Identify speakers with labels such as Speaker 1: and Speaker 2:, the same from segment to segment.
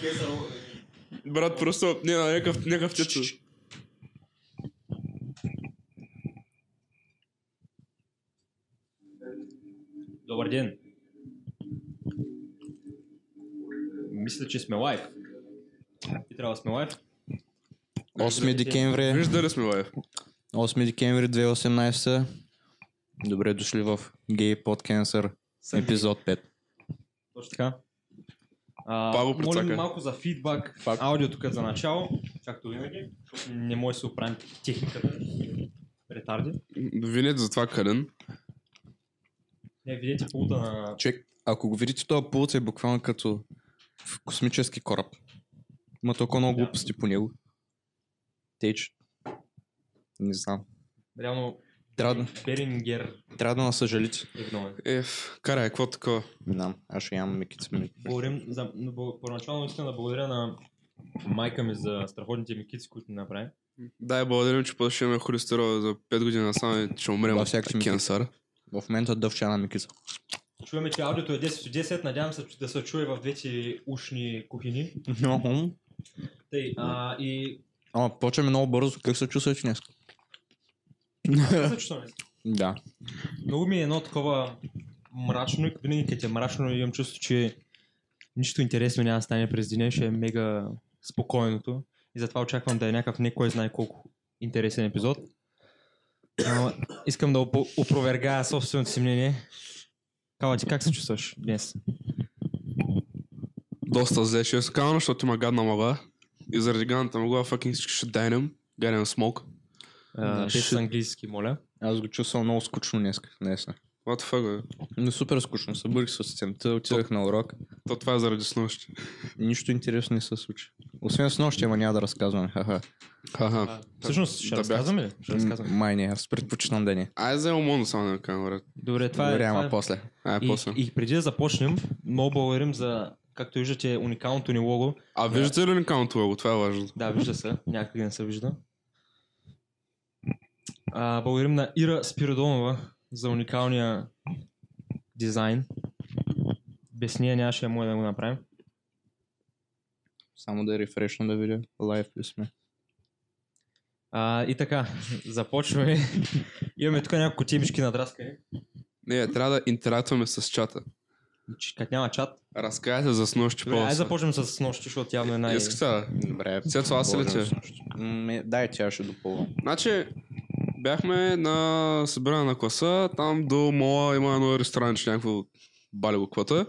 Speaker 1: кесъл.
Speaker 2: Брат, просто не, на някакъв, някакъв тето.
Speaker 3: Добър ден. Мисля, че сме лайв. Ти трябва да сме лайв.
Speaker 4: 8 декември,
Speaker 2: Виждали сме лайв.
Speaker 4: 8 декември 2018. Добре дошли в Gay Подкенсър, епизод 5.
Speaker 3: Точно така. А,
Speaker 2: Павел
Speaker 3: молим
Speaker 2: Прецака.
Speaker 3: малко за фидбак. Аудио тук за начало, както винаги, защото не може да се оправим техниката. Ретарди.
Speaker 2: Винете за това кален.
Speaker 3: Не, видите а, пулта на...
Speaker 4: Чек, ако го видите, този пулт е буквално като в космически кораб. Има толкова много
Speaker 3: Да.
Speaker 4: глупости по него. Теч. Не знам.
Speaker 3: Реално
Speaker 4: Трябва, да-
Speaker 3: Берингер
Speaker 4: трябва да насъжалите.
Speaker 3: е виновен.
Speaker 2: Еф, карай, какво такова?
Speaker 4: Не знам, аз ще имам микица. нали? ми.
Speaker 3: Благодарим за... но бо- Първоначално искам да благодаря на э, майка ми за страхотните микици, които ми направи.
Speaker 2: Дай, благодарим, че после ще имаме холестерол за 5 години насам и ще умрем
Speaker 4: Ба,
Speaker 2: от
Speaker 4: всякакви мики.
Speaker 2: кенсар.
Speaker 4: В момента дъвча на микица.
Speaker 3: Чуваме, че аудиото е 10 от 10. Надявам се че да се чуе в двете ушни кухини.
Speaker 4: Много.
Speaker 3: Тъй, а, и...
Speaker 4: Ама почваме много бързо. Как се чувстваш днес?
Speaker 3: Мисля, че съм-
Speaker 4: да.
Speaker 3: Много ми е едно такова мрачно и винаги като е мрачно имам чувство, че нищо интересно няма да стане през деня, ще е мега спокойното и затова очаквам да е някакъв не кой знае колко интересен епизод. А, искам да опо- опровергая собственото си мнение. Кава ти, как се чувстваш днес?
Speaker 2: Доста зле ще е скално, защото има гадна мъгла. И заради гадната мъгла fucking всички ще дайнем. Гаден смок.
Speaker 3: А,
Speaker 4: Да,
Speaker 3: Без
Speaker 4: ще-
Speaker 3: английски, моля.
Speaker 4: Аз го чувствам много скучно днес. Днес.
Speaker 2: What the fuck, бе?
Speaker 4: Но супер скучно. Събърих се от системата, отидах на урок.
Speaker 2: То това е заради снощи.
Speaker 4: Нищо интересно не се случи. Освен с нощи, ама няма да разказваме. Ха-ха.
Speaker 2: Ха-ха.
Speaker 3: Всъщност, ще
Speaker 2: да бях.
Speaker 3: разказваме ли? Ще разказваме.
Speaker 4: М, Май не, аз предпочитам да не.
Speaker 2: Ай, за умон само на камера.
Speaker 3: Добре, това е...
Speaker 4: Добре,
Speaker 3: това е-
Speaker 4: ама после.
Speaker 2: Ай,
Speaker 3: И,
Speaker 2: после.
Speaker 3: и преди да започнем, много благодарим за, както виждате, уникалното ни лого.
Speaker 2: А виждате ли уникалното лого? Това е важно.
Speaker 3: Да, вижда се. Някъде не се вижда. А, благодарим на Ира Спиридонова за уникалния дизайн. Без нея нямаше да може да го направим.
Speaker 4: Само да рефрешна да видя. Лайв ли сме?
Speaker 3: А, и така, започваме. Имаме тук няколко темички надраскани.
Speaker 2: Не, трябва да интерактуваме с чата.
Speaker 3: Че Значи, Като няма чат.
Speaker 2: Разкажете за снощи
Speaker 3: Добре, айде
Speaker 2: по-осъ.
Speaker 3: започнем с нощи, защото явно е най...
Speaker 2: Искате да.
Speaker 4: Добре.
Speaker 2: Цецо, аз ли
Speaker 4: Говорим
Speaker 2: те?
Speaker 4: с нощи. М, е, Дай, тя ще допълвам.
Speaker 2: Значи, бяхме на събиране на класа, там до мола има едно ресторанче, някакво бали го квата.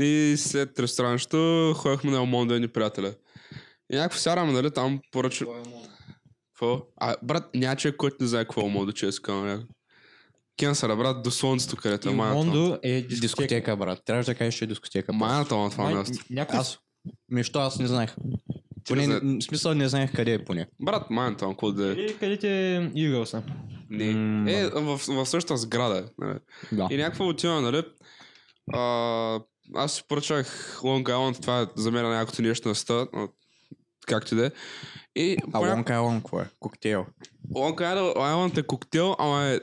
Speaker 2: И след ресторанчето ходихме на Омон да е ни приятеля. И някакво сяраме, нали, там поръча... Какво? А, брат, няма човек, който не знае какво е Омон, да че е скъм, Кенсъра, брат, до слънцето, където е
Speaker 3: И
Speaker 2: майната.
Speaker 3: Мондо е дискотека.
Speaker 4: Дискотека, брат. Трябваше да кажеш, че е дискотека.
Speaker 2: Майната на това
Speaker 3: Май-
Speaker 2: място.
Speaker 3: Някой...
Speaker 4: Аз. Ми, що аз не знаех. Поне,
Speaker 2: не
Speaker 4: в смисъл не знаех къде е поне.
Speaker 2: Брат, майната, какво да е.
Speaker 3: Или къде те югъл са?
Speaker 4: М,
Speaker 2: Не. Е, в, в същата сграда, е, нали.
Speaker 4: Да.
Speaker 2: И някаква отива, нали? А, аз си поръчах Long Island, това е за мен някакво нещо на ста, но както и да е. И
Speaker 4: А
Speaker 2: поня-
Speaker 4: Лонг Айлон какво е? Коктейл.
Speaker 2: Long Island- Island е коктейл, ама е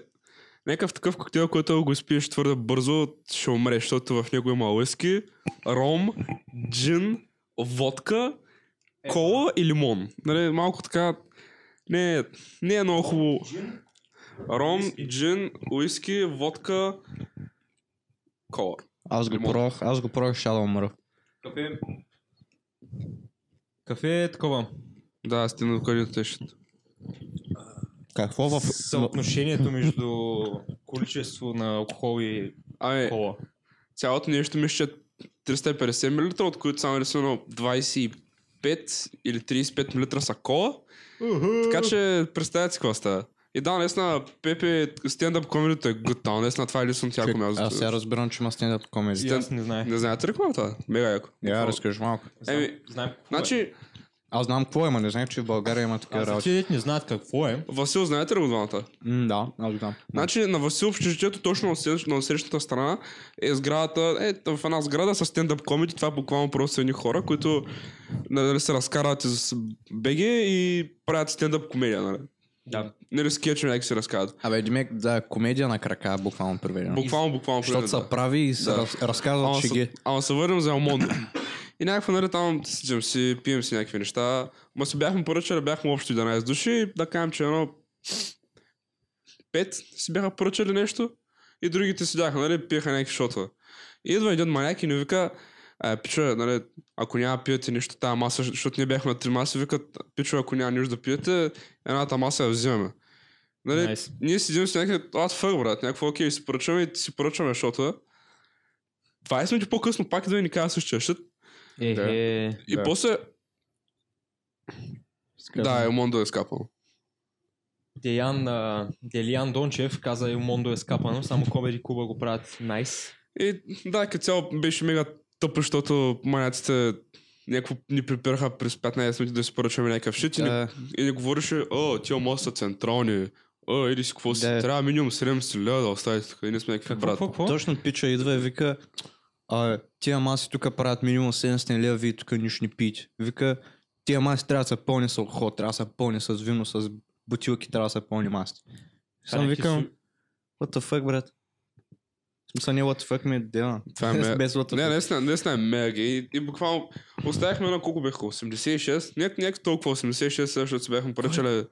Speaker 2: някакъв такъв коктейл, който ако го спиеш твърде бързо, ще умреш, защото в него има уиски, ром, джин, водка, кола и лимон. Нали, малко така не, е- не е много хубаво. Ром, джин, уиски, водка, кола.
Speaker 4: Аз го
Speaker 2: Лимон.
Speaker 4: пробвах, аз го пробвах, ще да умра.
Speaker 3: Кафе... Кафе е такова.
Speaker 2: Да, стигна до където тещата.
Speaker 4: Какво в...
Speaker 3: съотношението между количество на алкохол и
Speaker 2: Ами,
Speaker 3: кола.
Speaker 2: цялото нещо ми ще е 350 мл, от които само е рисувано 25 или 35 мл са кола. Така че представете си какво става. И да, наистина, Пепе, стендъп комедито е good там. Наистина, това е лично тяко
Speaker 4: Чек, Аз сега
Speaker 2: място.
Speaker 4: разбирам, че има стендъп комеди.
Speaker 3: И аз не знаех.
Speaker 2: Не знаете ли какво е това? Мега яко.
Speaker 4: Я, разкажи малко.
Speaker 2: Еми,
Speaker 3: Знаем какво е.
Speaker 2: Значи,
Speaker 4: Аз знам какво е, ма не знаех, че в България има такива
Speaker 3: Аз за
Speaker 4: работи.
Speaker 3: тези дете не знаят какво е.
Speaker 2: Васил, знаете ли го двамата?
Speaker 4: М, Да, аз го знам.
Speaker 2: Значи на Васил общежитието, точно на отсрещ- на отсрещната страна, е сградата, е в една сграда с стендъп комеди, това буквално просто са едни хора, които нали, се разкарат с БГ и правят стендъп комедия, нали?
Speaker 3: Да.
Speaker 2: Нали, скетчове някакви се разказват.
Speaker 4: Абе, Димек, да, комедия на крака, буквално преведено.
Speaker 2: Буквално, буквално.
Speaker 4: Защото
Speaker 2: примерно,
Speaker 4: са прави и се
Speaker 2: Да.
Speaker 4: раз, разказват
Speaker 2: Ама се-
Speaker 4: шеги.
Speaker 2: Ама се върнем за Елмондо. И И някаква, нали, там сиджам си, пием си някакви неща. Ма си бяхме поръчали, бяхме общо 11 души, да кажем, че едно 5 си бяха поръчали нещо и другите седяха, нали, пиеха някакви шотове. И идва един маняк и ни вика, а, пичове, нали, ако няма пиете нищо тази маса, защото ние бяхме на три маси, викат, пичове, ако няма нищо да пиете, едната маса я взимаме. Нали,
Speaker 3: Nice.
Speaker 2: Ние седим с някакъв, аз фък, брат, някакво, окей, си поръчваме и си поръчваме, защото 20 минути по-късно пак да ни казва същия щит. Да.
Speaker 3: Ехе.
Speaker 2: И
Speaker 4: Да.
Speaker 2: после, да, Емондо е скапал.
Speaker 3: Деян, а, Делиан Дончев каза Елмондо е скапано, само Кобер и Куба го правят найс.
Speaker 2: И да, като цяло беше мега тъпо, защото маняците някакво ни припираха през 15 минути да си поръчаме някакъв шит и, ни,
Speaker 4: Да,
Speaker 2: и ни говореше, о, тия моста са централни, о, иди си какво си,
Speaker 4: Да.
Speaker 2: трябва минимум 70 лева да оставите тук, и ние сме някакви
Speaker 3: Какво,
Speaker 2: брат.
Speaker 3: какво, какво?
Speaker 4: точно пича идва и вика, а, тия маси тук правят минимум 70 лева, вие тук нищо не пиете. Вика, тия маси трябва да са пълни с алкохол, трябва да са пълни с вино, с бутилки, трябва да са пълни маси. Съм
Speaker 3: някакви
Speaker 4: викам,
Speaker 3: су-
Speaker 4: what the fuck, брат? В смисъл не what the fuck ми е дела.
Speaker 2: Това е ме-
Speaker 4: Без what the
Speaker 2: Не,
Speaker 4: fuck.
Speaker 2: наистина, наистина е мега. И, и буквално оставихме на колко бяха? 86? Няк, някак е толкова 86, защото си бяхме поръчали.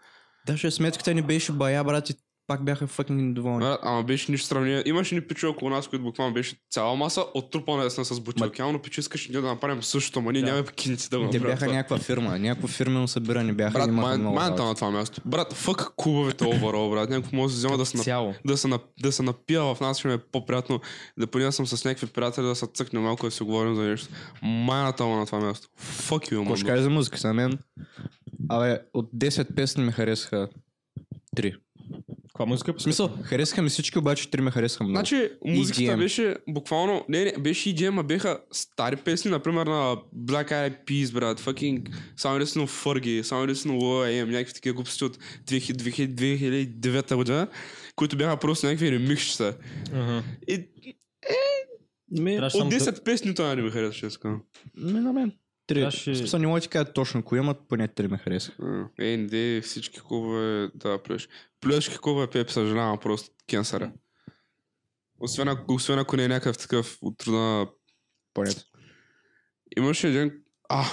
Speaker 4: Даже сметката ни беше бая, брат, и пак бяха fucking недоволни.
Speaker 2: А, Ама беше нищо сравнение. Имаше ни пичове около нас, които буквално беше цяла маса, отрупана ясна с бутилки. Ама пичи искаше ние да направим същото, ама ние
Speaker 3: Да.
Speaker 2: нямаме кинци да го
Speaker 4: Те
Speaker 2: направим.
Speaker 4: бяха
Speaker 2: това.
Speaker 4: някаква фирма, някакво фирмено събиране бяха.
Speaker 2: Брат,
Speaker 4: и имаха
Speaker 2: май-
Speaker 4: много
Speaker 2: майната
Speaker 4: работа.
Speaker 2: на това място. Брат, фък клубовете overall, брат. Някой може да взема да се на
Speaker 3: Цяло.
Speaker 2: да се, нап- да се напия в нас, ще ми е по-приятно да поне да съм с някакви приятели, да се цъкне малко да си говорим за нещо. Майната му на това място. Fuck you,
Speaker 4: Какво ще
Speaker 2: man.
Speaker 4: кажеш за музиката на мен? Абе, от 10 песни ми харесаха 3.
Speaker 3: Каква е музика?
Speaker 4: В смисъл, харесаха ми всички, обаче 3 ми харесаха много.
Speaker 2: Значи, музиката
Speaker 4: EDM.
Speaker 2: беше буквално... Не, не, беше EDM, а беха стари песни, например на Black Eyed Peas, брат, fucking само единствено Фърги, само единствено L.A.M, някакви такива глупости от 2000 2000 2009 година, които бяха просто някакви ремиксчета.
Speaker 3: Ага.
Speaker 2: И
Speaker 4: ми,
Speaker 3: Трябваше
Speaker 2: от
Speaker 3: само да-
Speaker 2: 10 песни това не ми харесва, ще искам.
Speaker 4: ми на мен. 3.
Speaker 3: Трябваше-
Speaker 4: В смисъл, не мога да ти кажа точно кои, имат поне 3 ми харесаха.
Speaker 2: НД, всички клубове, да, плюш. Плюшки клубове, пеп, съжалявам, просто кенсъра. Освен ако, освен ако не е някакъв такъв от рода
Speaker 4: Поне.
Speaker 2: Имаше един... А!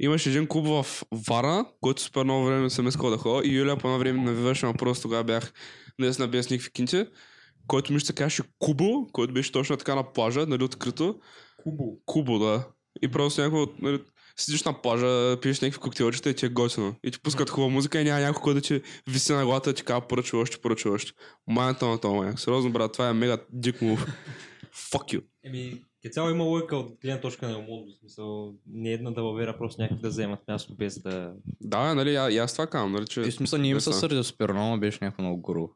Speaker 2: Имаше един клуб в Варна, който супер много време съм искал да ходя. И Юлия по едно време навиваше, ама просто тогава бях наистина без никакви кинти. Който ми ще казваше Кубо, който беше точно така на плажа, нали, открито.
Speaker 3: Кубо.
Speaker 2: Кубо, да. И просто някакво, нали, седиш на плажа, пиеш някакви коктейлчета и ти е готино. И ти пускат хубава музика и няма някой, който да ти виси на главата и ти казва поръчва още, поръчва още. Майната на това, майк. Сериозно, брат, това е мега дик мув. Fuck you.
Speaker 3: Еми, ке цяло има лойка от гледна точка на Елмондо. В Смисъл, не е една да въвера просто някакви да вземат място без да...
Speaker 2: Да, нали, а- и аз това казвам, нали, че...
Speaker 4: И в смисъл, не им се
Speaker 2: Да, са.
Speaker 4: сърдя супер много, беше някакво много грубо.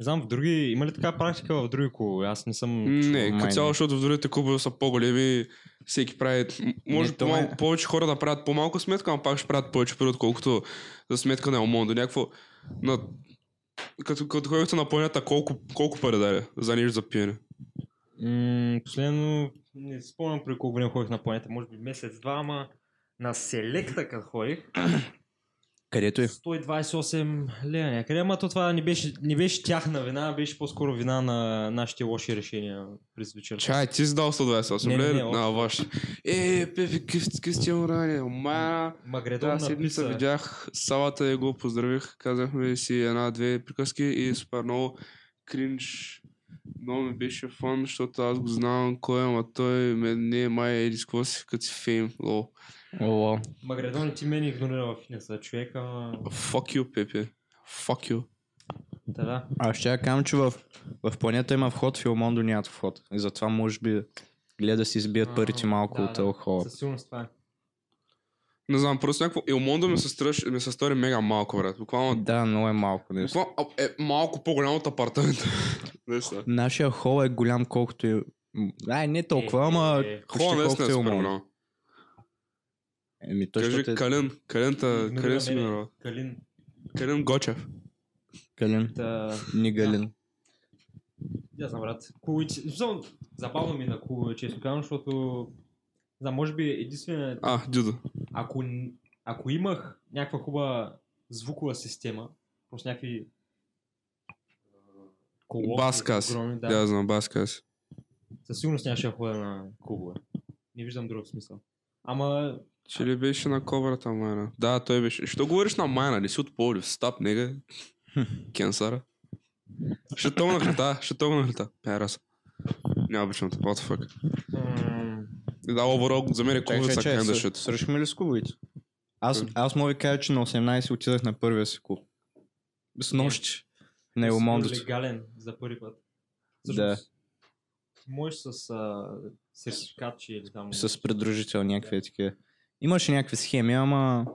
Speaker 3: Не знам, в други... Има ли така практика в други клубове? Аз не съм...
Speaker 2: Не,
Speaker 4: Май
Speaker 2: като
Speaker 4: не.
Speaker 2: цяло, защото в другите клубове са по-големи, всеки прави... м- Може
Speaker 4: Не, то
Speaker 2: по-малко,
Speaker 4: май-
Speaker 2: повече хора да правят по-малко сметка, но пак ще правят повече пари, отколкото за сметка на Елмондо. Някакво... На... Като, като ходихте на планета, колко, колко пари даде за нищо за пиене?
Speaker 3: М, последно не си спомням при колко време ходих на планета, може би месец-два, ама на селекта като ходих,
Speaker 4: Където е?
Speaker 3: 128 лева някъде, ама то това не беше, не беше тяхна вина, а беше по-скоро вина на нашите лоши решения през вечерта.
Speaker 2: Чай, ти си дал 128
Speaker 3: Не, не, не,
Speaker 2: лева
Speaker 3: още.
Speaker 2: на ваш. Е, пепи, къв- къв сте урани, ма...
Speaker 3: Магредон
Speaker 2: Да, седмица
Speaker 3: написа,
Speaker 2: видях салата и го поздравих. Казахме си една-две приказки и супер много кринж. Много ми беше фан, защото аз го знам кой е, ама той ме не е май еди с какво си, като си фейм. Ло.
Speaker 4: Ало.
Speaker 3: Магредон ти мен игнорира в фитнеса, човека, ама...
Speaker 2: Fuck you, Пепе. Fuck you.
Speaker 3: Та да.
Speaker 4: Аз ще я кам, че в, в планета има вход, в Елмондо нямат вход. И затова може би гледа да си избият
Speaker 3: А,
Speaker 4: парите малко
Speaker 3: да,
Speaker 4: от
Speaker 3: да.
Speaker 4: алкохола.
Speaker 3: Със сигурност това е.
Speaker 2: Не знам, просто някакво... Елмондо ми се, стръж, ми се стори мега малко, брат. Буквално...
Speaker 4: Да, много е малко. Не
Speaker 2: буквално а, е малко по-голям от апартамента. Наистина.
Speaker 4: Нашия хол е голям колкото е... М, Ай, не толкова,
Speaker 3: Е,
Speaker 4: ама...
Speaker 3: е, е.
Speaker 4: почти
Speaker 2: Хора, наистина
Speaker 4: колкото
Speaker 2: е супер
Speaker 4: е Елмондо.
Speaker 2: голям.
Speaker 4: Еми, той
Speaker 2: Кажи,
Speaker 4: ще е
Speaker 2: Кален, Калента,
Speaker 3: Игнорира
Speaker 2: Кален си
Speaker 3: мене.
Speaker 2: минава.
Speaker 3: Калин.
Speaker 2: Кален Гочев.
Speaker 4: кален.
Speaker 3: Та...
Speaker 4: Ни гален.
Speaker 3: Не знам, брат. Клубове, че- Зон- Забавно ми е на клубове, често казвам, защото... Не знам, може би единствена...
Speaker 2: А, Дюдо.
Speaker 3: Ако, н- ако имах някаква хубава звукова система, просто някакви... а, колонки
Speaker 2: Баскас.
Speaker 3: огромни, Да,
Speaker 2: Да, знам, баска аз.
Speaker 3: Със сигурност нямаше да ходя на клубове. Не виждам друг смисъл. Ама
Speaker 2: Че ли беше на коврата, майна? Да, той беше. Що говориш на майна? Не си от Полив. Стап, нега. Кенсара. Ще тъмна храта, ще тъмна храта. Пяраса. Не Е, обичам те, what the fuck.
Speaker 3: м,
Speaker 2: Да, overall, за мен е
Speaker 4: Чакай,
Speaker 2: курица
Speaker 4: чакай,
Speaker 2: kind of
Speaker 4: чакай,
Speaker 2: shit.
Speaker 4: сръщаме ли с кубовите? Аз, аз мога ви кажа, че на 18 отидах на първия си клуб.
Speaker 3: Е.
Speaker 4: С нощи. На
Speaker 3: си бил
Speaker 4: Елмондото.
Speaker 3: легален за първи път.
Speaker 4: Да.
Speaker 3: Всъщност, Можеш с а, сертификат, че е, или там...
Speaker 4: С придружител някакви е такива. Имаше някакви схеми, ама...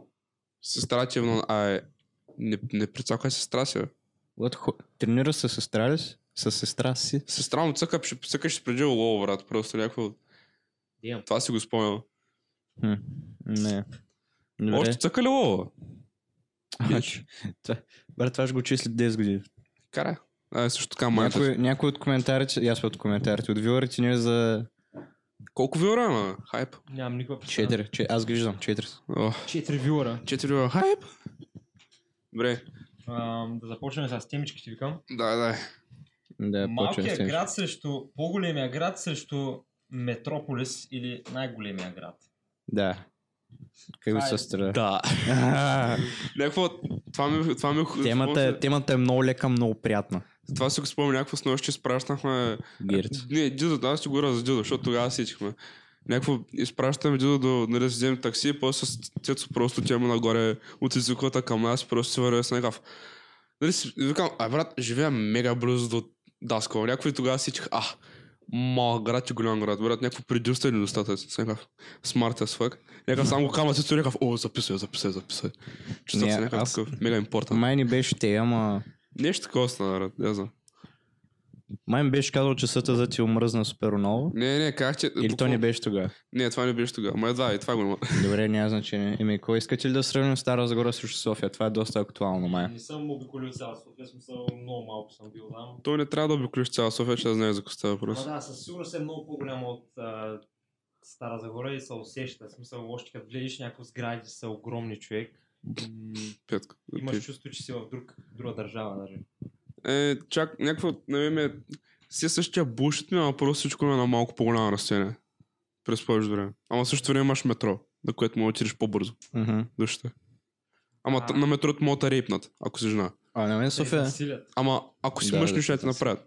Speaker 2: Сестра ти е вно... Ай, не, не прицакай сестра си, бе.
Speaker 4: What, хо- Тренира се с сестра ли си? С сестра си?
Speaker 2: Сестра му цъка, ще цъка, ще спреджи лово, брат. Просто някакво...
Speaker 3: Damn.
Speaker 2: Това си го спомням.
Speaker 4: Хм, Не. Добре.
Speaker 2: Още цъка ли лово?
Speaker 4: А, че- това- Брат, това ще го числи 10 години.
Speaker 2: Карай. А, е, също така, майната.
Speaker 4: Някой, някой от коментарите, и аз от коментарите, от вилърите ни е за
Speaker 2: Колко ви е време? Хайп.
Speaker 3: Нямам никаква представа.
Speaker 4: 4, че, аз гриждам 4.
Speaker 2: Ох,
Speaker 3: Четири вюра.
Speaker 2: Четири време. Хайп. Добре.
Speaker 3: А, да започнем с темичките, викам.
Speaker 2: Да, да.
Speaker 4: Да, почвам с
Speaker 3: Малкият
Speaker 4: тем.
Speaker 3: град срещу... По-големия град срещу Метрополис или най-големия град.
Speaker 4: Да. Как го
Speaker 3: Това е-
Speaker 4: сестра?
Speaker 2: Да. Някакво, това ми, това ми
Speaker 4: темата, е, темата е много лека, много приятна.
Speaker 2: Това си го спомня, някакво с нощи спращахме...
Speaker 4: Гирт.
Speaker 2: Не, дидо, аз си говоря за дидо, защото тогава си чихме. Някакво изпращаме дидо до нали, да си вземем такси, и после с тецо просто тема нагоре от езикота към нас, просто си вървя с някакъв. Нали, си, викам, а брат, живея мега близо до Даскова. Някакво и тогава си чих, а, малък град и голям град, брат, някакво предюста или достатък, с някакъв смарт as fuck. Някакъв само го кама се някакъв, о, записвай, записвай, записвай. Чувствам
Speaker 4: Не,
Speaker 2: се някакъв
Speaker 4: аз-
Speaker 2: такъв, мега импортен.
Speaker 4: Май ни беше те, ама...
Speaker 2: Нещо такова стана, брат, не знам.
Speaker 4: Май ми беше казал, че съта за ти омръзна супер много.
Speaker 2: Не, не, как че...
Speaker 4: Или то не беше тогава?
Speaker 2: Не, това не беше тогава. Ма едва и това го има.
Speaker 4: Добре, няма значение. Еми, кой искате ли да сравним Стара Загора срещу София? Това е доста актуално, май.
Speaker 3: Не съм обиколил цял София, смисъл много малко съм бил там.
Speaker 2: Той не трябва да обиключи цяла София, че да знае за какво става
Speaker 3: Ама
Speaker 2: въпрос.
Speaker 3: да, със сигурност е много по-голямо от а, Стара Загора и се усеща. В Смисъл, още като гледаш някакви сгради са огромни човек. М,
Speaker 2: Петко.
Speaker 3: Имаш
Speaker 2: ти-
Speaker 3: чувство, че си в друг, друга държава нали? даже.
Speaker 2: Е, чак, някаква, на мен ме... Си е същия бушит ми, ама просто всичко ми е на малко по-голямо разстояние. През повече време. Ама също време имаш метро, на което мога да отидеш по-бързо.
Speaker 4: Мгм.
Speaker 2: Душите. Ама
Speaker 3: А.
Speaker 2: т- на метрото мога да рейпнат, ако си жена.
Speaker 4: А, на мен
Speaker 3: Те
Speaker 4: София...
Speaker 3: насилят.
Speaker 2: Ама ако си
Speaker 4: Да,
Speaker 2: мъж,
Speaker 4: да,
Speaker 2: нищо ще
Speaker 4: да,
Speaker 2: ти
Speaker 4: да.
Speaker 2: направят.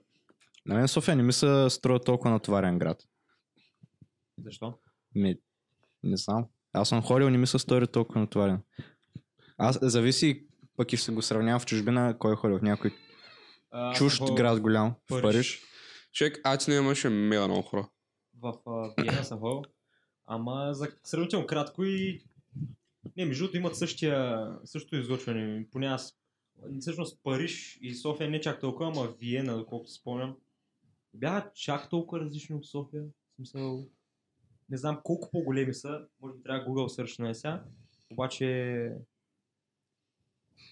Speaker 4: На мен София не ми се струва толкова натоварен град.
Speaker 3: Защо?
Speaker 4: Ми, не знам. Аз съм ходил, не ми се стори толкова натоварен. Аз зависи, пък и ще го сравнявам в чужбина, кой е ходил в някой
Speaker 3: А,
Speaker 4: чужд
Speaker 3: в-
Speaker 4: град голям, в Париж.
Speaker 2: Човек, аз не имаше мега много хора.
Speaker 3: В а, Виена съм ходил. Ама за сравнително кратко и... Не, между другото имат същия, същото излъчване. Поне аз... Всъщност Париж и София не чак толкова, ама Виена, доколкото си спомням. Бяха чак толкова различни от София. В Смисъл... Не знам колко по-големи са. Може би трябва Google Search на сега. Обаче...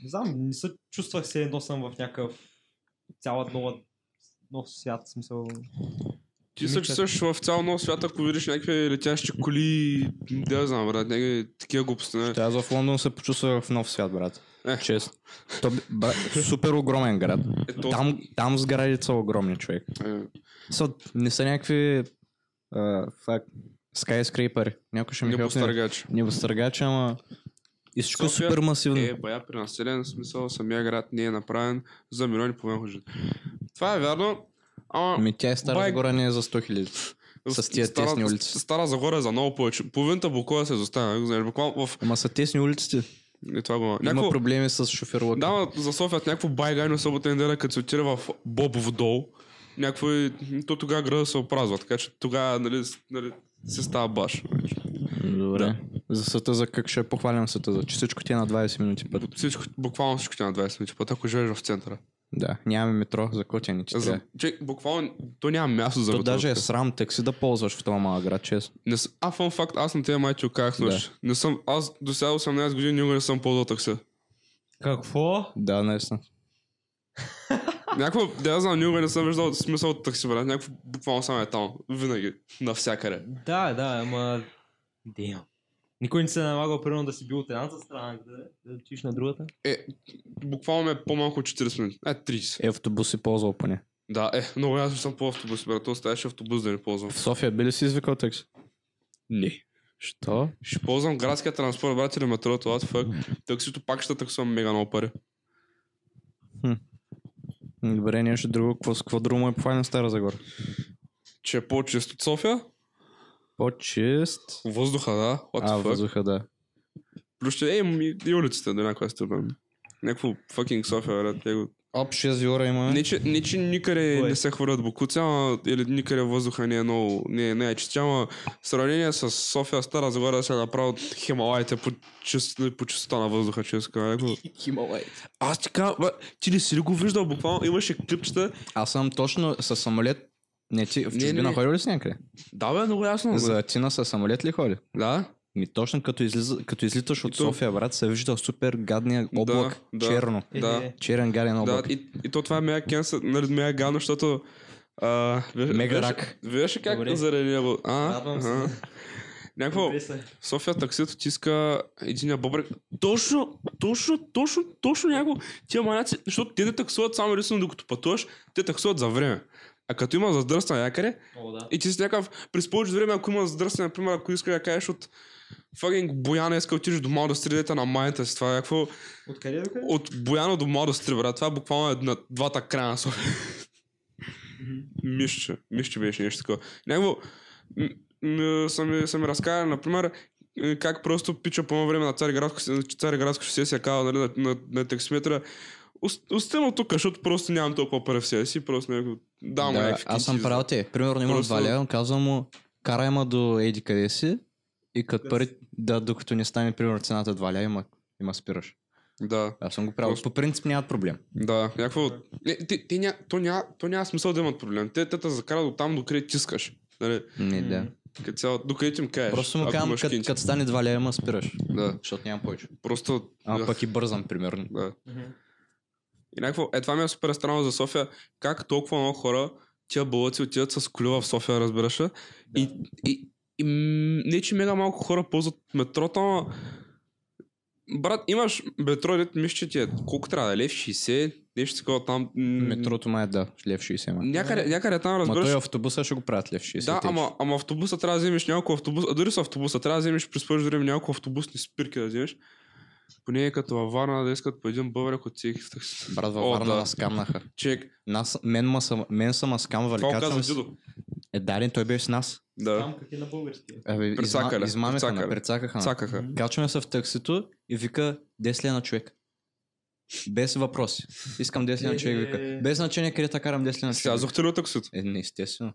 Speaker 3: Не знам, не се чувствах се едно съм в някакъв цяла нова, нов свят. в Смисъл...
Speaker 2: Ти
Speaker 3: Ми,
Speaker 2: се чувстваш в цял нов свят, ако видиш някакви летящи коли, да я знам, брат, някакви такива глупости. не?
Speaker 4: Та аз в Лондон се почувствах в нов свят, брат.
Speaker 2: Е.
Speaker 4: Чест. То, бе- брат, супер огромен град.
Speaker 2: Е, то-
Speaker 4: Там, там сградите са огромни, човек.
Speaker 2: е.
Speaker 4: Са, не са някакви... а, фак, скайскрейпъри. Някой ще ми
Speaker 2: Не
Speaker 4: хелпне.
Speaker 2: постъргач.
Speaker 4: Не е. възтъргач, ама... И всичко е
Speaker 2: София
Speaker 4: супер масивно.
Speaker 2: Е, бая пренаселен, в смисъл самия град не е направен за милиони и половина хожи. Това е вярно. Ама
Speaker 4: Ами тя е Стара
Speaker 2: Бай-
Speaker 4: Загора не е за 100 хиляди. с тия
Speaker 2: Стара-
Speaker 4: тесни улици.
Speaker 2: Стара Загора е за много повече. Половината букова се изоставя. нали го Знаеш, буквално в...
Speaker 4: Ама са тесни улиците.
Speaker 2: Не, това го има.
Speaker 4: Има
Speaker 2: Някакво...
Speaker 4: проблеми с шоферлъка.
Speaker 2: Да, ма за София някакво байгайно събота и неделя, като се отиде в Бобов дол, някакво и... То тогава града се опразва, така че тогава нали, с- нали, се става баш.
Speaker 4: Добре. За съта за как ще похвалям съта за, че всичко ти е на 20 минути път.
Speaker 2: Всичко, буквално всичко ти е на 20 минути път, ако живееш в центъра.
Speaker 4: Да, нямаме метро, за котя ни ти
Speaker 2: За,
Speaker 4: трябва.
Speaker 2: че, буквално, то няма място за
Speaker 4: То
Speaker 2: готовка.
Speaker 4: даже е срам такси да ползваш в този малък град, честно.
Speaker 2: Не с... А, фан факт, аз на тези майчи казах
Speaker 4: Да.
Speaker 2: да. Не съм, аз до сега 18 години никога не съм ползвал такса.
Speaker 3: Какво?
Speaker 4: Да, наистина.
Speaker 2: Някаква, да я знам, никога не съм виждал смисъл от такси, брат. Някакво буквално само е там. Винаги. Навсякъде.
Speaker 3: Да, да, ама... Дем. Никой не се е налагал, примерно, да си бил от едната страна, да, да отиш на другата.
Speaker 2: Е, буквално ме е по-малко от 40 минути. Е, 30.
Speaker 4: Е, автобус си ползвал поне.
Speaker 2: Да, е, много ясно съм по автобус, брат. То ставаше автобус да не ползвам.
Speaker 4: В София би ли си извикал такси?
Speaker 2: Не.
Speaker 1: Що?
Speaker 2: Ще ползвам градския транспорт, брат, или метрото, what the fuck. Таксито пак ще таксувам мега много пари.
Speaker 4: Добре, нещо друго. Какво, с какво друго му е пофайна Стара Загора?
Speaker 2: Че е по-чист от София?
Speaker 4: По-чист.
Speaker 2: Въздуха, да. What
Speaker 4: А,
Speaker 2: the fuck.
Speaker 4: въздуха, да.
Speaker 2: Плюс ще, е, и, и улиците до някаква степен. Някакво fucking София, брат. Его.
Speaker 4: Общо 6 юра има.
Speaker 2: Не, че, не, че никъде
Speaker 3: Кое?
Speaker 2: не се хвърлят бокуци, ама или никъде въздуха не е много, не, е- не е чист, ама в сравнение с София, Стара Загора се направят Хималаите по, чист, по чистота на въздуха, че иска. е
Speaker 4: Хималай.
Speaker 2: Аз ти кажа, бе, ти не си ли го виждал буквално? Имаше клипчета.
Speaker 4: Аз съм точно с самолет. Не, ти в
Speaker 2: Не,
Speaker 4: чужбина
Speaker 2: не.
Speaker 4: ходил ли си някъде?
Speaker 2: Да, бе, много ясно. бе.
Speaker 4: За Атина с самолет ли ходи?
Speaker 2: Да?
Speaker 4: Ми точно като, излиза, като излиташ от
Speaker 2: то-
Speaker 4: София, брат, се вижда супер гадния облак.
Speaker 2: да.
Speaker 4: черно.
Speaker 2: Да.
Speaker 3: Е,
Speaker 4: Черен гаден
Speaker 2: Да,
Speaker 4: облак.
Speaker 2: и, и то това е мега кенса, нали, мега гано, защото... А, виж-
Speaker 4: Мега
Speaker 2: виж-
Speaker 4: рак.
Speaker 2: Виж ли как
Speaker 3: Добре.
Speaker 2: заради него? А,
Speaker 3: Радвам се.
Speaker 2: а. Някакво,
Speaker 3: Интересно е.
Speaker 2: в София таксито ти иска един бобрек. Точно, точно, точно, точно някакво. Тия маняци, защото те не таксуват само единствено докато пътуваш, те таксуват за време. А като има задръстване някъде,
Speaker 3: О, да.
Speaker 2: и ти си някакъв, през повече време, ако има задръстване, например, ако искаш да кажеш от Фагинг Бояна, иска да отидеш до Младо Стридета на майната си. Това е някакво
Speaker 3: Откъде до къде?
Speaker 2: от Бояна до Младо Стри, брат. Това е буквално е на двата края на София. Мишче. Мишче беше нещо такова. Някакво... м- м- Са ми, са ми разказали, например, е, как просто пича по едно време на Цариградско, Цариградско шосе си е казал нали, на, на, на таксиметра «Ост- Оставам тук, защото просто нямам толкова пари в себе си, просто някакво... Да,
Speaker 4: да,
Speaker 2: да
Speaker 4: аз съм правил те. Примерно имам
Speaker 2: Просто-
Speaker 4: два лева, казвам му, карай ма до еди къде си и като пари, да, докато не стане, примерно, цената 2 ля, има, има спираш.
Speaker 2: Да,
Speaker 4: Аз съм го правил.
Speaker 2: Просто-
Speaker 4: По принцип нямат проблем.
Speaker 2: да. Някакво... Не, те, те, ня, то, ня, то няма смисъл да имат проблем. Те, те те закарат от там, докъде тискаш. Нали,
Speaker 4: Не, да.
Speaker 3: М.
Speaker 2: като цяло, докъде ти им кажеш.
Speaker 4: Просто
Speaker 2: Е,
Speaker 4: му
Speaker 2: ако
Speaker 4: казвам,
Speaker 2: имаш
Speaker 4: като
Speaker 2: кинти.
Speaker 4: като стане 2 лева, има спираш.
Speaker 2: Да.
Speaker 4: Защото нямам повече.
Speaker 2: Просто...
Speaker 4: А
Speaker 2: да,
Speaker 4: пък и бързам, примерно.
Speaker 2: Да.
Speaker 3: Мгм.
Speaker 2: И някакво... Е, това ми е супер странно за София. Как толкова много хора, тия бълъци отиват с коли в София, разбираш ли? И, и, и, м, не, че мега малко хора ползват метрото, ама... Брат, имаш метро, дето мисля, че ти е колко трябва да е, лев 60, нещо такова там. м,
Speaker 4: Метрото май е да, лев 60 ма.
Speaker 2: Някъде, някъде там
Speaker 4: Ма
Speaker 2: разбираш.
Speaker 4: той е автобуса ще го правят лев 60.
Speaker 2: Да,
Speaker 4: тъй че.
Speaker 2: ама, ама автобуса трябва да вземеш няколко автобуса, а дори с автобуса трябва да вземеш през първо време няколко автобусни спирки да вземеш. Поне е като във Варна да искат по един българ от всеки такси.
Speaker 4: Брат, във
Speaker 2: О,
Speaker 4: Варна
Speaker 2: да.
Speaker 4: нас скамнаха.
Speaker 2: Чек,
Speaker 4: Нас, мен, ма, са- мен са ма скамвали.
Speaker 2: това го
Speaker 4: Кацам
Speaker 2: каза
Speaker 4: си-
Speaker 2: Дидо.
Speaker 4: Е, дарен, той беше с нас.
Speaker 2: Да,
Speaker 3: Там как е на български.
Speaker 4: Абе, изма-
Speaker 2: Прецакали,
Speaker 4: Измамиха,
Speaker 2: прецакали.
Speaker 4: ме, прецакаха. ме.
Speaker 2: цакаха.
Speaker 4: Качваме се в таксито и вика 10 лена е на човек. Без въпроси. Искам 10 лена е на човек, вика. Без значение къде та карам 10 лена е на човек.
Speaker 2: Слязохте ли от таксито?
Speaker 4: Е, не, естествено.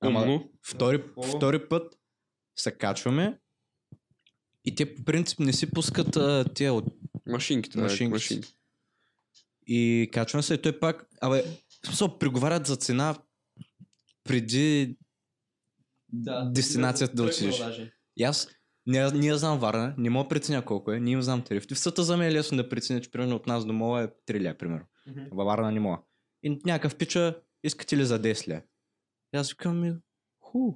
Speaker 4: Ама
Speaker 2: Умно.
Speaker 4: втори,
Speaker 3: О.
Speaker 4: втори път се качваме и те по принцип не си пускат а, тия от
Speaker 2: Машинките. да,
Speaker 4: Машинки.
Speaker 2: машинки.
Speaker 4: И качвам се и той пак, абе, в смисъл, приговарят за цена преди да, дестинацията
Speaker 3: е
Speaker 4: да, отидеш. И аз не, не я знам Варна, не мога да преценя колко е, не им знам тарифите. В Съта за мен е лесно да преценя, че примерно от нас до мола е 3 ля, примерно.
Speaker 3: Мгм.
Speaker 4: Във Варна не мога. И някакъв пича, искате ли за 10 ля? И аз викам ми, ху.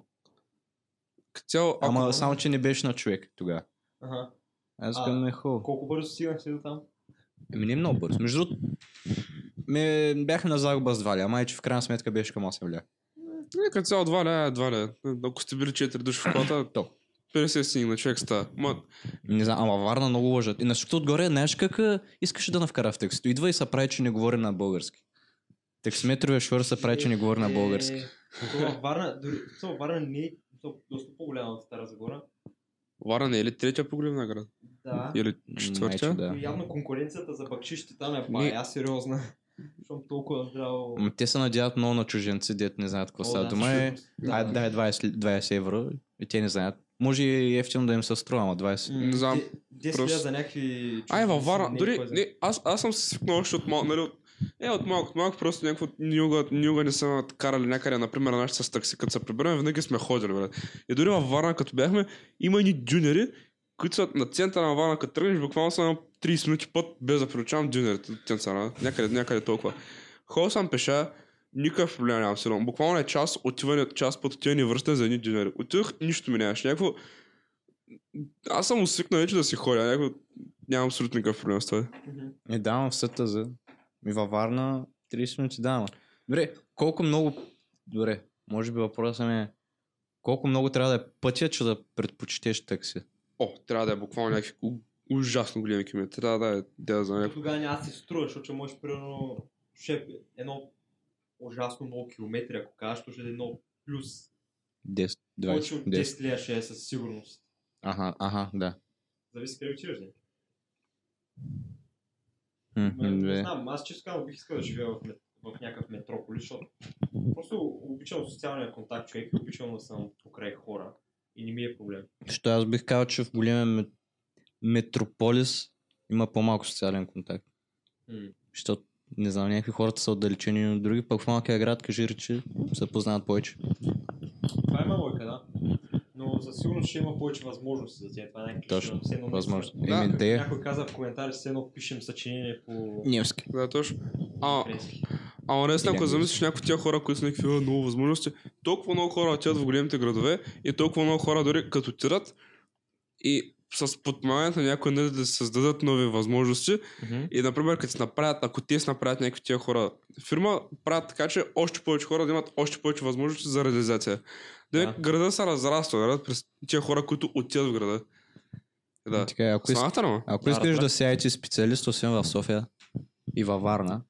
Speaker 2: Като цяло, ако...
Speaker 4: Ама само, че не беше на човек тогава.
Speaker 3: Ага.
Speaker 4: Аз
Speaker 3: А,
Speaker 4: викам ми, ху.
Speaker 3: Колко бързо стигнахте до там?
Speaker 4: Еми не е много бързо. Между другото, ме, бяхме на загуба с 2 ля, май, че в крайна сметка беше към 8 ля.
Speaker 2: Не, като цяло два ля, два ля. Ако сте били четири души в колата,
Speaker 4: То.
Speaker 2: 50 стигна на човек ста. Ма,
Speaker 4: Не знам, ама Варна много лъжат. И на всичкото отгоре, знаеш как а, искаше да навкара в текста. Идва и се прави, че не говори на български. Таксиметровия шофьор се прави, че не говори на български.
Speaker 3: Е, Това Варна, дори, това Варна не е то- доста по-голяма от Стара Загора.
Speaker 2: Варна е ли третия по големина град?
Speaker 3: Да.
Speaker 2: Или
Speaker 4: Майче,
Speaker 2: четвъртия?
Speaker 4: да.
Speaker 3: Но явно конкуренцията за бакшище там е
Speaker 4: Ние-
Speaker 3: пая, аз сериозна. Щом толкова здраво...
Speaker 4: М, Те се надяват много на чуженци, дет не знаят какво
Speaker 3: О,
Speaker 4: става
Speaker 3: да,
Speaker 4: дума. Е,
Speaker 3: всъщност,
Speaker 4: дай, дай 20, 20 евро и те не знаят. Може и ефтино да им се струва, ама 20.
Speaker 3: М,
Speaker 2: не знам,
Speaker 3: де- де
Speaker 2: просто-
Speaker 3: стоя за някакви...
Speaker 2: Ай, във
Speaker 3: чужденци,
Speaker 2: Варна,
Speaker 3: не е
Speaker 2: дори,
Speaker 3: кой знае.
Speaker 2: не, аз, аз съм се свикнал още от малко, нали, от, е, от малко, от малко просто някакво, никога, никога не са карали някъде, например, нашите с такси, като се прибираме, винаги сме ходили, брат. И дори във Варна, като бяхме, има ни дюнери, които са на центъра на Варна, като тръгнеш, буквално са на 30 минути път, без да приличавам дюнерите до центъра, някъде, някъде толкова. Ходил съм пеша, никакъв проблем нямам с едно. Буквално е час, отиване, час път отиване и връщане за едни дюнери. Отидох, нищо ми нямаше. Някакво... Аз съм усвикнал вече да си ходя. Някакво... Нямам абсолютно никакъв проблем с това.
Speaker 3: Мгм.
Speaker 4: Е, давам в съта за... И във Варна 30 минути дама. Добре, колко много... Добре, може би въпросът ми е Колко много трябва да е пътя, че да предпочетеш такси?
Speaker 2: О, трябва да е буквално някакви у- ужасно големи километри. Трябва да е да за някакво.
Speaker 3: Тогава няма да се струва, защото ще можеш примерно ще е едно ужасно много километри, ако кажеш, то ще е едно плюс.
Speaker 4: 10,
Speaker 3: Повече от
Speaker 4: 20, 10.
Speaker 3: 10 лея ще е със сигурност.
Speaker 4: Аха, аха, да.
Speaker 3: Зависи къде отиваш,
Speaker 2: Е.
Speaker 3: не?
Speaker 4: М,
Speaker 3: Ма, Не
Speaker 4: Две.
Speaker 3: знам, аз често казвам, бих искал да живея в, мет, в някакъв метрополис, защото просто обичам социалния контакт човек и обичам да съм покрай хора. И не ми е проблем.
Speaker 4: Защото аз бих казал, че в големия мет... метрополис има по-малко социален контакт.
Speaker 3: М.
Speaker 4: Защото, не знам, някакви хората са отдалечени от други, пък в малкия град, кажи речи, се познават повече.
Speaker 3: Това има лойка, да. Но със сигурност ще има повече възможности за тях. Това е най-клишено.
Speaker 4: Точно,
Speaker 3: Все едно
Speaker 4: Възможно.
Speaker 2: Да.
Speaker 4: Еми, да е.
Speaker 3: Някой каза в коментари, все едно пишем съчинение по...
Speaker 4: Невски.
Speaker 2: Да, точно. А,
Speaker 3: френски.
Speaker 2: Ама не
Speaker 4: Или
Speaker 2: ако
Speaker 4: английски.
Speaker 2: замислиш някои от тия хора, които са някакви «А, много възможности, толкова много хора отиват в големите градове и толкова много хора дори като отидат и с подпомагането на някои нали, да се създадат нови възможности. И, например, като си направят, ако те си направят някакви тия хора фирма, правят така, че още повече хора да имат още повече възможности за реализация. Да,
Speaker 3: Да.
Speaker 2: града се разраства, града, през тия хора, които отиват в града. Да.
Speaker 4: Така, ако, иск...
Speaker 2: Смахата, ама?
Speaker 4: ако
Speaker 3: Да,
Speaker 4: искаш
Speaker 3: разбрах.
Speaker 4: да си IT специалист, освен в София и във Варна,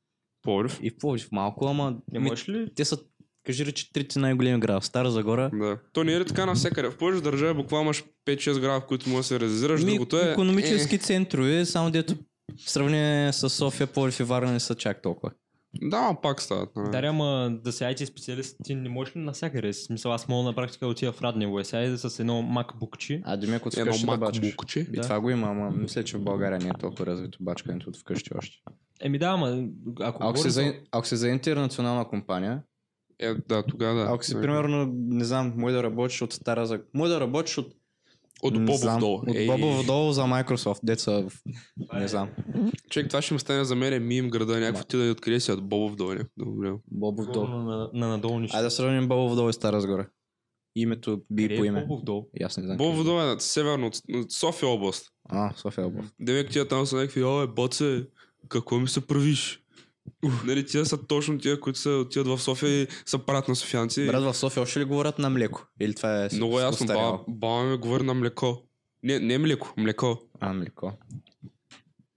Speaker 2: Пловдив.
Speaker 4: и в Пловдив малко, ама
Speaker 3: Не
Speaker 4: ми-
Speaker 3: можеш ли?
Speaker 4: те са, кажи речи, трите най-големи града. В Стара Загора,
Speaker 2: Да. То не е ли така навсякъде? В повече държави буквално имаш 5-6 града, в които може да се реализираш.
Speaker 4: Ми,
Speaker 2: Другото е...
Speaker 4: Економически центрове, само дето в сравнение с София, Пловдив и Варна не са чак толкова.
Speaker 2: Е, Да, ма пак стават. нали.
Speaker 3: Даря, ама да се IT специалист, ти не можеш ли навсякъде? В Смисъл, аз мога на практика да отида в Раднево и сега с едно макбукчи.
Speaker 4: А Демек от
Speaker 2: Едно
Speaker 4: вкъщи да
Speaker 2: мако
Speaker 4: бачкаш.
Speaker 2: букче.
Speaker 4: И това го има, ама мисля, че в България не е толкова развито бачкането от вкъщи още.
Speaker 3: Еми да, ама ако
Speaker 4: Ако си,
Speaker 3: говорим
Speaker 4: за, ако си за интернационална компания,
Speaker 2: Е, да, тогава да.
Speaker 4: ако си примерно, не знам, мой да работиш от Стара Загора, мой да работиш от,
Speaker 2: От
Speaker 4: не
Speaker 2: Бобов
Speaker 4: знам,
Speaker 2: долу.
Speaker 4: от
Speaker 2: Ей,
Speaker 4: Бобов долу за Microsoft, деца, в- не знам,
Speaker 2: Човек, това ще ми стане за мен е мим града, някакво ти да открие си от Бобов долу. някакво Добре.
Speaker 4: Бобов долу.
Speaker 3: на, на, на надолу нищо.
Speaker 4: Айде да сравним Бобов долу и Стара Загора. Името би
Speaker 3: Къде е
Speaker 4: по име.
Speaker 3: Бобов дол?
Speaker 4: И Аз не знам.
Speaker 2: Бобов долу е на северно, от- от София област.
Speaker 4: А, София Бобов.
Speaker 2: Демек тия там са някакви, ой, боце, какво ми се правиш? Нали, тия са точно тия, които са отиват в София и са правят на софианци. и-
Speaker 4: Брат, в София още ли говорят на млеко? Или това е с-
Speaker 2: Е. Много ясно,
Speaker 4: устаряло?
Speaker 2: ба- баба ми говори на млеко. Не, не е млеко, млеко.
Speaker 4: А, млеко.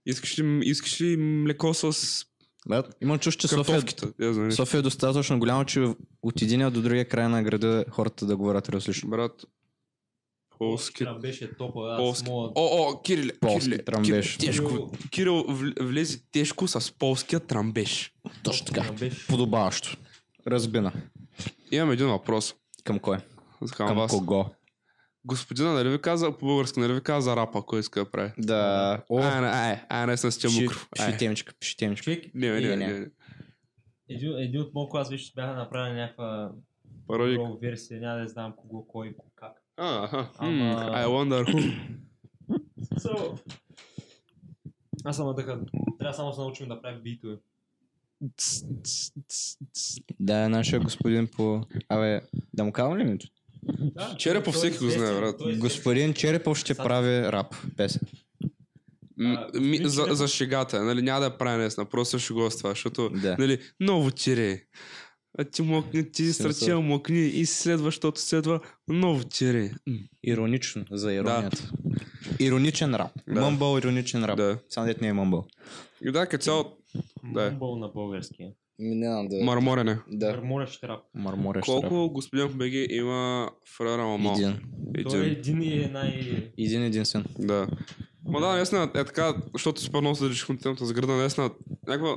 Speaker 2: Искаш ли, искаш ли млеко с
Speaker 4: Брат, имам чуш, че София,
Speaker 2: картофките? нали? Я знам.
Speaker 4: София е достатъчно голяма, че от един до другия край на града хората да говорят различно.
Speaker 2: Брат, полски
Speaker 3: Вчера беше топа, аз
Speaker 2: Полски.
Speaker 3: мога...
Speaker 2: О, о, Кириле.
Speaker 4: Полски
Speaker 2: Кириле,
Speaker 4: тръмбеш.
Speaker 2: Кирил, тежко. Кирил вл- влезе тежко с полския трамбеж.
Speaker 4: Точно така.
Speaker 3: Беше...
Speaker 4: Подобаващо. Разбина.
Speaker 2: Имам един въпрос.
Speaker 4: Към кой?
Speaker 2: за към
Speaker 4: Към
Speaker 2: вас.
Speaker 4: кого?
Speaker 2: Господина, нали ви каза по-български, нали ви каза рапа, кой иска да прави?
Speaker 4: Да. О,
Speaker 2: Ай, не, ай, ай, е, не съм стил мукров. Ай.
Speaker 4: шитемчка, шитемчка.
Speaker 3: Човек,
Speaker 2: е. Не, не, не,
Speaker 4: Не,
Speaker 2: не,
Speaker 4: не.
Speaker 2: не.
Speaker 3: един, един от малко аз вече бяха направили някаква
Speaker 2: Пародик.
Speaker 3: нова версия, няма да знам кого, кой, как.
Speaker 2: А, аха.
Speaker 3: Ама-
Speaker 2: М, I wonder who.
Speaker 3: So... Аз съм надъхан. Трябва само да се научим да правим битове.
Speaker 2: Тс, тс, тс, тс.
Speaker 4: Да, нашия господин по... Абе, да му казвам ли името?
Speaker 3: Да,
Speaker 2: Черепов
Speaker 3: той е
Speaker 2: всеки го знае,
Speaker 3: известен,
Speaker 2: брат.
Speaker 3: той е
Speaker 4: Господин Черепов ще
Speaker 3: Са-
Speaker 4: прави рап песен.
Speaker 2: М,
Speaker 3: А,
Speaker 2: ми-
Speaker 3: господин
Speaker 2: за,
Speaker 3: Чирев-
Speaker 2: за шегата, нали, няма да я правя несна, просто ще го с това, защото,
Speaker 4: Да.
Speaker 2: нали, ново тире. А ти мокни, ти стратия мокни и следващото следва ново тире. М.
Speaker 4: Иронично, за иронията. Ироничен рап.
Speaker 2: Да.
Speaker 4: Мъмбъл, ироничен рап.
Speaker 2: Да.
Speaker 4: Само дет не е мъмбъл.
Speaker 2: И да, като цяло Да е.
Speaker 3: Мумбъл на българския.
Speaker 4: Минавам да...
Speaker 2: марморене.
Speaker 4: Да.
Speaker 3: Мърморещ рап.
Speaker 4: Марморещ рап.
Speaker 2: Колко господин Беги има фрера Мамо?
Speaker 4: Един.
Speaker 3: Той е един и е най...
Speaker 4: Един единствен.
Speaker 2: Да. Ма да, наистина е така, защото супер много се държиш на темата с града, наистина някаква...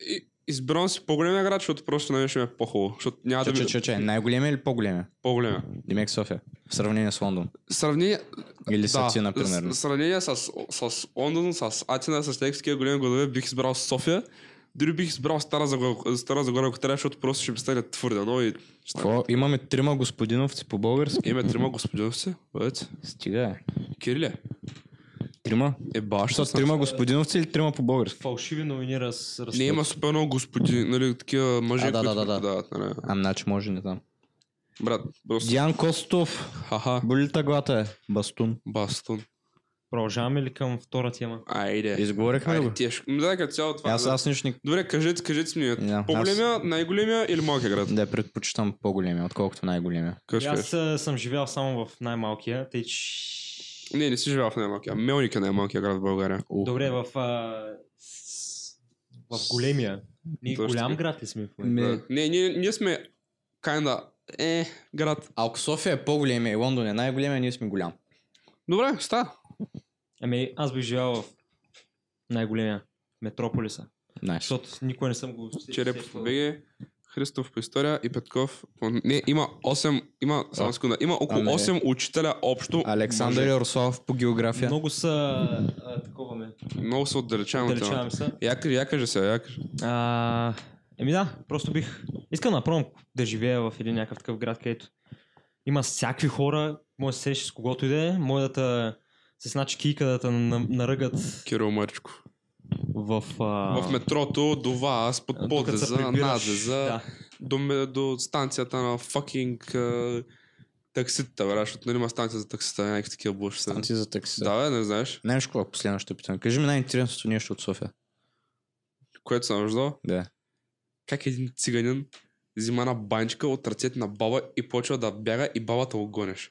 Speaker 2: И- Избирам си по-големия град, защото просто на мен ще ми е по-хубаво. Защото няма да
Speaker 4: Ча,
Speaker 2: ми
Speaker 4: ча, ча, ча. Най-големия или по-големия?
Speaker 2: по-големия.
Speaker 4: Димек София. В сравнение с Лондон.
Speaker 2: Сравнение...
Speaker 4: Или
Speaker 2: да,
Speaker 4: с Атина, примерно.
Speaker 2: с- сравнение с, с Лондон, с Атина, с някакви такива големи градове, бих избрал София. Дори бих избрал Стара Загора, Стара Загора, ако трябва, защото просто ще ми стане твърде много и...
Speaker 4: Какво? Имаме трима господиновци по български.
Speaker 2: Име трима господиновци, бъдете.
Speaker 4: Стига е.
Speaker 2: Кириле,
Speaker 4: Трима?
Speaker 2: е баш.
Speaker 4: Що са трима господиновци или трима по български?
Speaker 3: Фалшиви новини раз... раз...
Speaker 2: Не има супер много господи, нали, такива мъже,
Speaker 4: А, да,
Speaker 2: които
Speaker 4: да, да, да.
Speaker 2: преподават, нали.
Speaker 4: Ам, значи може не там.
Speaker 2: Брат, просто
Speaker 4: Диан Костов.
Speaker 2: Ха-ха,
Speaker 4: Болита глата е. Бастун.
Speaker 2: бастун.
Speaker 3: Продължаваме ли към втора тема?
Speaker 2: Айде.
Speaker 4: Изговорихме ли го?
Speaker 2: Е. Айде, тежко. М, Да, като цяло това.
Speaker 4: Аз,
Speaker 2: да.
Speaker 4: аз нищо не...
Speaker 2: Добре, кажете, кажете си ми.
Speaker 4: Да,
Speaker 2: По-големия, най-големия или малкия град?
Speaker 4: Да, предпочитам по-големия, отколкото най-големия.
Speaker 2: Къде ще
Speaker 3: Аз
Speaker 2: кажеш?
Speaker 3: а, съм живял само в най-малкия, тъй че...
Speaker 2: Не, не си живял в най-малкия. Мелник е най-малкия град в България.
Speaker 4: Ух.
Speaker 3: Добре, в... А... с- В големия. Ние
Speaker 2: Точно.
Speaker 3: голям град ли сме в момента?
Speaker 4: Ме-
Speaker 2: Да. Не, ние, ние сме kinda е, град.
Speaker 4: Ако София е по-големия и Лондон е най-големия, ние сме голям.
Speaker 2: Добре, ста.
Speaker 3: Ами аз бих живял в най-големия метрополиса.
Speaker 4: Знаеш.
Speaker 3: Защото никой не съм го...
Speaker 2: Черепов по БГ, Христов по история и Петков по... Не, има 8, има, само
Speaker 4: А.
Speaker 2: секунда, има около
Speaker 4: А, Ами не.
Speaker 2: 8 учителя общо.
Speaker 4: Александър
Speaker 2: Може.
Speaker 4: Ярослав по география.
Speaker 3: Много са... А, такова ме.
Speaker 2: Много се отдалечаваме от темата.
Speaker 3: Отдалечавам се.
Speaker 2: Я, кажи- я кажа сега, я кажа.
Speaker 3: А, еми да, просто бих искал направо да живея в един някакъв такъв град, където има всякакви хора, може да се срещаш с когото иде, може да те се сначи кийка да те на- наръгат
Speaker 2: Кирил Мърчков.
Speaker 3: в... А...
Speaker 2: В метрото до вас, под
Speaker 3: докато се
Speaker 2: подлеза,
Speaker 3: прибираш,
Speaker 2: надлеза,
Speaker 3: Да.
Speaker 2: до, ме- до станцията на fucking а, такситата, бе, защото нали има станция за таксита, някакви такива блъщи.
Speaker 4: Станци за такси.
Speaker 2: Да, бе, не знаеш.
Speaker 4: Знаеш какво е последно ще питам? Кажи ми най-интересното нещо от София.
Speaker 2: Което съм виждал.
Speaker 4: Да.
Speaker 2: Как един циганин взима една банчка от ръцете на баба и почва да бяга и бабата го гонеш.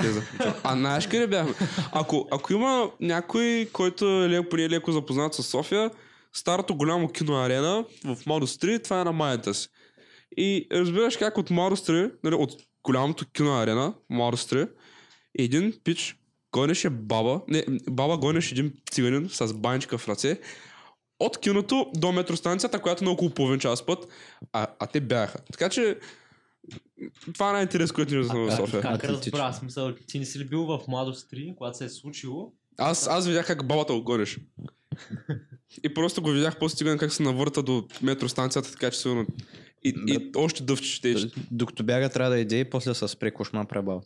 Speaker 2: Те заключат. А знаеш къде бяхме? Ако, ако има някой, който е леко, поне леко запознат с София, старото голямо кино арена в Младост 3, това е на майната си. И разбираш как от Младост 3, нали, от голямото кино арена, Младост 3, един пич гонеше баба, не, баба гонеше един циганин с банчка в ръце, от киното до метростанцията, която е на около половин час път, а, а те бяха. Така че това е най-интерес, който ни е в София.
Speaker 4: как
Speaker 3: Как
Speaker 4: атлетично.
Speaker 3: разбра? Смисъл, ти не си ли бил в младост 3, когато се е случило?
Speaker 2: Аз, аз видях как бабата го гониш. И просто го видях по-стиган как се навърта до метростанцията, така че сигурно... И, и още дъвче ще еш.
Speaker 4: Докато бяга трябва да иде и после се спре кошма пребал.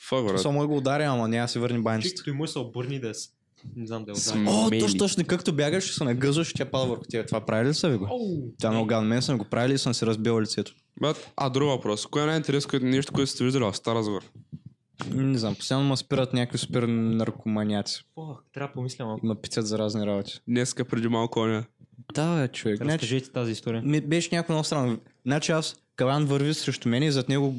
Speaker 2: Фак, брат.
Speaker 4: Само го ударя, ама няма да си върни банчета.
Speaker 3: Чикто и му се обърни да с... Не знам да я
Speaker 2: См-
Speaker 3: ударя.
Speaker 4: О,
Speaker 2: Мели.
Speaker 4: точно, точно, както бягаш, ще се нагъзваш, и тя пада върху тебе. Това правили ли са ви го?
Speaker 3: Оу!
Speaker 4: Тя много гадна. Мен съм го правили и съм си разбил лицето.
Speaker 2: брат. А, друг въпрос. Кое е най-интересно което, нещо, което сте виждали в Стара Загора?
Speaker 4: Не знам, постоянно ме спират някакви супер наркоманяци.
Speaker 3: Фак, трябва да помисля малко.
Speaker 4: И Ме питат за разни работи.
Speaker 2: Днеска преди малко оня.
Speaker 4: Да, бе, човек. Значи,
Speaker 3: Разкажете тази история.
Speaker 4: Ми беше някой много странно. Значи аз, Калан върви срещу мен и зад него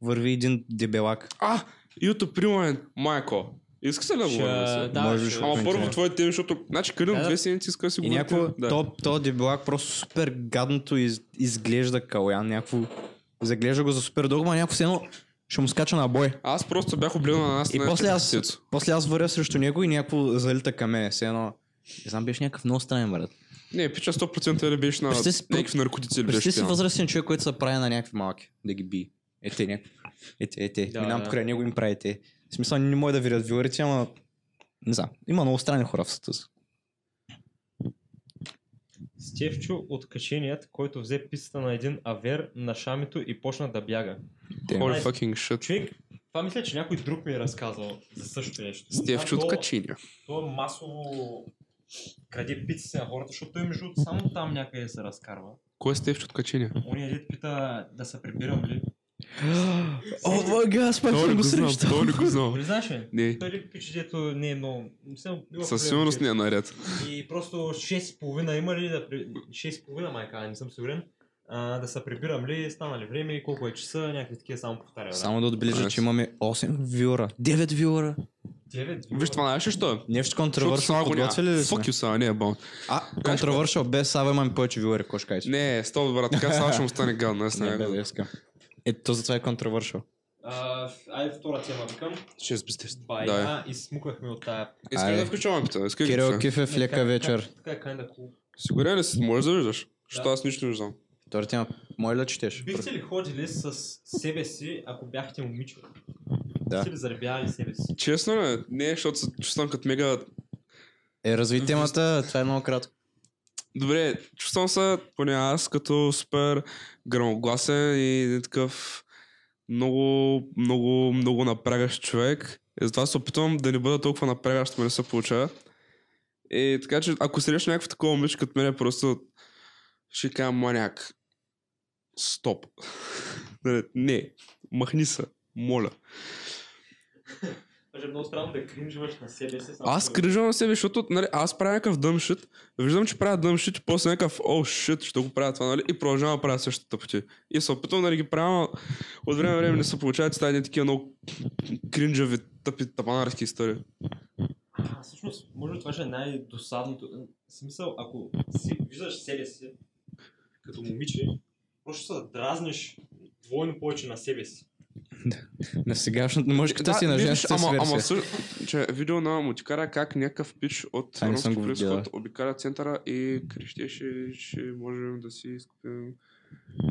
Speaker 4: върви един дебелак.
Speaker 2: А, YouTube примен. Майко. Иска се ли да
Speaker 3: Ще-
Speaker 2: говорим? сега?
Speaker 3: да,
Speaker 4: Можеш
Speaker 3: ще-
Speaker 4: да
Speaker 2: Ама
Speaker 4: Ме
Speaker 2: първо
Speaker 4: интересува.
Speaker 2: твоите теми, защото... Значи, Калин,
Speaker 3: Да, да.
Speaker 2: две седмици иска да си
Speaker 4: И
Speaker 2: говорите.
Speaker 4: някакво,
Speaker 2: Да.
Speaker 4: то, то дебелак просто супер гадното из, изглежда Калян. Някакво, заглежда го за супер дълго, а някакво все едно ще му скача на бой.
Speaker 2: Аз просто бях облегнал на нас.
Speaker 4: И после аз, после аз вървя срещу него и някакво залита към мене. Все едно, не знам, беше някакъв много странен брат.
Speaker 2: Не, пича 100% ли беше на
Speaker 4: Представи си-
Speaker 2: някакви наркотици ли беше?
Speaker 4: Представи си
Speaker 2: пиян?
Speaker 4: възрастен човек, който се прави на някакви малки, да ги би. Ете, някакви. Ете, ете.
Speaker 3: Да,
Speaker 4: Да, Минавам
Speaker 3: да.
Speaker 4: покрай него им правите. В смисъл, не може да видят виларите, ама... Не знам. Има много странни хора в света.
Speaker 3: Стевчо от каченият, който взе пистата на един авер на шамито и почна да бяга.
Speaker 4: Те-
Speaker 2: Holy fucking shit.
Speaker 3: Човек, това мисля, че някой друг ми е разказал за същото нещо.
Speaker 2: Стевчо
Speaker 3: Това-
Speaker 2: от Качиня.
Speaker 3: То, то масово краде пиците на хората, защото той между другото само там някъде се разкарва.
Speaker 2: Кой е Стевчо от Качиня?
Speaker 3: Ония дед пита да се прибирам ли.
Speaker 4: О, май гас, пак съм го срещал.
Speaker 2: той не го знам.
Speaker 3: Нали знаеш ли?
Speaker 2: Не,
Speaker 3: Той ли пиче, дето не е много... не съм била
Speaker 2: със
Speaker 3: проблем,
Speaker 2: сигурност
Speaker 3: че-
Speaker 2: не е наред.
Speaker 3: И просто 6,5 има ли да... при- 6,5 майка, не съм сигурен. А, да се прибирам ли, стана ли време, колко е часа, някакви такива само повтаря.
Speaker 4: Само да отбележа, че имаме 8 вилора. 9 вилора.
Speaker 3: 9
Speaker 2: Виж това, знаеш ли що? е?
Speaker 4: Нещо
Speaker 2: Защото
Speaker 4: контравършал.
Speaker 2: Слава го няма.
Speaker 4: Подготвили ли сме?
Speaker 2: Fuck you, Слава, не е бал.
Speaker 4: А, контравършал без Сава имаме повече вилари, какво ще кажеш?
Speaker 2: Не, стоп, брат, така Слава ще му стане гадно. аз не
Speaker 4: Не,
Speaker 2: я
Speaker 4: бе, да
Speaker 2: гледам.
Speaker 4: искам. Ето, затова е контравършал.
Speaker 3: А, Айде втора тема викам.
Speaker 2: 6 без 10. Да.
Speaker 3: Бая, изсмукахме от тая.
Speaker 2: Искаш
Speaker 4: Айде.
Speaker 2: да включа лампите, искаш да
Speaker 4: Кирил
Speaker 2: включа.
Speaker 4: Кифев,
Speaker 3: Не,
Speaker 4: лека
Speaker 3: как-
Speaker 4: вечер.
Speaker 3: как- Така е kinda cool.
Speaker 2: Сигурен ли си? Може да виждаш? Защото аз нищо не виждам.
Speaker 4: Втора тема. Моля да четеш.
Speaker 3: Бихте ли ходили с себе си, ако бяхте момиче?
Speaker 4: Да.
Speaker 3: Сте ли заребявали себе си?
Speaker 2: Честно ли? е? Не, защото се чувствам като мега...
Speaker 4: Е, разви темата, това е много кратко.
Speaker 2: Добре, чувствам се, поне аз, като супер грамогласен и един такъв много, много, много напрягащ човек. И затова се опитвам да не бъда толкова напрягащ, ме не се получава. И така че, ако срещна някакво такова момиче като мен, е просто ще кажа маняк. Стоп. Нали, не, махни се, моля.
Speaker 1: Даже е много странно да кринжваш на себе си. само
Speaker 2: Аз
Speaker 1: да-
Speaker 2: крижа на себе, защото нали, аз правя някакъв дъмшит, виждам, че правя дъмшит и после някакъв, о, шит, ще го правя това, нали? И продължавам да правя същата пъти. И се опитвам да ги правя, ама от време на време не се получават стани едни такива много кринжави, тъпи, тапанарски истории.
Speaker 1: А, всъщност, може би това ще е
Speaker 3: Е,
Speaker 1: най-досадното. В смисъл, ако си виждаш себе си като момиче, просто ще се дразниш двойно повече на себе си.
Speaker 4: На сегашната мъжката си, на
Speaker 2: виждаш,
Speaker 4: женската си
Speaker 2: ама, ама
Speaker 4: версия.
Speaker 2: също, че видео на Мутикара как някакъв пич от
Speaker 4: А, не съм
Speaker 2: ромски
Speaker 4: го видял.
Speaker 2: происход обикаля центъра и крещеше, че можем да си изкупим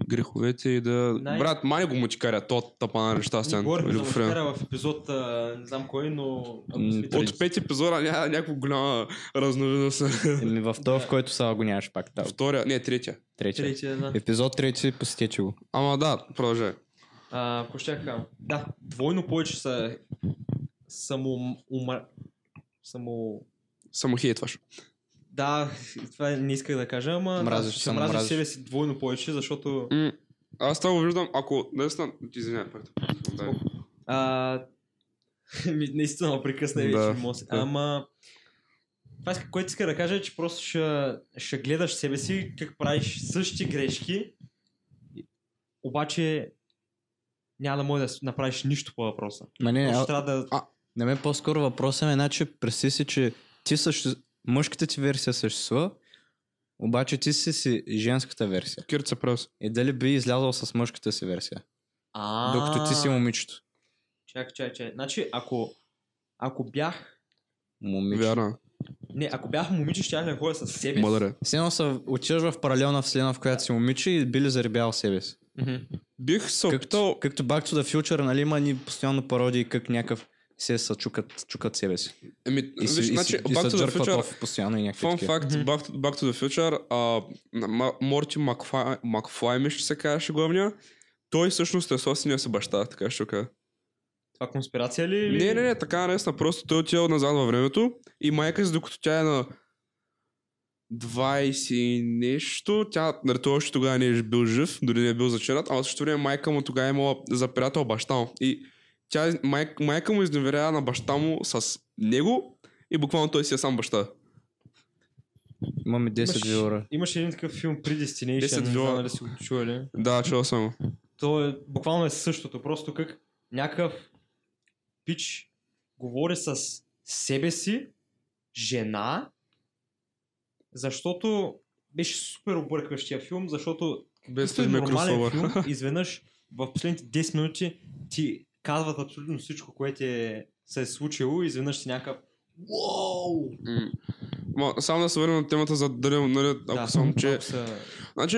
Speaker 2: греховете и да...
Speaker 3: Най-
Speaker 2: Брат, май го Мутикаря, то тъпанар нещастен.
Speaker 3: Ние говорихме за
Speaker 2: олигофрен.
Speaker 3: Макара в епизод, а, не знам кой, но... ако
Speaker 4: М,
Speaker 3: сме-
Speaker 2: От пет епизода няма някаква голяма разновидност.
Speaker 4: Еми, Ами В този, в който сега го нямаш пак, да,
Speaker 2: Втория, не, третия.
Speaker 4: третия.
Speaker 3: Третия, да.
Speaker 4: Епизод трети, посетече го.
Speaker 2: Ама да, продължай.
Speaker 3: А, какво ще я кажа? Да, двойно повече са само... Ума... само...
Speaker 2: Само е хейтваш.
Speaker 3: Да, това не исках да кажа, ама
Speaker 4: Мразиш,
Speaker 3: да, ще
Speaker 4: само
Speaker 3: мразиш
Speaker 4: мразиш.
Speaker 3: себе си двойно повече, защото
Speaker 2: М, Аз това го виждам, ако наистина... Извинявай, пак. Да.
Speaker 3: а, ми, наистина ме прекъсна и
Speaker 2: Да,
Speaker 3: вече не мога да се-
Speaker 2: да.
Speaker 3: Ама това, иска- което иска да кажа е, че просто ще, ще гледаш себе си, как правиш същите грешки, обаче няма да може да с- направиш нищо по въпроса.
Speaker 4: Ма
Speaker 2: Е,
Speaker 4: не,
Speaker 3: Просто
Speaker 4: а,
Speaker 3: трябва да...
Speaker 4: на мен по-скоро въпросът е, значи, представи си, че ти също... мъжката ти версия съществува, обаче ти си, си женската версия.
Speaker 2: Кирца пръс.
Speaker 4: И дали би излязъл с мъжката си версия,
Speaker 3: А,
Speaker 4: докато ти си момичето.
Speaker 3: Чакай, чакай, чакай. Значи, ако, ако бях...
Speaker 4: Момиче.
Speaker 2: Вярно.
Speaker 3: Не, ако бях момиче, щях да ходя със себе си.
Speaker 2: Благодаря.
Speaker 4: Все едно са отиваш в паралелна вселена, в която си момиче и били заребял себе си.
Speaker 3: Мгм.
Speaker 2: Бих се
Speaker 4: Както,
Speaker 2: опитал...
Speaker 4: както Back to the Future, нали, има ни постоянно пародии как някакъв се съчукат чукат себе си.
Speaker 2: Еми,
Speaker 4: И, си,
Speaker 2: виж, значи,
Speaker 4: и, си, и
Speaker 2: Back to
Speaker 4: се
Speaker 2: the
Speaker 4: джъркват
Speaker 2: Future...
Speaker 4: off постоянно и някакви
Speaker 2: Фан
Speaker 4: такива.
Speaker 2: факт,
Speaker 3: Мгм.
Speaker 2: Back to- Back to the Future, а, на Ма- Морти Макфлай, Макфлай ми ще се каже главния, той всъщност е собствения си баща, така ще го кажа.
Speaker 3: Това конспирация ли? е, или-
Speaker 2: Не, не, не, така наистина. Просто той е отивал назад във времето и майка си, докато тя е на 20 и нещо, тя, нали, той още тогава не е бил жив, дори не е бил зачерат, а в същото време майка му тогава е имала за приятел баща му. И тя, май, майка му изневерява на баща му с него и буквално той си е сам баща.
Speaker 4: Имаме 10
Speaker 3: Имаш-
Speaker 4: вилора.
Speaker 3: Имаше един такъв филм Predestination, не
Speaker 2: 10
Speaker 3: знам
Speaker 2: долара.
Speaker 3: дали си го чували.
Speaker 2: Да, чувал съм. го.
Speaker 3: То е, буквално е същото, просто как някакъв пич говори с себе си, жена, защото беше супер объркващия филм, защото
Speaker 2: Без
Speaker 3: е
Speaker 2: тези
Speaker 3: нормален
Speaker 2: микросовър.
Speaker 3: филм, изведнъж в последните 10 минути ти казват абсолютно всичко, което е, се е случило, изведнъж си някакъв Уоу!
Speaker 2: М. Ма, само да се върнем на темата за дали, нали, ако
Speaker 3: Да,
Speaker 2: съм, че...
Speaker 3: малко са-
Speaker 2: Значи,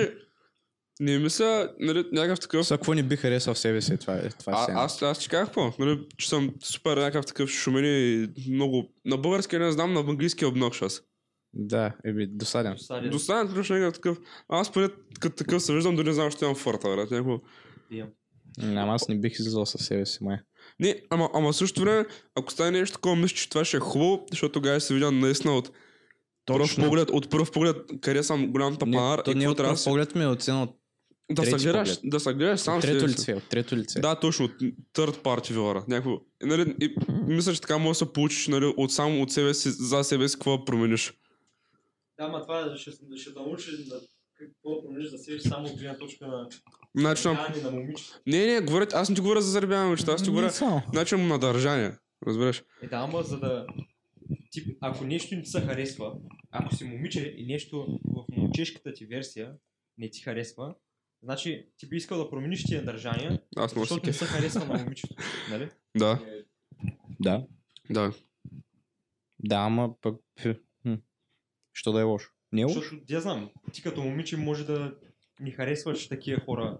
Speaker 2: не мисля, нали, някакъв такъв
Speaker 4: Сега какво ни би харесал в себе си, това е. Това е
Speaker 2: А,
Speaker 4: все едно.
Speaker 2: аз, аз ти казах какво, нали, че съм супер някакъв такъв шумен и много... На български не знам, на английски е обнокшас.
Speaker 4: Да, еби, досаден.
Speaker 3: досаден.
Speaker 2: Достанат точно някакъв такъв... Аз поне като такъв се виждам, дори не знам, че имам форта, брат. Някакво...
Speaker 4: Ама аз не бих излизал със себе си, май.
Speaker 2: Не, ама, ама също време, ако стане нещо такова, мисля, че това ще е хубаво, защото тогава ще се видя наистина от пръв поглед, от пръв поглед, къде съм голям тапанар
Speaker 4: Не, то
Speaker 2: и
Speaker 4: не е
Speaker 2: какво
Speaker 4: от
Speaker 2: трябва да
Speaker 4: пръв
Speaker 2: се...
Speaker 4: поглед ми е оцена от
Speaker 2: Да се
Speaker 4: трети
Speaker 2: гледаш,
Speaker 4: поглед.
Speaker 2: да се гледаш сам
Speaker 4: от трето
Speaker 2: себе си.
Speaker 4: лице, от трето лице.
Speaker 2: Да, точно, от third party вилара. Някакво. И, Нали, и, мисля, че така може да се получиш нали, от само от себе си, за себе си, какво да промениш.
Speaker 1: Да, ма това е, ще, ще научиш да какво да промениш да седиш само от гледна точка на
Speaker 2: Начинът
Speaker 1: Ани, на момиче.
Speaker 2: Значи, Не, не, говоря, аз не ти говоря за заребяване, момичета, аз ти говоря
Speaker 4: само.
Speaker 2: начин му на държание. Разбираш?
Speaker 3: Е, да, ама за да... Ти, ако нещо не ти се харесва, ако си момиче и нещо в момчешката ти версия не ти харесва, значи ти би искал да промениш тия държания,
Speaker 2: Аз мога да си
Speaker 3: защото не
Speaker 2: кеф.
Speaker 3: се харесва на момичето. Нали?
Speaker 2: Да,
Speaker 4: Да,
Speaker 2: да.
Speaker 4: да, ама пък... фи, хм. Що да е лошо? Не е лошо.
Speaker 3: Защото, я знам, ти като момиче може да не харесваш такива хора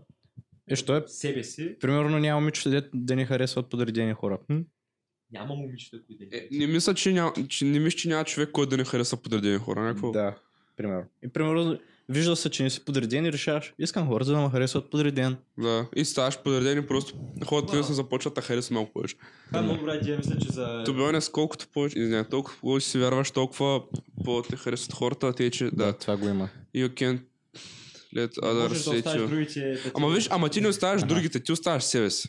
Speaker 4: Е, що е?
Speaker 3: себе си,
Speaker 4: Примерно няма момичета дето да не харесват подредени хора. Хм?
Speaker 3: няма момичета, които да
Speaker 2: Е,
Speaker 3: е,
Speaker 2: не мисля, че, няма, че, не мисля, че няма човек, който да не хареса подредени хора. Някакво.
Speaker 4: Да, примерно. И примерно виждал се, че не си подреден и решаваш, искам хората да ме харесват подреден.
Speaker 2: да. И ставаш подреден и просто хората
Speaker 3: Да.
Speaker 2: да. се започват да харесват много повече.
Speaker 3: Това е много добра идея, мисля, че за...
Speaker 2: То било не с колкото повече, извиня, толкова повече си вярваш, толкова по те харесват хората, а те, че да.
Speaker 4: това го има.
Speaker 2: You can let
Speaker 3: Можеш да
Speaker 2: others hate
Speaker 3: оставиш
Speaker 2: you.
Speaker 3: другите... да ти-
Speaker 2: Ама виж, ама ти не оставаш другите, ти оставаш себе си.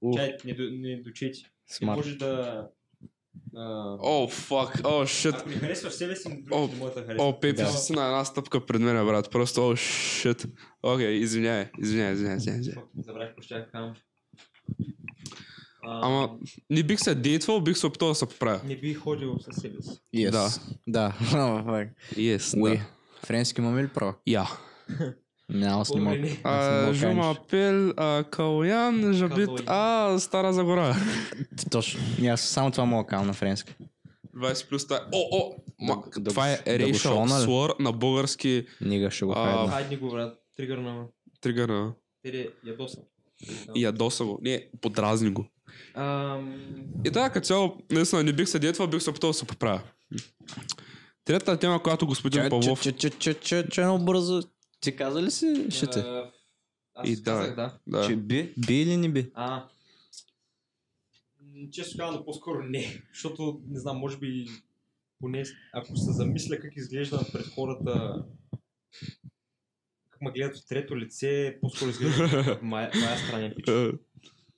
Speaker 4: Уф,
Speaker 3: Чай, не, до- не дочети. И
Speaker 4: Смарт.
Speaker 3: може да... а,
Speaker 2: О, фак, о, шит.
Speaker 3: Ако не харесваш себе си, други
Speaker 2: О,
Speaker 3: не могат да харесват.
Speaker 2: О, Пепи,
Speaker 3: Да.
Speaker 2: си на една стъпка пред мен, брат. Просто, о, шит. Окей, извиняй, извиняй, извиняй, извиняй. извиняй.
Speaker 3: Фак, Забравих, какво ще я кажа. А,
Speaker 2: Ама, не бих се дейтвал, бих се опитал да се поправя.
Speaker 3: Не би ходил със себе си.
Speaker 4: Yes.
Speaker 2: Да.
Speaker 4: Да. Ама фак.
Speaker 2: Yes,
Speaker 4: Уи.
Speaker 2: да.
Speaker 4: Френски имаме ли право?
Speaker 2: Я.
Speaker 4: Не, аз не мога.
Speaker 3: По-добре е не.
Speaker 4: Аз не мога
Speaker 2: Жума
Speaker 4: френски.
Speaker 2: Пел, а, Калоян, Жабит,
Speaker 3: Калоян.
Speaker 2: а, Стара Загора.
Speaker 4: Ти Точно. И Аз само това мога да кажа на френски.
Speaker 2: 20 плюс та... О, о, ма,
Speaker 4: Да- да
Speaker 2: това е
Speaker 4: го- да го
Speaker 2: racial
Speaker 4: шона ли?
Speaker 2: slur на български
Speaker 4: Нига ще го
Speaker 2: А,
Speaker 4: хайдна.
Speaker 3: Хайде го, брат. Тригър на...
Speaker 2: тригър на...
Speaker 3: Тере, ядоса.
Speaker 2: Ядоса го. Не, подразни го.
Speaker 3: Ам,
Speaker 2: И така, като цяло, наистина не бих се детвал, бих се опитал да се поправя. Третата тема, която господин
Speaker 4: Чай,
Speaker 2: Павлов...
Speaker 4: че- че- че- че- че- че едно бързо. Ти каза ли си шите?
Speaker 3: а, Аз
Speaker 2: И да,
Speaker 3: казах да.
Speaker 2: Да.
Speaker 4: Че би? Би или не би?
Speaker 3: А, м, често казано, по-скоро не. Защото, не знам, може би поне с- ако се замисля как изглежда пред хората, как ме гледат от трето лице, по-скоро изглежда моя, моя страна е пич.
Speaker 2: Е,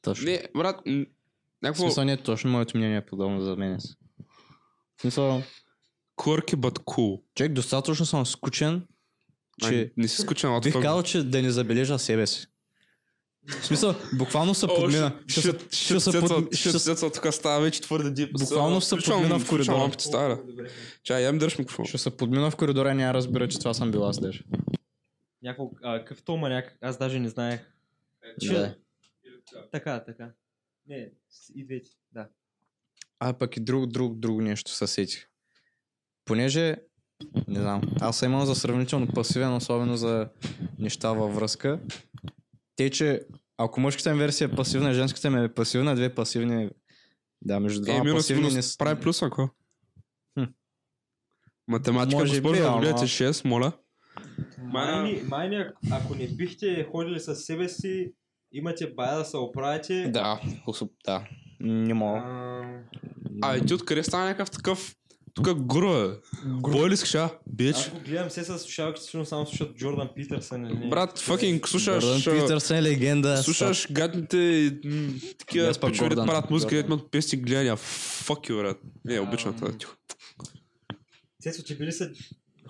Speaker 4: Точно.
Speaker 2: Не, брат, м,
Speaker 4: В
Speaker 2: някакво
Speaker 4: смисъл не е точно, моето мнение е подобно за мен. В смисъл,
Speaker 2: quirky but cool.
Speaker 4: човек достатъчно съм скучен,
Speaker 2: Че...
Speaker 4: че
Speaker 2: Не си скучен от
Speaker 4: бих
Speaker 2: това.
Speaker 4: казал, че да не забележа себе си. В смисъл, буквално се подмина. Ще се- ще се под- ще се-
Speaker 2: Шицецът тук става вече твърде дип.
Speaker 4: Буквално се
Speaker 2: Включвам-
Speaker 4: подмина в
Speaker 2: включвам
Speaker 4: коридора.
Speaker 2: лампите, стара.
Speaker 3: Добре.
Speaker 2: Чай, я ми държ микрофон.
Speaker 4: Ще се подмина в коридора и няма да разбира, че това съм била аз даже.
Speaker 5: Няколко, а, кафето маняк, аз даже не знаех.
Speaker 3: Че-
Speaker 4: Да.
Speaker 5: Така, така.
Speaker 3: Не, с- и двете, да.
Speaker 4: А пък и друг, друг, друго нещо се сетих. Понеже, не знам, аз съм имал за сравнително пасивен, особено за неща във връзка. Те, че ако мъжката им версия е пасивна, женската ми е пасивна, две пасивни... Да, между
Speaker 2: Е,
Speaker 4: двама
Speaker 2: минус,
Speaker 4: пасивни... не
Speaker 2: минус.
Speaker 4: с-
Speaker 2: Прави плюс, ако.
Speaker 4: Хм.
Speaker 2: Математика,
Speaker 4: Може
Speaker 2: госпожо,
Speaker 4: би,
Speaker 2: да
Speaker 4: ама-
Speaker 2: гледате 6, моля. Ма-
Speaker 3: Майни, майни, ако- ако не бихте ходили със себе си, имате бая да се оправите.
Speaker 4: Да, особ... да. Не мога.
Speaker 3: Ам,
Speaker 2: А, и ти откъде стана някакъв такъв... Тук гру е. Бой ли скша, бич?
Speaker 3: Аз го гледам все с слушалки, сигурно само слушат Джордан нали? Питърсън или...
Speaker 2: Брат, факинг,
Speaker 4: Бърдън
Speaker 2: слушаш... а,
Speaker 4: Питърсън е легенда.
Speaker 2: Слушаш гадните и, м, такива
Speaker 4: Аз пак
Speaker 2: пичове, дето
Speaker 4: Гордан.
Speaker 2: правят музика,
Speaker 4: Гордан.
Speaker 2: дето имат песни гледания. Fuck you, брат. Не, обичам това. Тихо.
Speaker 3: Цецо, ти били са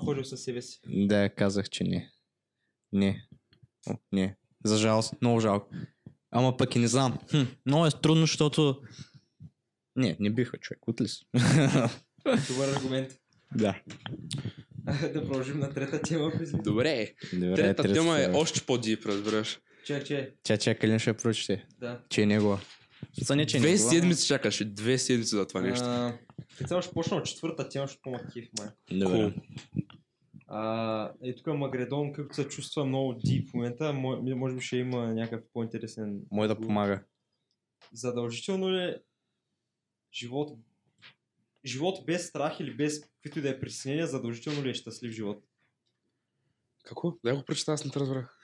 Speaker 3: ходил със себе си?
Speaker 4: Да, казах, че не. Не. О, не. За жалост, много жалко. Ама пък и не знам. Хм, много е трудно, защото... Не, не биха човек, отлис.
Speaker 3: Добър аргумент.
Speaker 4: да.
Speaker 3: да продължим на трета тема, пизди.
Speaker 2: Добре.
Speaker 4: Добре,
Speaker 2: Трета тема е
Speaker 4: тема.
Speaker 2: още по-дип, разбираш.
Speaker 3: Че, че,
Speaker 4: Ча, чакай, ли ще я прочете?
Speaker 3: да.
Speaker 4: Че е негова. Са не, че е
Speaker 2: Две
Speaker 4: негова.
Speaker 2: седмици чакаше, две седмици за това нещо.
Speaker 3: А, Ти само ще почна от четвърта тема, ще по кеф, май.
Speaker 4: Добре.
Speaker 2: Cool.
Speaker 3: А, е тук Магредон, както се чувства много дип в момента, мо- може би ще има някакъв по-интересен...
Speaker 4: Мой да помага.
Speaker 3: Задължително ли е живот, живот без страх или без каквито и да е притеснения, задължително ли е щастлив живот?
Speaker 2: Какво? Да го прочета, аз не те разбрах.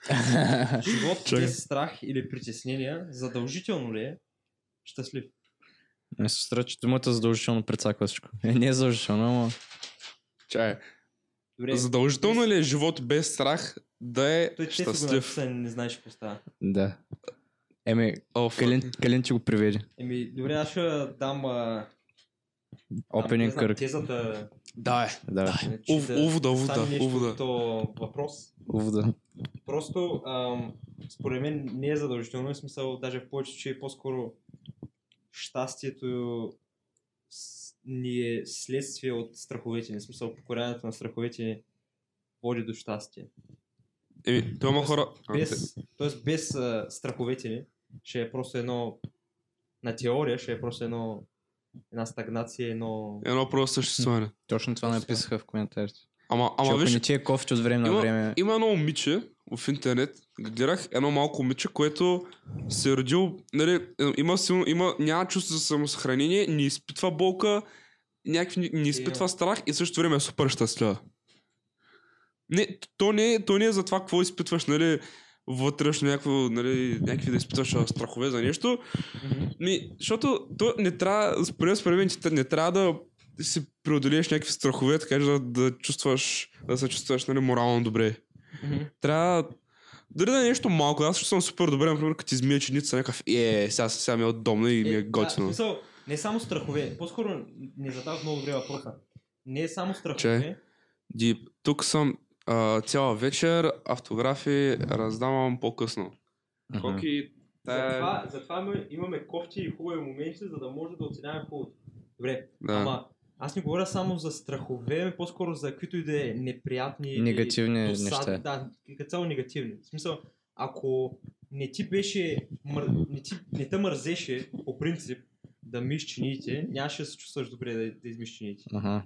Speaker 3: Живот
Speaker 2: Чакай.
Speaker 3: без страх или притеснения, задължително ли е щастлив?
Speaker 4: Не се сестра, че думата задължително прецаква всичко. Е, не е задължително, ама...
Speaker 2: Чай.
Speaker 3: Добре,
Speaker 2: Задължително ли е живот без страх да е
Speaker 3: той често го
Speaker 2: щастлив?
Speaker 3: написа, не знаеш какво става.
Speaker 4: Да. Еме,
Speaker 2: О, фак.
Speaker 4: Калин, Калин ти го приведе.
Speaker 3: Еми, добре, аз ще дам... а, дам
Speaker 4: Опенинг
Speaker 3: теза-
Speaker 4: кръг.
Speaker 3: Тезата,
Speaker 2: Да, е.
Speaker 4: Да,
Speaker 3: не, че
Speaker 2: Ув- Увода, увода,
Speaker 3: стане нещо
Speaker 2: увода.
Speaker 3: като въпрос.
Speaker 4: увода.
Speaker 3: Просто, ам, според мен, не е задължително. В смисъл, даже в повечето случаи е по-скоро щастието с- ни е следствие от страховете. ни. В смисъл, покоряването на страховете води до щастие.
Speaker 2: Еми, той има
Speaker 3: Без-
Speaker 2: хора... А, те-
Speaker 3: без, тоест без а, страховете ни, ще е просто едно, на теория ще е просто едно, една стагнация, едно...
Speaker 2: Едно просто съществуване.
Speaker 4: Точно това написаха в коментарите.
Speaker 2: Ама,
Speaker 4: Че
Speaker 2: ама
Speaker 4: ако
Speaker 2: виж,
Speaker 4: не ти е кофти от време на
Speaker 2: има-
Speaker 4: време.
Speaker 2: Има едно момиче в интернет, гледах едно малко момиче, което се е родил, нали, е, има, силно, има, няма чувство за самосъхранение, не изпитва болка, някакви, не- не изпитва
Speaker 3: Е.
Speaker 2: страх и в същото време е супер щастлива. Не, то не, е- то не е за това какво изпитваш, нали, вътрешно някакво, нали, някакви да изпитваш а, страхове за нещо. Ми, защото то не трябва, според според мен, че те- не трябва да си преодолееш някакви страхове, така че да, да чувстваш, да се чувстваш нали, морално добре. Трябва Дори да е нещо малко, аз ще съм супер добре, например, като измия чиница, някакъв, е, сега, сега ми е удобно и ми е
Speaker 6: да,
Speaker 2: готино.
Speaker 6: в смисъл, не само страхове, по-скоро не задаваш много добре въпроса. Не е само страхове.
Speaker 2: Чай. Ди, тук съм а, цяла вечер, автографи раздавам по-късно. Коки, тая...
Speaker 3: Затова, затова имаме- имаме кофти и хубави моменти, за да може да оценяваме хубавото. Добре,
Speaker 2: Да.
Speaker 3: ама аз не говоря само за страхове, ами по-скоро за каквито и да е неприятни... или
Speaker 4: Негативни неща.
Speaker 3: Да, като цяло негативни. В смисъл, ако не ти беше... Мър... Не, ти, не те мързеше, по принцип, да миш чините, нямаше да се чувстваш добре да, да измиш чините.
Speaker 4: Аха.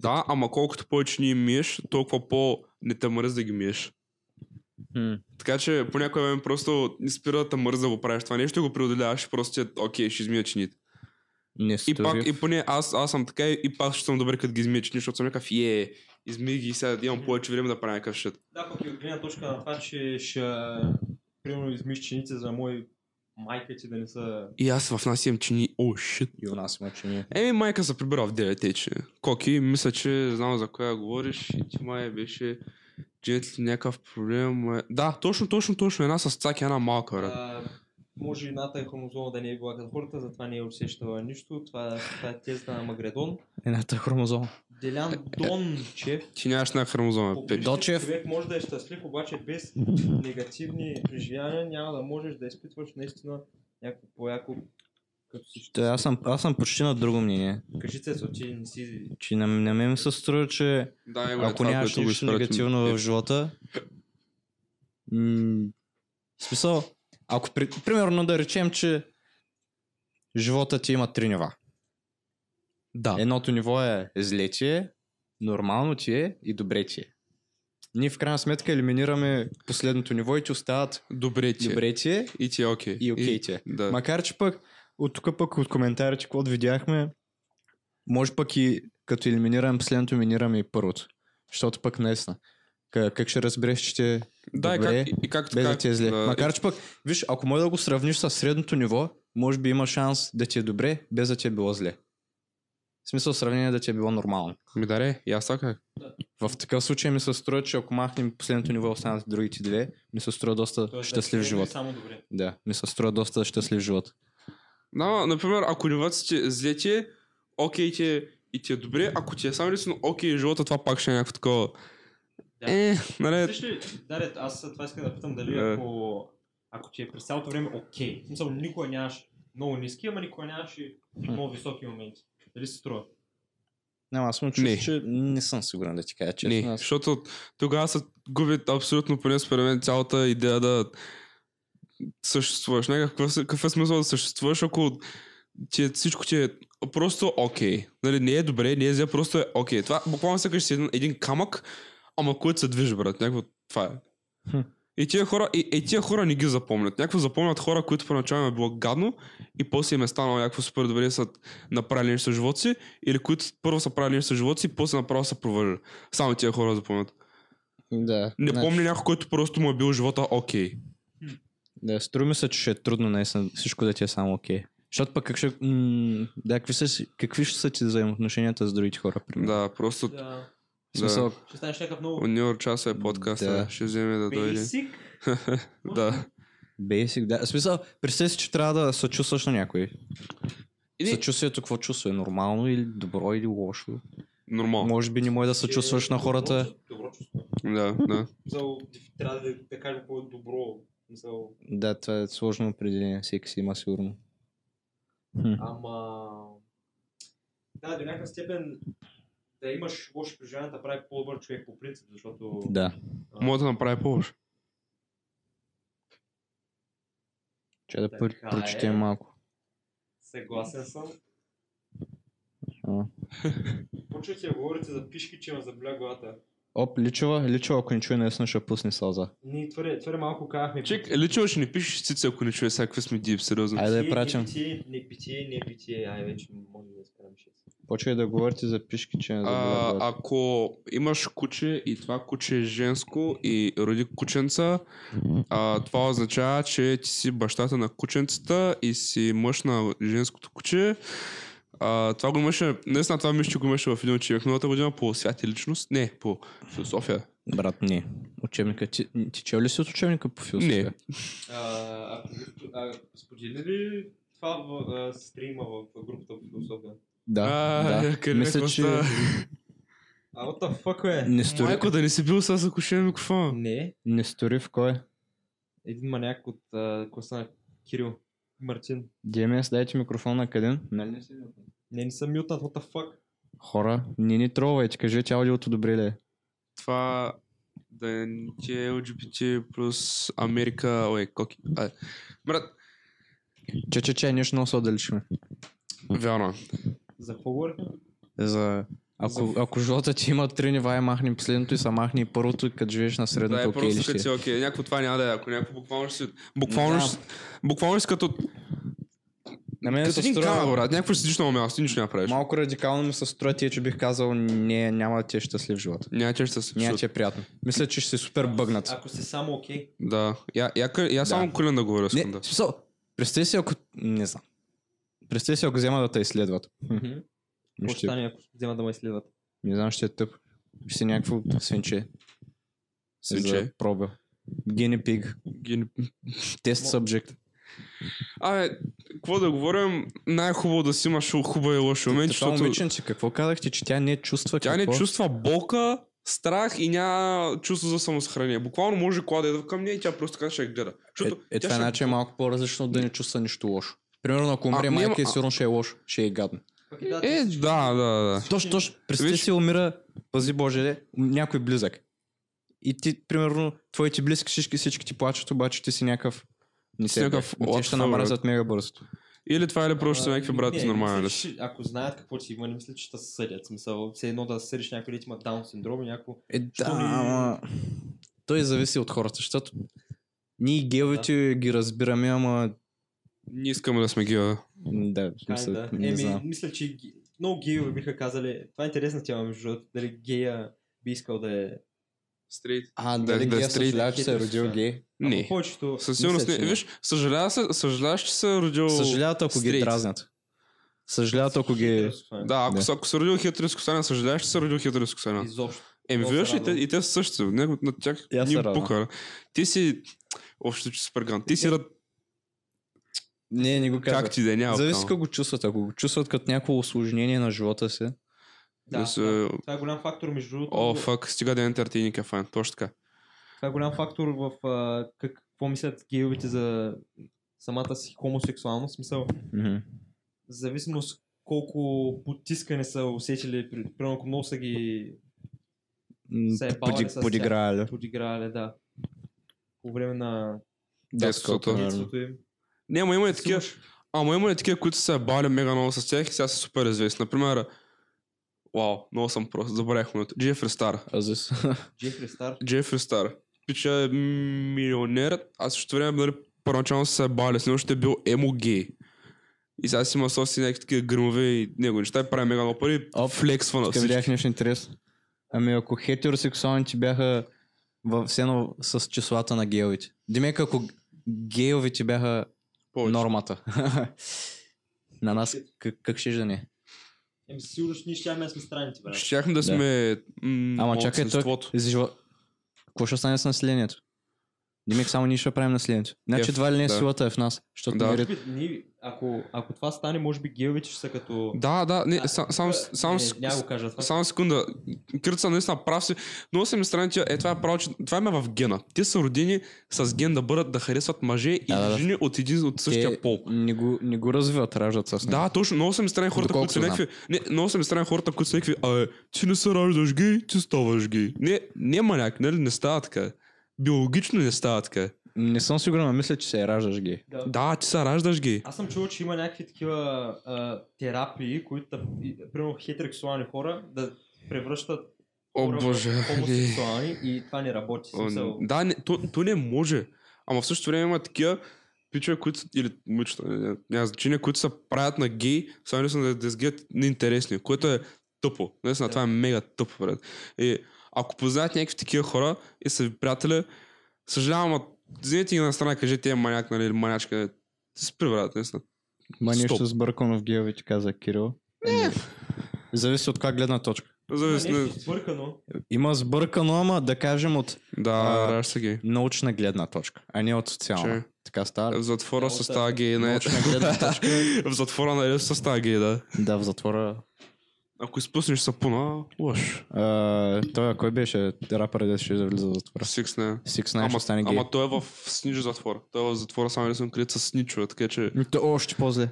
Speaker 2: да, ама колкото повече ни миеш, толкова по не те мръз да ги миеш.
Speaker 4: Хм.
Speaker 2: Така че по някое време просто не спира да те мърз да го правиш това нещо, и го преодоляваш и просто ти е, окей, ще измия чините.
Speaker 4: Не
Speaker 2: И
Speaker 4: стори.
Speaker 2: пак, и поне аз, аз съм така и пак ще съм добре като ги измия чините, защото съм някакъв, е, измий ги и сега имам повече време да правя някакъв шит.
Speaker 3: Да, пък и от гледна точка на това, че ще... Примерно измиш чините за мои майка ти да не са...
Speaker 2: И аз в нас имам чини, о, шит.
Speaker 4: И у нас има чини.
Speaker 2: Еми, майка се прибира в 9 е, че. Коки, мисля, че знам за коя говориш. И ти май беше джентли някакъв проблем. май- Да, точно, точно, точно. Една с цаки, една малка, брат.
Speaker 3: А, може и едната е хромозома да не е била като хората, затова не е усещала нищо. Това, това е тезата на Магредон.
Speaker 4: Едната хромозома.
Speaker 3: Делян Дончев.
Speaker 2: Ти нямаш една хромозома, пеш.
Speaker 3: по принцип,
Speaker 4: Дочев.
Speaker 3: Човек може да е щастлив, обаче без негативни преживявания няма да можеш да изпитваш наистина някакво по-яко като си
Speaker 4: Та, аз, съм, аз съм почти на друго мнение.
Speaker 3: Кажи се, ти не си...
Speaker 4: Че на, на мен ми се струва,
Speaker 2: Е,
Speaker 4: че
Speaker 2: Да, има
Speaker 4: ако нямаш нищо
Speaker 2: Е.
Speaker 4: негативно в живота, м- в смисъл, ако при, примерно да речем, че живота ти има три нива.
Speaker 2: Да.
Speaker 4: Едното ниво е зле ти е, нормално ти е и добре ти е. Ние в крайна сметка елиминираме последното ниво и ти остават
Speaker 2: Добре ти. е.
Speaker 4: добре ти е
Speaker 2: И ти е окей.
Speaker 4: и окей ти е.
Speaker 2: Да.
Speaker 4: Макар, че пък от тук пък от коментарите, каквото видяхме, може пък и като елиминираме последното, минираме и първото. Защото пък наистина. К- Как ще разбереш, че те
Speaker 2: Да, и
Speaker 4: добре,
Speaker 2: как, и как
Speaker 4: без
Speaker 2: така,
Speaker 4: да ти е зле.
Speaker 2: да,
Speaker 4: Макар, че пък, виж, ако може да го сравниш с средното ниво, може би има шанс да ти е добре, без да ти е било зле. В смисъл сравнение да ти е било нормално.
Speaker 2: Ми даре, и аз така.
Speaker 4: В такъв случай ми се струва, че ако махнем последното ниво, останат другите две, ми се струва доста
Speaker 2: е
Speaker 3: Тоест,
Speaker 4: щастлив
Speaker 3: да,
Speaker 4: живот.
Speaker 3: е Само добре.
Speaker 4: Да, ми се струва доста щастлив живот.
Speaker 2: Да, например, ако нивата ти е зле ти е, окей ти е и ти е добре, ако ти е само единствено окей живота, това пак ще е някакво такова.
Speaker 3: Да.
Speaker 2: Е, нали,
Speaker 3: Мислиш ли, Дарет, аз това искам да питам дали
Speaker 2: Да.
Speaker 3: ако, ако ти е през цялото време окей, в смисъл никога нямаш много ниски, ама никога нямаш и много високи моменти. Дали се струва?
Speaker 4: Няма, аз съм
Speaker 2: Не.
Speaker 4: чув, че не съм сигурен да ти кажа
Speaker 2: Не,
Speaker 4: честно. Аз...
Speaker 2: защото тогава се губи абсолютно поне според мен цялата идея да съществуваш. Не, какъв, се- какъв е смисъл да съществуваш, ако ти е, всичко ти е просто окей. Нали, не е добре, не е зле, просто е окей. Това буквално сякаш си един, един камък, ама който се движи, брат. Някакво това е.
Speaker 4: Хм.
Speaker 2: И тия, хора, и, и тия хора не ги запомнят. Някакво запомнят хора, които поначало им е било гадно и после им е станало някакво супер добре и са направили нещо с живота си, или които първо са правили нещо с живота си и после направо са провалили. Само тия хора запомнят.
Speaker 4: Да.
Speaker 2: Не
Speaker 4: значи,
Speaker 2: помня някой, който просто му е бил живота окей.
Speaker 4: Да, струва ми се, че ще е трудно наистина всичко да ти е само окей. Защото пък как ще... М- да, какви, са, си- какви ще са ти взаимоотношенията с другите хора? Примерно?
Speaker 2: Да, просто
Speaker 3: Да.
Speaker 4: В смисъл,
Speaker 3: Ще станеш някакъв много
Speaker 2: от Нью часа е подкаста.
Speaker 4: Да.
Speaker 2: Ще вземе да дойде.
Speaker 3: Basic?
Speaker 2: Да.
Speaker 4: basic, да. В смисъл, представи си, че трябва да съчувстваш на някой.
Speaker 2: Или-
Speaker 4: Съчувствието какво чувство е? Нормално или добро или лошо?
Speaker 2: Нормално.
Speaker 4: Може би не може да съчувстваш на хората.
Speaker 3: Е, Добро чувство.
Speaker 2: Да, да.
Speaker 3: Мисъл, трябва да, да кажем какво е добро. Мисъл,
Speaker 4: Да, това е сложно определение. Всеки си има сигурно.
Speaker 3: ама... Да, до някаква степен да имаш лоши преживявания да прави по-добър човек по принцип, защото...
Speaker 4: Да.
Speaker 3: а,
Speaker 2: Мога да направи повече.
Speaker 4: Че да пър-
Speaker 3: Така е.
Speaker 4: прочетем малко.
Speaker 3: Съгласен съм.
Speaker 4: А.
Speaker 3: Почвайте да говорите за пишки, че ме заболя главата.
Speaker 4: Оп, личова, личова, ако не чуе, наистина ще пусне сълза.
Speaker 3: Ние твърде, твърде малко казахме.
Speaker 2: Чек, лично ще не пишеш цици, ако не чуе всякакви сме дип, сериозно.
Speaker 4: Айде да я
Speaker 3: Битие,
Speaker 4: пратим.
Speaker 3: небитие, Небитие, небитие, ай вече може да изкарам 6.
Speaker 4: Почвай да говорите за пишки, че не
Speaker 2: А,
Speaker 4: забравя.
Speaker 2: ако имаш куче и това куче е женско и роди кученца, а, това означава, че ти си бащата на кученцата и си мъж на женското куче. А, това го имаше, наистина това мисля, че го имаше в един учебник миналата година по свят и личност. Не, по философия.
Speaker 4: Брат, не. Учебника. Ти, ти чел ли си от учебника по философия?
Speaker 2: Не.
Speaker 3: А, ако го- а, сподели ли това в а, стрима в групата по философия?
Speaker 4: Да.
Speaker 2: А,
Speaker 4: да.
Speaker 2: къде
Speaker 4: Мисля,
Speaker 2: какво
Speaker 4: че
Speaker 2: става?
Speaker 3: А, what the fuck, бе?
Speaker 4: не стори,
Speaker 2: Майко, да не си бил с акушен микрофон.
Speaker 3: Не,
Speaker 4: не стори в кой?
Speaker 3: един маняк от а, класа на Кирил Мартин.
Speaker 4: ДМС, дайте микрофон на Каден. Нали не си?
Speaker 3: Не, не съм мютнат, what the fuck?
Speaker 4: Хора, не ни тролвайте, кажете аудиото добре ли е.
Speaker 2: Това да е не че LGBT Е плюс Америка, ой, коки. А, брат,
Speaker 4: Че, че, че, нещо много се отдалечиме.
Speaker 2: вярно. е.
Speaker 3: За какво говорите?
Speaker 4: За... Ако, ако живота ти има три нива и махни последното и са махни и първото, като живееш на
Speaker 2: Да,
Speaker 4: средното,
Speaker 2: е
Speaker 4: окей ли
Speaker 2: просто като си,
Speaker 4: ще? е?
Speaker 2: окей, някакво това няма да е, ако някакво буквално ще си... Буквално
Speaker 4: Да.
Speaker 2: ще... Буквално ще си като...
Speaker 4: На мен
Speaker 2: Като
Speaker 4: Е, се
Speaker 2: един
Speaker 4: струва-
Speaker 2: камък, брат, някакво ще седиш на едно място, и нищо няма правиш.
Speaker 4: Малко радикално ми се струва тия, че бих казал, не, няма да ти е щастлив живота.
Speaker 2: Няма че ще се
Speaker 4: Няма
Speaker 2: случи.
Speaker 4: ти е приятно. Мисля, че ще си супер бъгнат.
Speaker 3: Ако си само окей.
Speaker 2: Да. Я, я, я, я само колен да говоря, искам да.
Speaker 4: Не, в смисъл, представи си ако... Не знам. Представи си ако взема да те изследват. Хм,
Speaker 3: Okay. Какво ще
Speaker 4: Ще,
Speaker 3: стане, ако взема да ме изследват?
Speaker 4: не знам, ще е тъп. Ще си някакво свинче.
Speaker 2: Свинче?
Speaker 4: За проба. Guinea pig.
Speaker 2: Ги-
Speaker 4: Тест subject.
Speaker 2: Абе, какво да говорим, най-хубаво да си имаш хубав и лош момент,
Speaker 4: Това
Speaker 2: защото
Speaker 4: момиченце, какво казахте, че тя не чувства
Speaker 2: тя не
Speaker 4: какво?
Speaker 2: чувства болка, страх и няма чувство за самосъхранение. Буквално може кола да идва към нея и тя просто така ще я гледа.
Speaker 4: Е,
Speaker 2: Защото
Speaker 4: е
Speaker 2: тя
Speaker 4: това
Speaker 2: ще-
Speaker 4: значи е малко по-различно да не чувства нищо лошо. Примерно, ако умре
Speaker 2: А, няма-
Speaker 4: майка и
Speaker 2: а-
Speaker 4: сигурно ще е лошо, ще е гадно.
Speaker 2: Е, да, да, да.
Speaker 4: Точно, точно. Представи
Speaker 2: Виж-
Speaker 4: си умира, пази Боже, някой близък. И ти, примерно, твоите близки всички, всички ти плачат, обаче ти си някакъв... Не
Speaker 2: Си
Speaker 4: се
Speaker 2: някакъв
Speaker 4: бе. Те ще
Speaker 2: отфъл,
Speaker 4: намразят мега бързо.
Speaker 2: Или това, или просто са някакви брати нормални ли? са.
Speaker 3: Ако знаят какво ти има, не мисля, че ще съдят. Смисъл, все едно да съдиш някой, дето има даун синдром и някакво.
Speaker 4: Е, да,
Speaker 3: Що ли-
Speaker 4: ама... Той зависи от хората, защото ние геовете ги разбираме, ама...
Speaker 2: Ние искаме да сме гива.
Speaker 4: м, Да, в смисъл,
Speaker 3: Kinda.
Speaker 4: не
Speaker 3: Еми,
Speaker 4: знам.
Speaker 3: мисля, че ги- много гейове биха казали. Това е интересна тема, между другото, дали гея би искал да е.
Speaker 2: Стрейт.
Speaker 4: А,
Speaker 2: да,
Speaker 4: дали
Speaker 2: да,
Speaker 4: гея
Speaker 2: стрит-
Speaker 4: съжалява, че се е родил
Speaker 3: хетеросексуален.
Speaker 4: гей?
Speaker 3: Ама
Speaker 2: Не.
Speaker 3: Повечето.
Speaker 2: Със сигурност
Speaker 4: Мисля,
Speaker 2: не.
Speaker 4: че не.
Speaker 2: Виж, съжалява се, съжаляваш, че се е родил...
Speaker 4: Съжаляват, ако ги
Speaker 2: стрит.
Speaker 4: дразнят. Съжаляват, ако ги...
Speaker 3: хетеросексуален.
Speaker 2: Да, ако,
Speaker 4: Да.
Speaker 2: са- ако се е родил хетеросексуален, съжаляваш, че се е родил хетеросексуален.
Speaker 3: Изобщо.
Speaker 2: Еми,
Speaker 3: Много се
Speaker 2: виждаш ли, те,
Speaker 3: радвам.
Speaker 2: и те са същите. Някой на тях
Speaker 4: И аз
Speaker 2: ни
Speaker 4: се
Speaker 2: им
Speaker 4: радвам.
Speaker 2: пука. бе. Ти си... Общо, че супер гранд. Ти си рад...
Speaker 4: Не, не го казвам.
Speaker 2: Как ти да е, няма.
Speaker 4: Зависи
Speaker 2: там.
Speaker 4: как го чувстват. Ако го чувстват като някакво осложнение на живота си,
Speaker 2: Да
Speaker 3: Да,
Speaker 2: се-
Speaker 3: това, това е голям фактор, между другото.
Speaker 2: О, фак, стига да е ентертейник е файн. Точно така.
Speaker 3: това е голям фактор в а, как, какво мислят гейовете за самата си хомосексуалност. В Смисъл, в зависимост колко потискане са усетили, при- примерно ако много са ги
Speaker 4: М,
Speaker 3: Се е бавали
Speaker 4: поди-
Speaker 3: с тях.
Speaker 4: подиграли.
Speaker 3: подиграли, да. По време на
Speaker 2: Детството.
Speaker 4: примерно.
Speaker 3: детството им.
Speaker 2: Не, ама има и такива...
Speaker 3: Слушай,
Speaker 2: Ама има и такива, които са се бали мега много с тях и сега са супер известни. Например, Вау, много съм прост. Забравих му. Джефри Стар.
Speaker 4: А за-
Speaker 3: Джефри Стар.
Speaker 2: Джефри Стар. Пича е милионер, а също време, нали, първоначално са се бали с него, ще е бил емо гей. И сега си има соси някакви такива гръмове и него неща и прави мега много пари.
Speaker 4: Оп,
Speaker 2: Флексва на
Speaker 4: Тук
Speaker 2: всички.
Speaker 4: видях нещо интересно. Ами ако хетеросексуалните бяха в все едно с числата на геовите. Димек, ако геовите бяха
Speaker 2: Повече.
Speaker 4: нормата. на нас как, как ще да не? е?
Speaker 3: Еми, сигурно ще ние ще сме страните, брат.
Speaker 2: Щяхме да сме м,
Speaker 4: Ама чакай, той...
Speaker 2: малцинството.
Speaker 4: за живо- Какво ще стане с населението? Димек, само ние ще правим населението. Значи
Speaker 2: Еф,
Speaker 4: едва ли не
Speaker 2: да.
Speaker 4: силата е в нас, защото
Speaker 2: Да.
Speaker 4: да.
Speaker 3: Може би, ние, ако, ако това стане, може би геовете ще са като...
Speaker 2: Да, да, не,
Speaker 3: А,
Speaker 2: са- само,
Speaker 3: а,
Speaker 2: само,
Speaker 3: не, Е, Няма го кажа това.
Speaker 2: Само секунда. Кърца, наистина прав си. Но съм страни, тия- е това е право, че това има в гена. Те са родени с ген да бъдат да харесват мъже и
Speaker 4: Да, да, да.
Speaker 2: жени от един от същия
Speaker 4: те
Speaker 2: пол.
Speaker 4: е- не го, не го развиват, раждат с него.
Speaker 2: Да, точно. Много съм страни хората, които са
Speaker 4: Доколкото
Speaker 2: някакви. Не, много съм страни хората, които са някакви. А, ти не се раждаш гей, ти ставаш гей. Не, не маняк, нали? Не става така. Биологично не става така.
Speaker 4: Не съм сигурен, но мисля, че се е раждаш гей.
Speaker 3: Да.
Speaker 2: Да, ти се раждаш гей.
Speaker 3: Аз съм чувал, че има някакви такива а, терапии, които, да- и, примерно, хетеросексуални хора да превръщат
Speaker 2: О,
Speaker 3: хора в
Speaker 2: боже. не.
Speaker 3: хомосексуални и това не работи.
Speaker 2: О,
Speaker 3: Смисъл,
Speaker 2: Да, не, то, то не може. Ама в същото време има такива пичове, които са- или момичета, не, не, няма значение, които се правят на гей, само лесно да, да изгледат неинтересни, което е тъпо. Наистина,
Speaker 3: Да.
Speaker 2: това е мега тъпо, брат. И ако познаят някакви такива хора и са ви приятели, съжалявам, ама вземете ги на страна, кажете е маняк, нали, или манячка. Спри, брат, наистина.
Speaker 4: Ма
Speaker 2: Стоп.
Speaker 4: нещо сбъркано в геовите, каза Кирил. Не. Ами, Зависи от каква гледна точка.
Speaker 2: Зависи.
Speaker 3: Нали?
Speaker 2: нали,
Speaker 1: Нещо
Speaker 2: Не...
Speaker 1: сбъркано.
Speaker 4: Има сбъркано, ама да кажем от
Speaker 2: Да,
Speaker 4: А,
Speaker 2: раш са гей.
Speaker 4: научна гледна точка, а не от социална.
Speaker 2: Че? Е,
Speaker 4: Така става.
Speaker 2: В
Speaker 4: ли?
Speaker 2: затвора
Speaker 4: Работа.
Speaker 2: се става гей, не.
Speaker 4: Научна гледна точка.
Speaker 2: В затвора нали се става гей, да.
Speaker 4: Да, в затвора.
Speaker 2: Ако изпуснеш сапуна, лош.
Speaker 4: А, той, кой беше рапър, да ще влиза в затвора?
Speaker 2: Сикс не.
Speaker 4: Сикс Nine ще
Speaker 2: Ама,
Speaker 4: стане гей.
Speaker 2: ама той е в сниж затвора. Той е в затвора само единствено, където са сничове, така че...
Speaker 4: Ами, то още по-зле.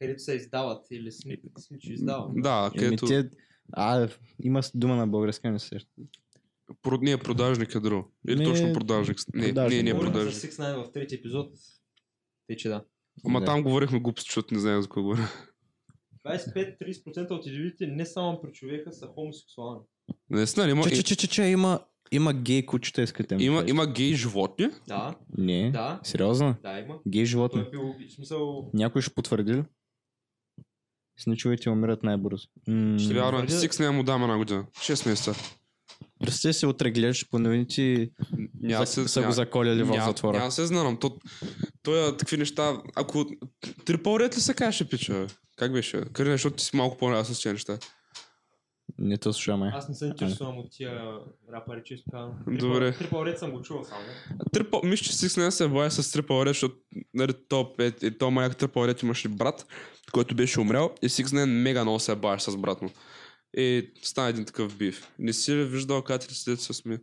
Speaker 1: Където се издават или сни- сничи издават.
Speaker 2: Да,
Speaker 4: Еми,
Speaker 2: където...
Speaker 4: те... А, има с- дума на българска, не се сещам.
Speaker 2: Про... Не, продажник е друго. Или
Speaker 4: Не,
Speaker 2: точно продажник. Не,
Speaker 4: продажник,
Speaker 2: не, не е
Speaker 4: да.
Speaker 1: Говорим за
Speaker 2: продажник.
Speaker 1: Six Nine в трети епизод. Те, че да.
Speaker 2: Ама
Speaker 4: Да.
Speaker 2: там говорихме глупости, защото не знаем за кого говоря.
Speaker 1: 25-30% от индивидите не само при човека са хомосексуални.
Speaker 2: Не си, нали? Има,
Speaker 4: Че, че, че, че, че, има, има гей кучета, искате ми
Speaker 2: има,
Speaker 4: кажете.
Speaker 2: има гей животни.
Speaker 1: Да,
Speaker 4: Не,
Speaker 1: да,
Speaker 4: сериозно?
Speaker 1: да има.
Speaker 4: Гей
Speaker 1: Той
Speaker 4: животни.
Speaker 1: е бил, в смисъл,
Speaker 4: Някой ще потвърди ли? Сничовете умират най-бързо. М,
Speaker 2: Ще вярвам.
Speaker 1: Твърдя-
Speaker 2: Сикс не му дам една година. 6 месеца.
Speaker 4: Представи си, утре гледаш по новините и
Speaker 2: Няма
Speaker 4: за-
Speaker 2: се,
Speaker 4: са го
Speaker 2: няма-
Speaker 4: заколяли в
Speaker 2: няма-
Speaker 4: затвора.
Speaker 2: Няма се знам. То, той е такви неща. Ако. Трипъл ред ли се каже, пича? бе? Как беше? Карина, защото ти си малко по-наясно с тези неща.
Speaker 4: Не те слушаме.
Speaker 1: аз не се интересувам от тия рапари, често казвам.
Speaker 2: Добре.
Speaker 1: Трипъл ред съм го чувал само.
Speaker 2: Трипъл, мисля, че Сикс не се бая с Трипъл Ред, защото нали, то, е, е, то маяк Трипъл Ред имаше брат, който беше умрял и Сикс не мега много се баеш с брат му. И стана един такъв бив. Не си ли виждал катрица, се сме?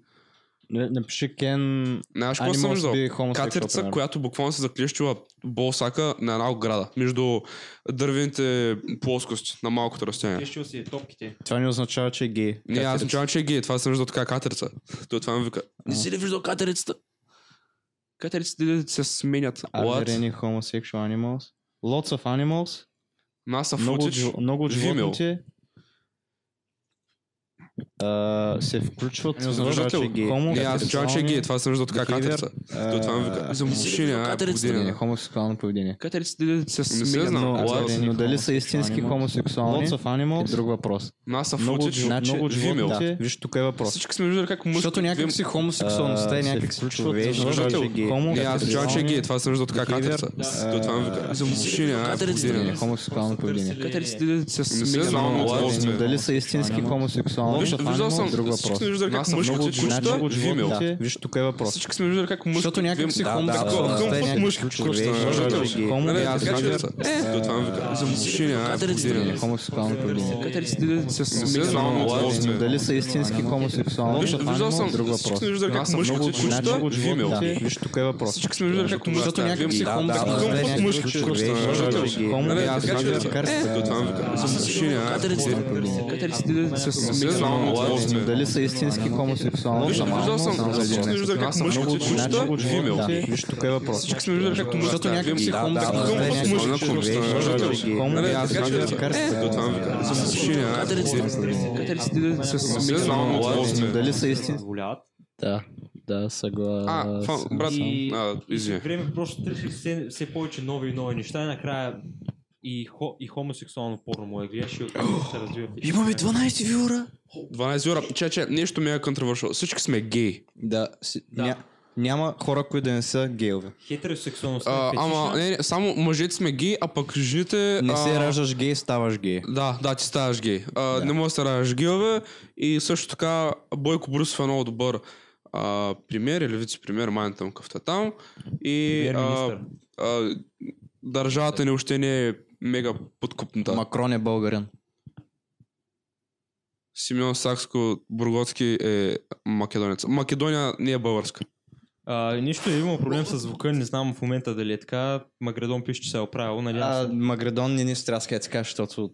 Speaker 4: Не- Напиши Кен
Speaker 2: Знаеш какво съм
Speaker 4: Animals
Speaker 2: виждал?
Speaker 4: би хомосексуал.
Speaker 2: Катрица,
Speaker 4: примерно.
Speaker 2: която буквално се заклещила болсака на една ограда, между дървените плоскости на малкото разстояние.
Speaker 1: Тещил си е топките.
Speaker 4: Това не означава, че е гей.
Speaker 2: Не, аз
Speaker 4: Катрица.
Speaker 2: начавам, че е гей, това съм виждал така катерица. Той това ми вика. Не си ли виждал катерицата? Катериците де се сменят.
Speaker 4: Are there
Speaker 2: What?
Speaker 4: any homosexual animals? Lots of animals.
Speaker 2: Маса
Speaker 4: Много, от
Speaker 2: футич.
Speaker 4: жи- много от
Speaker 2: Vimeo.
Speaker 4: животните а, се включват
Speaker 2: Не
Speaker 4: в
Speaker 2: означава, че е
Speaker 4: гей.
Speaker 2: Не, аз начавам, че е гей, това съм виждал така
Speaker 4: behavior,
Speaker 2: катерица. Той това ми вика. За мъжчина, а,
Speaker 4: поведение.
Speaker 2: поведение.
Speaker 4: Е, Хомосексуално поведение.
Speaker 2: Катериците де се
Speaker 4: Не се
Speaker 2: сменят.
Speaker 4: знам,
Speaker 2: What?
Speaker 4: но, но дали са истински хомосексуални
Speaker 7: Lots
Speaker 4: of animals? е друг въпрос.
Speaker 2: Маса
Speaker 4: Много, от
Speaker 2: футич.
Speaker 4: жи- много от
Speaker 2: Vimeo.
Speaker 4: животните, виж тук е въпрос.
Speaker 2: Значи, Всички сме виждали как мъжко...
Speaker 4: Защото някак си хомосексуалността е
Speaker 7: се
Speaker 4: някак
Speaker 7: включват,
Speaker 4: човек,
Speaker 7: защото
Speaker 4: защото
Speaker 2: е
Speaker 4: е гей.
Speaker 2: Не, аз начавам, че е гей, това съм виждал така
Speaker 4: Behavior.
Speaker 2: катерица.
Speaker 1: Да.
Speaker 2: Той това ми вика. За мъжчина, а,
Speaker 4: Поведение,
Speaker 2: поведение.
Speaker 4: хомосексуално поведение.
Speaker 2: Катериците де се
Speaker 4: Не се
Speaker 2: сменят.
Speaker 4: знам,
Speaker 2: What?
Speaker 4: но дали са истински хомосексуални,
Speaker 2: Виж- Виждал съм,
Speaker 4: е друг
Speaker 2: всички
Speaker 4: въпрос.
Speaker 2: сме виждали как
Speaker 4: Аз съм много
Speaker 2: мъжките
Speaker 4: от животните-
Speaker 2: кучета,
Speaker 4: много от
Speaker 2: Vimeo.
Speaker 4: животните, Виж, тук е въпрос.
Speaker 2: Всички сме виждали как мъжките...
Speaker 4: Защото някак си
Speaker 2: Vimeo.
Speaker 4: хомосексуалността
Speaker 2: да,
Speaker 4: е
Speaker 2: да,
Speaker 4: някак
Speaker 2: мъжки
Speaker 4: ключов
Speaker 2: кучета,
Speaker 4: човек,
Speaker 2: да,
Speaker 4: защото
Speaker 2: да,
Speaker 4: е гей.
Speaker 2: Не, не, аз
Speaker 4: Homo-
Speaker 2: катерица. Е, той това ми вика. За мъжчина, а, поведение.
Speaker 4: Хомосексуално поведение.
Speaker 2: Катериците де се
Speaker 1: Не
Speaker 2: сменят.
Speaker 4: знам,
Speaker 2: What?
Speaker 4: но дали са истински хомосексуални,
Speaker 2: Виж- Виждал съм,
Speaker 4: друг
Speaker 2: всички
Speaker 4: въпрос. Значи,
Speaker 2: сме виждали как мъжките кучета,
Speaker 4: Да,
Speaker 2: Vimeo.
Speaker 4: виж, тук е въпрос.
Speaker 2: Всички сме виждали как мъжките
Speaker 4: Защото някак си
Speaker 2: Vimeo. Такъв
Speaker 4: хомосексуални. да,
Speaker 2: път
Speaker 4: някак
Speaker 2: мъжки
Speaker 4: си
Speaker 2: кучета.
Speaker 4: човек,
Speaker 2: Защото е
Speaker 4: защото е
Speaker 2: гей.
Speaker 4: гей.
Speaker 2: Не, не,
Speaker 4: Аз
Speaker 2: аз
Speaker 4: знам,
Speaker 2: катерица.
Speaker 4: че е катерица.
Speaker 2: Е, той това ми вика. За мъжчина, а, поведение. Катериците де се
Speaker 4: Хомосексуални.
Speaker 2: сменят.
Speaker 4: Дали са истински хомосексуални?
Speaker 2: Виж,
Speaker 4: Нормално,
Speaker 2: виждал съм,
Speaker 4: знам за
Speaker 2: всички
Speaker 4: един.
Speaker 2: сме виждали как мъжките
Speaker 4: Много от
Speaker 2: кучета,
Speaker 4: животните-
Speaker 2: Vimeo.
Speaker 4: Да, Виж, тук е въпрос.
Speaker 2: Всички сме виждали как мъжките
Speaker 4: Защото някак си
Speaker 2: Vimeo.
Speaker 4: хомосексуални.
Speaker 2: Такъв
Speaker 4: да,
Speaker 2: път
Speaker 4: някак си
Speaker 2: мъжките
Speaker 4: човек,
Speaker 2: кучета.
Speaker 4: защото е гей.
Speaker 2: Не, не, аз
Speaker 4: Хомосексуални.
Speaker 2: катерица.
Speaker 4: tá
Speaker 2: Е, той това ми вика. За мъжчина, а, поведение. Катериците де се сменят.
Speaker 4: Дали са истински?
Speaker 1: Позволяват.
Speaker 7: Да, да, съгласен.
Speaker 2: А, това, брат,
Speaker 1: И-
Speaker 2: а, извиня.
Speaker 1: Време просто търсих все, все повече нови и нови неща и накрая и, хо, и хомосексуално порно му е гледаш и оттам се развива.
Speaker 7: Имаме 12 вюра!
Speaker 2: 12 юра. Че, че, нещо ми е контравършал. Всички сме гей.
Speaker 4: Да, си-
Speaker 1: Да.
Speaker 4: ня- няма хора, които да не са гейове.
Speaker 1: Хетеросексуалността е
Speaker 2: А,
Speaker 1: фетишна.
Speaker 2: ама, не, не, само мъжете сме гей, а пък жените...
Speaker 4: Не
Speaker 2: а,
Speaker 4: се раждаш гей, ставаш гей.
Speaker 2: Да, да, ти ставаш гей. А, Не може да се раждаш гейове. И също така Бойко Борисов е много добър а, премьер или вице-премьер, майн там какъвто е там. И
Speaker 1: Е,
Speaker 2: а,
Speaker 1: Премиер-министър.
Speaker 2: а, държавата ни още не е мега подкупната.
Speaker 4: Макрон е българин.
Speaker 2: Симеон Сакско-Бургоцки е македонец. Македония не е българска.
Speaker 3: А, нищо, имам проблем с звука, не знам в момента дали е така. Магредон пише, че се е оправил,
Speaker 1: нали?
Speaker 3: надявам се.
Speaker 4: А, Магредон не ни стряска е така, защото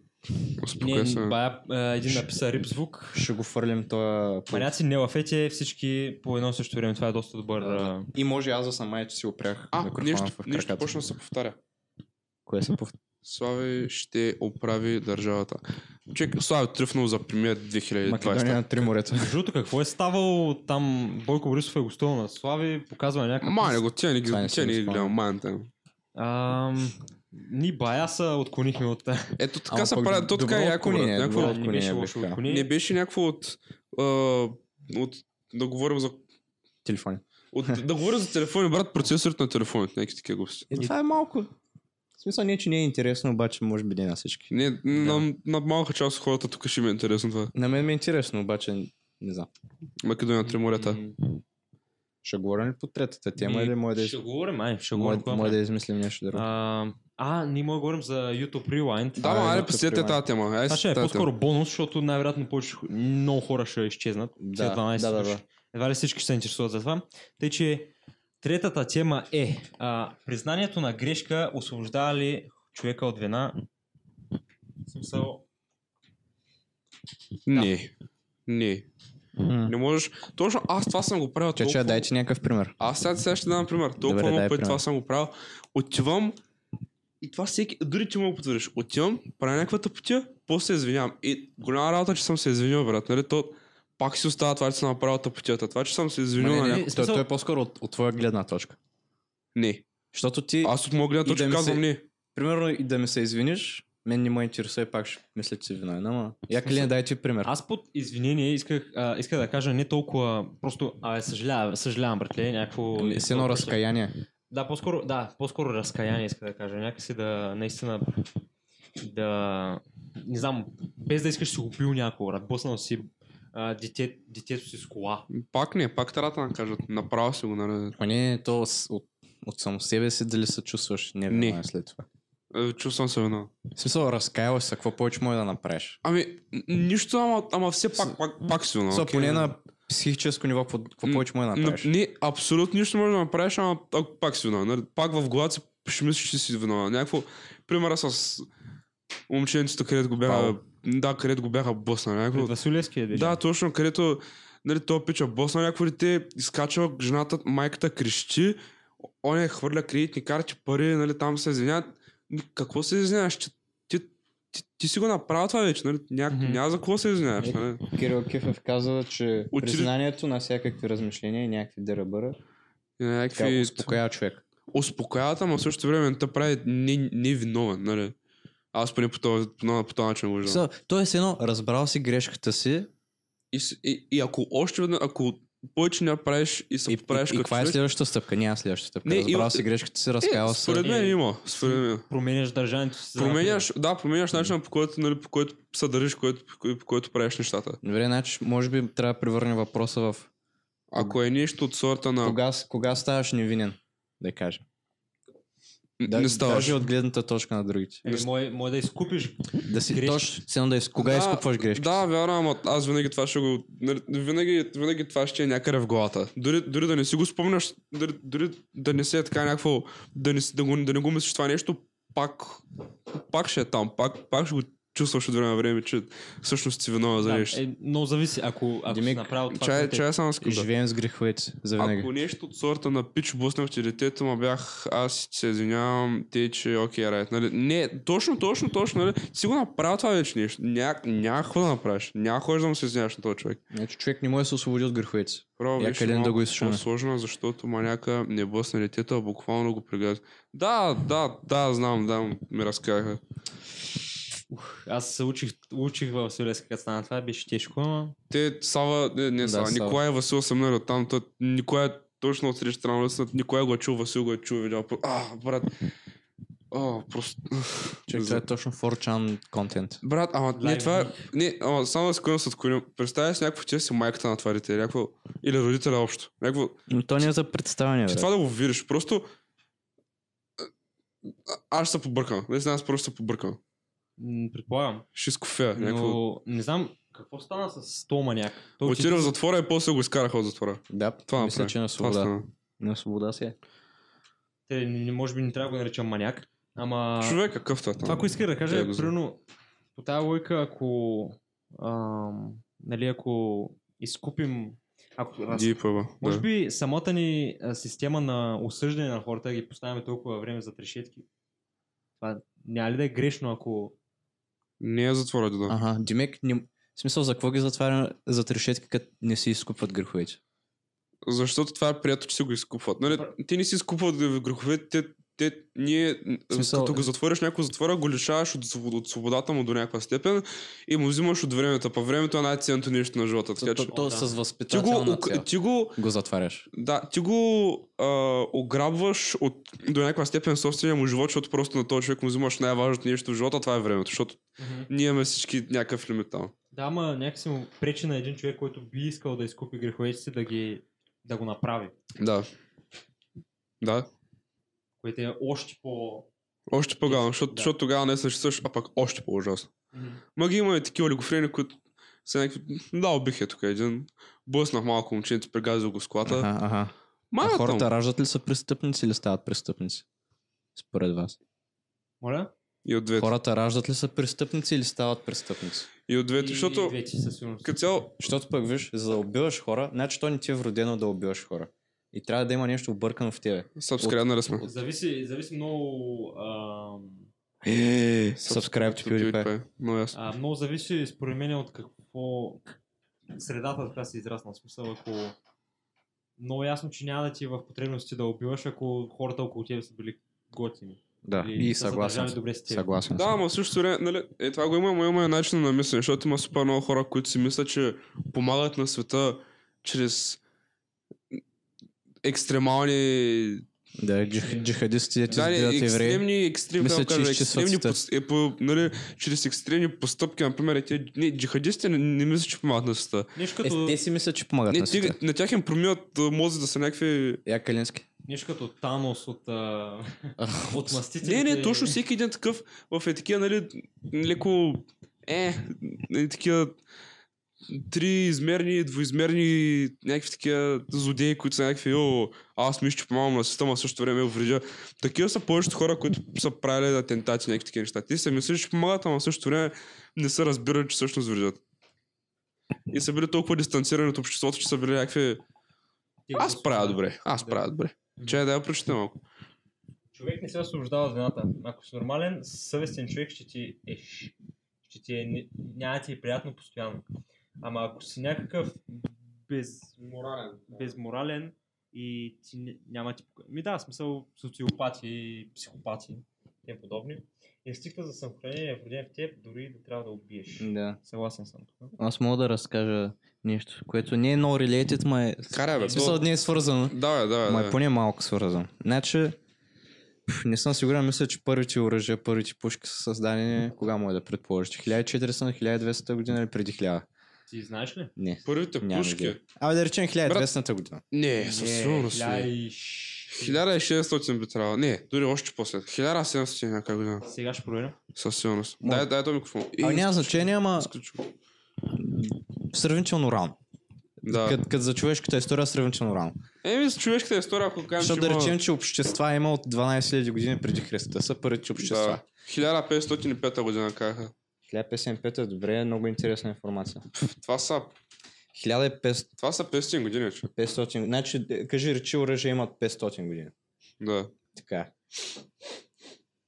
Speaker 2: Успокой се.
Speaker 3: Не, бая, а, един написа рип звук.
Speaker 4: ще го фърлим този път.
Speaker 3: Маняци не лафете, Е всички по едно и също време. Това е доста добър... а,
Speaker 4: И може аз да съм май, че си опрях
Speaker 2: А,
Speaker 4: микрофона
Speaker 2: нещо,
Speaker 4: в
Speaker 2: нещо
Speaker 4: краката.
Speaker 2: почна да се повтаря.
Speaker 4: Кое се повтаря?
Speaker 2: Слави ще оправи държавата. Чек, Слави тръфнал за премиер
Speaker 3: е
Speaker 2: 2020.
Speaker 4: Македония на три морета.
Speaker 3: Между другото, какво е ставало там? Бойко Борисов е гостувал на Слави, показва някакъв...
Speaker 2: Мане го, тя не ги,
Speaker 4: Това не си
Speaker 2: тя не
Speaker 4: го
Speaker 2: ги
Speaker 4: спомням.
Speaker 2: гледам, майн там.
Speaker 3: Ам, ни бая са отклонихме от тази.
Speaker 2: Ето така
Speaker 4: Ама
Speaker 2: се
Speaker 4: пък
Speaker 2: правят, то така е
Speaker 4: добро
Speaker 2: яко, брат.
Speaker 4: отклонение,
Speaker 2: Някакво...
Speaker 4: добро.
Speaker 2: Не,
Speaker 3: Не беше
Speaker 4: Отклонение бих
Speaker 3: лошо
Speaker 4: казал.
Speaker 3: отклонение.
Speaker 2: беше някакво от, а, от... Да говорим за...
Speaker 4: Телефони.
Speaker 2: От, да говорим за телефони, брат, процесорът на телефоните, някакви такива глупости.
Speaker 4: това е малко. В смисъл не, че не е интересно, обаче може би не на всички.
Speaker 2: Не, на, на малка част от хората тук ще ми е интересно това.
Speaker 4: На мен ми е интересно, обаче не знам.
Speaker 2: Македония, три морета.
Speaker 4: Ще говорим ли по третата тема
Speaker 3: Ми,
Speaker 4: или може да, е из...
Speaker 3: Ще говорим, май, ще
Speaker 4: може,
Speaker 3: говорим. кога
Speaker 4: може да
Speaker 3: време.
Speaker 4: измислим нещо друго?
Speaker 3: А, а, ние може да говорим за YouTube Rewind.
Speaker 2: Да, ма,
Speaker 4: е
Speaker 2: аре,
Speaker 4: едно
Speaker 2: посетете
Speaker 4: предприемане.
Speaker 2: тази тема. Ай,
Speaker 3: Това ще е
Speaker 2: тази
Speaker 3: по-скоро бонус, защото най-вероятно повече, много хора ще изчезнат.
Speaker 4: Да,
Speaker 3: след 12
Speaker 4: да, да,
Speaker 3: души.
Speaker 4: да.
Speaker 3: Едва ли всички ще се интересуват за това. Тъй, че третата тема е а, признанието на грешка освобождава ли човека от вина? В смисъл,
Speaker 2: тема. Не. Не. Не можеш. Точно аз това съм го правил
Speaker 4: Че, че, дайте някакъв пример.
Speaker 2: Аз сега, сега ще дам пример. Толкова
Speaker 4: Добре,
Speaker 2: много
Speaker 4: дай
Speaker 2: пъти
Speaker 4: пример.
Speaker 2: това съм го правил. Отивам и това всеки, дори ти му го потвърдиш. Отивам, правя някаква тъпотия, после се извинявам. И голяма работа, е, че съм се извинил, брат. Нали? То пак си остава това, че съм направил тъпотията. Това, че съм се извинил
Speaker 4: Ма
Speaker 2: на
Speaker 4: не, не,
Speaker 2: някой.
Speaker 4: не,
Speaker 3: нали? смисъл-
Speaker 4: той, той е по-скоро от, от твоя гледна точка.
Speaker 2: Не.
Speaker 4: Защото ти, Аз...
Speaker 2: Аз от моя гледна
Speaker 4: И да
Speaker 2: точка
Speaker 4: ми се-
Speaker 2: казвам не.
Speaker 4: примерно, и да ми се извиниш, мен не ме интересува и пак ще мисля, че си виновен. Ама, як ли не дай ти пример?
Speaker 3: Аз под извинение исках, а, исках да кажа не толкова просто, а съжалявам, съжалявам, братле, някакво...
Speaker 4: Ами, С едно разкаяние.
Speaker 3: Да, по-скоро, да, по-скоро разкаяние иска да кажа. Някакси да, наистина, да, не знам, без да искаш си убил някого, брат. Боснал си а, дете, детето си с кола.
Speaker 2: Пак не, пак трябва да кажат. Направо си го, нали?
Speaker 4: Ма не, то с- от, от само себе си дали се чувстваш невиновен
Speaker 2: Не.
Speaker 4: след това.
Speaker 2: Е, Чувствам се виновен.
Speaker 4: В смисъл, разкаяла се, какво повече може да направиш?
Speaker 2: Ами, н- нищо, ама, ама все пак, пак, пак си виновен.
Speaker 4: Okay.
Speaker 2: окей? нали?
Speaker 4: поне на психическо ниво, какво, какво
Speaker 2: М,
Speaker 4: повече може да
Speaker 2: На-
Speaker 4: направиш?
Speaker 2: Не, абсолютно нищо може да направиш, ама ако пак си виновен. нали, Пак в главата си ще мислиш, че си виновен. Някакво, примера с момченцето, където го бяха,
Speaker 4: Павло.
Speaker 2: да, където го бяха боснали. Някакво,
Speaker 3: Василевски е
Speaker 2: да, точно, където нали, то пича босна някакво дете, изкачва жената, майката крещи, он е хвърля кредитни карти, пари, нали, там се извиняват. Ми, Какво се извиняваш? Ти, ти, ти, ти си го направил това вече, нали? Ня,
Speaker 3: Мгм.
Speaker 2: Няма за какво се извиняваш,
Speaker 4: Е,
Speaker 2: нали?
Speaker 4: Кирил Кифев казва, че
Speaker 2: Учили-
Speaker 4: признанието на всякакви размишления и някакви дерабъра
Speaker 2: И
Speaker 4: така
Speaker 2: Някакви...
Speaker 4: успокоява човек.
Speaker 2: успокояват, ама в същото време не те прави не- невиновен, нали? Аз поне по този, по, този- по този начин го виждам.
Speaker 4: So, той е с едно, разбрал си грешката си
Speaker 2: И, с- и, и, ако още веднъж, ако повече не я правиш и
Speaker 4: и,
Speaker 2: се
Speaker 4: и,
Speaker 2: поправиш
Speaker 4: и
Speaker 2: като
Speaker 4: каква е
Speaker 2: човек-
Speaker 4: следващата стъпка? Няма следващата стъпка.
Speaker 2: Не,
Speaker 4: Не,
Speaker 2: и-
Speaker 4: разбрал си грешката си, разкаял
Speaker 2: е,
Speaker 4: се.
Speaker 2: според мен
Speaker 3: Е,
Speaker 2: има. Според мен. има.
Speaker 3: Променяш държанието си. за
Speaker 2: Променяш, да, променяш начина по който, нали, по който се държиш, който, по, който, по който правиш нещата.
Speaker 4: Добре, значи може би трябва да превърне въпроса в
Speaker 2: Ако е нещо от сорта на...
Speaker 4: кога, с- кога ставаш невинен, да кажем.
Speaker 2: Н-
Speaker 4: Да,
Speaker 2: не ставаш.
Speaker 4: Даже от гледната точка на другите.
Speaker 3: напред. Е, мой, мой да изкупиш.
Speaker 4: Да си
Speaker 3: Грешки.
Speaker 4: точно, цено да из... кога
Speaker 2: Да,
Speaker 4: изкупваш грешки.
Speaker 2: Да, вярно, ама аз винаги това ще го... нали, Винаги, винаги това ще е някъде в главата. Дори, дори да не си го спомняш, дори, дори да не се е така някакво... Да не, си- да, го, да не го мислиш това нещо, пак, пак ще е там. Пак, пак ще го чувстваш от време на време, че всъщност си виновен за
Speaker 3: Да,
Speaker 2: нещо.
Speaker 3: е, много зависи, ако, ако
Speaker 4: Димик,
Speaker 3: си направил това.
Speaker 2: Чай,
Speaker 3: което е-
Speaker 2: чай само искам да.
Speaker 4: Живеем с греховете си, за винаги.
Speaker 2: Ако нещо от сорта на пич буснах ти детето, ма бях, аз се извинявам, те, че окей, райт. Нали? Не, точно, точно, точно, нали? Си го направил това вече нещо. Ня- Няма какво да направиш. Няма какво да му се извиняваш на този човек.
Speaker 4: Значи човек не може да се освободи от греховете си.
Speaker 2: Право,
Speaker 4: Я
Speaker 2: беше
Speaker 4: къде да
Speaker 2: малко
Speaker 4: го изслушаме?
Speaker 2: по-сложно, защото маняка не бъсна детето, а буквално го прегъз. Да, да, да, знам, да, ми разказаха.
Speaker 3: Аз се учих, учих във Василевски, като стана това, беше тежко, ама...
Speaker 2: Те, Сава, не, не
Speaker 4: Да,
Speaker 2: Сава,
Speaker 4: Сава.
Speaker 2: Николай и Васил са минали оттам, тът, Николай е точно от среща на улицата, Николай го е чул, Васил го е чул, видял. пър- А, брат, О, просто...
Speaker 4: Човек трябва точно 4chan контент.
Speaker 2: Брат, ама не,
Speaker 3: Лайв
Speaker 2: това е... Не, ама само да склоням с отклоним. Представя си някакво, че си майката на това дете, някакво... Или родителя общо. Някакво...
Speaker 4: Но то не е за представяне,
Speaker 2: Че
Speaker 4: бе.
Speaker 2: това да го видиш, просто... А- Аз ще се побъркам. Не знам, аз просто се побъркам.
Speaker 3: м, Предполагам.
Speaker 2: Ще изкофя. Някакво...
Speaker 3: Но не знам какво стана с то маняк. Той
Speaker 2: Отида в затвора и после го изкараха от затвора.
Speaker 4: Да,
Speaker 2: Това
Speaker 4: мисля,
Speaker 2: направи.
Speaker 4: че е на
Speaker 2: Това
Speaker 4: свобода.
Speaker 2: стана.
Speaker 4: На свобода си е.
Speaker 3: Те, не- може би не трябва да го наричам маняк. Ама...
Speaker 2: Човек, какъвто е там.
Speaker 3: Това, което исках да кажа
Speaker 2: Тя
Speaker 3: е,
Speaker 2: го знае.
Speaker 3: примерно, по тази логика, ако, ам, нали, ако изкупим, ако, раз...
Speaker 2: Ги пъба.
Speaker 3: може
Speaker 2: е, да.
Speaker 3: би самата ни а, система на осъждане на хората, да ги поставяме толкова време за трешетки, това няма ли да е грешно, ако...
Speaker 2: Не е затвора, да.
Speaker 4: Ага, Димек, не... в смисъл, за какво ги затваря за трешетки, като не си изкупват греховете?
Speaker 2: Защото това е приятно, че си го изкупват. Нали, те не си изкупват греховете, те те, ние, н-
Speaker 7: смисъл-
Speaker 2: като го затвориш някой затвора, го лишаваш от, своб- от свободата му до някаква степен и му взимаш от времето. Па времето е най-ценното нещо на живота. Така, че,
Speaker 7: То,
Speaker 4: е
Speaker 7: то с
Speaker 2: ти, го,
Speaker 7: възпитателна
Speaker 2: ок-
Speaker 7: цел.
Speaker 2: ти го,
Speaker 7: Го затваряш.
Speaker 2: да, ти го а, ограбваш от, до някаква степен собствения му живот, защото просто на този човек му взимаш най-важното нещо в живота, това е времето, защото ние имаме всички някакъв лимит там.
Speaker 3: Да, ама някакси му пречи на един човек, който би искал да изкупи греховете си, да, ги, да го направи.
Speaker 2: Да. Да.
Speaker 3: Което е още по...
Speaker 2: Още по-гално, защото,
Speaker 3: Да.
Speaker 2: защото тогава не съществуваш, а пък още по-ужасно. Ма ги има и такива олигофрени, които са някакви... Да, убих е тук един. Блъснах малко момченце, прегазил го с колата.
Speaker 7: Аха, аха. А
Speaker 2: Мана
Speaker 7: хората
Speaker 2: там.
Speaker 7: раждат ли са престъпници или стават престъпници? Според вас.
Speaker 3: Моля?
Speaker 2: И от двете.
Speaker 7: Хората раждат ли са престъпници или стават престъпници?
Speaker 2: И от двете,
Speaker 3: И
Speaker 2: защото...
Speaker 3: двете, със сигурност.
Speaker 2: Като цяло,
Speaker 7: Защото пък виж, за да убиваш хора, значи то не ти е вродено да убиваш хора. И трябва да има нещо объркано в тебе.
Speaker 2: сабскрена сме.
Speaker 3: Зависи, зависи много... А,
Speaker 7: Subscribe to PewDiePie.
Speaker 2: PewDiePie. Много ясно.
Speaker 3: а, много зависи според мен от какво... Средата, в която си израснал. В смисъл, ако... Много ясно, че няма да ти е в потребности да убиваш, ако хората около тебе са били готини.
Speaker 4: Да,
Speaker 3: Или
Speaker 4: и
Speaker 3: са
Speaker 4: съгласен.
Speaker 3: държали
Speaker 4: съм.
Speaker 3: добре с теб.
Speaker 4: Съгласен.
Speaker 2: Да,
Speaker 4: съм.
Speaker 2: ама в същото време, нали, е, това го има, но има и начин на мислене, защото има супер много хора, които си мислят, че помагат на света чрез екстремални
Speaker 7: Да, джих, джихадистите ти
Speaker 2: Да, не,
Speaker 7: избиват евреи.
Speaker 2: екстремни, екстремни,
Speaker 7: Мисля,
Speaker 2: как да
Speaker 7: че
Speaker 2: кажа,
Speaker 7: изчистват
Speaker 2: екстремни
Speaker 7: света.
Speaker 2: пос- е, по, нали, чрез екстремни постъпки, например, е, те, не, джихадистите не, не мисля, че помагат на света.
Speaker 3: Нещо
Speaker 7: Е,
Speaker 3: като,
Speaker 7: те си мислят, че помагат
Speaker 2: Не,
Speaker 7: на
Speaker 2: ти,
Speaker 7: света.
Speaker 2: на тях им промиват а, мозъци да са някакви...
Speaker 7: Я Калински.
Speaker 3: нещо като Танос от, а, от мастителите.
Speaker 2: Не, не, точно всеки един такъв в е такива, нали, леко... Е, е такива триизмерни, двоизмерни, някакви такива злодеи, които са някакви, о, аз мисля, че помагам на света, но в същото време вредя. Такива са повечето хора, които са правили атентати, някакви такива неща. Те се мислят, че помагат, ама в същото време не са разбирали, че всъщност вредят. И са били толкова дистанцирани от обществото, че са били някакви...
Speaker 3: Те
Speaker 2: Аз
Speaker 3: го-
Speaker 2: правя добре, аз правя добре. Че да я прочета малко.
Speaker 3: Човек не се освобождава от вината. Ако си нормален, съвестен човек ще ти е... ш- Ще ти е... не- Няма да ти е приятно постоянно. Ама ако си някакъв безморален, безморален и ти не- няма ти... пок- Ми да, в смисъл социопати и психопати и тем подобни. Инстинктът за самохранение е вроден в теб, дори и да трябва да убиеш.
Speaker 4: Да.
Speaker 3: Съгласен съм. тук.
Speaker 4: Аз мога да разкажа нещо, което не е много related, ма е...
Speaker 2: Карай, бе,
Speaker 4: В смисъл
Speaker 2: то...
Speaker 4: не е свързано.
Speaker 2: Давай, давай,
Speaker 4: Ма
Speaker 2: давай.
Speaker 4: е поне малко свързано. Значи, пф, не съм сигурен, мисля, че първите оръжия, първите пушки са създадени, кога мога да предположиш? 1400-1200 година или преди 1000?
Speaker 3: Ти знаеш ли?
Speaker 4: Не.
Speaker 2: Първите
Speaker 4: Няма
Speaker 2: пушки.
Speaker 4: идея. Абе да речем 1200 година.
Speaker 2: Не, със сигурност. не.
Speaker 3: хиляда и
Speaker 2: 1600 би трябвало. Не, дори още после. 1700 някак година.
Speaker 3: Сега ще проверя.
Speaker 2: Със сигурност.
Speaker 4: Може.
Speaker 2: Дай, дай то микрофон.
Speaker 4: А
Speaker 2: И-
Speaker 4: няма значение, ама
Speaker 2: изключвам.
Speaker 4: сравнително рано.
Speaker 2: Да.
Speaker 4: Кът, кът за човешката история е сравнително рано.
Speaker 2: Еми, с човешката история, ако кажем,
Speaker 4: Защото
Speaker 2: че
Speaker 4: да
Speaker 2: има-
Speaker 4: речем, че общества има от 12 000 години преди Христа. Са първите общества.
Speaker 2: Да. 1505 година казаха.
Speaker 4: 1055 е добре, много интересна информация.
Speaker 2: Това са,
Speaker 4: 1500,
Speaker 2: това са 500 години, че.
Speaker 4: значи е, кажи речи оръжия имат 500 години.
Speaker 2: Да. Е,
Speaker 4: Така.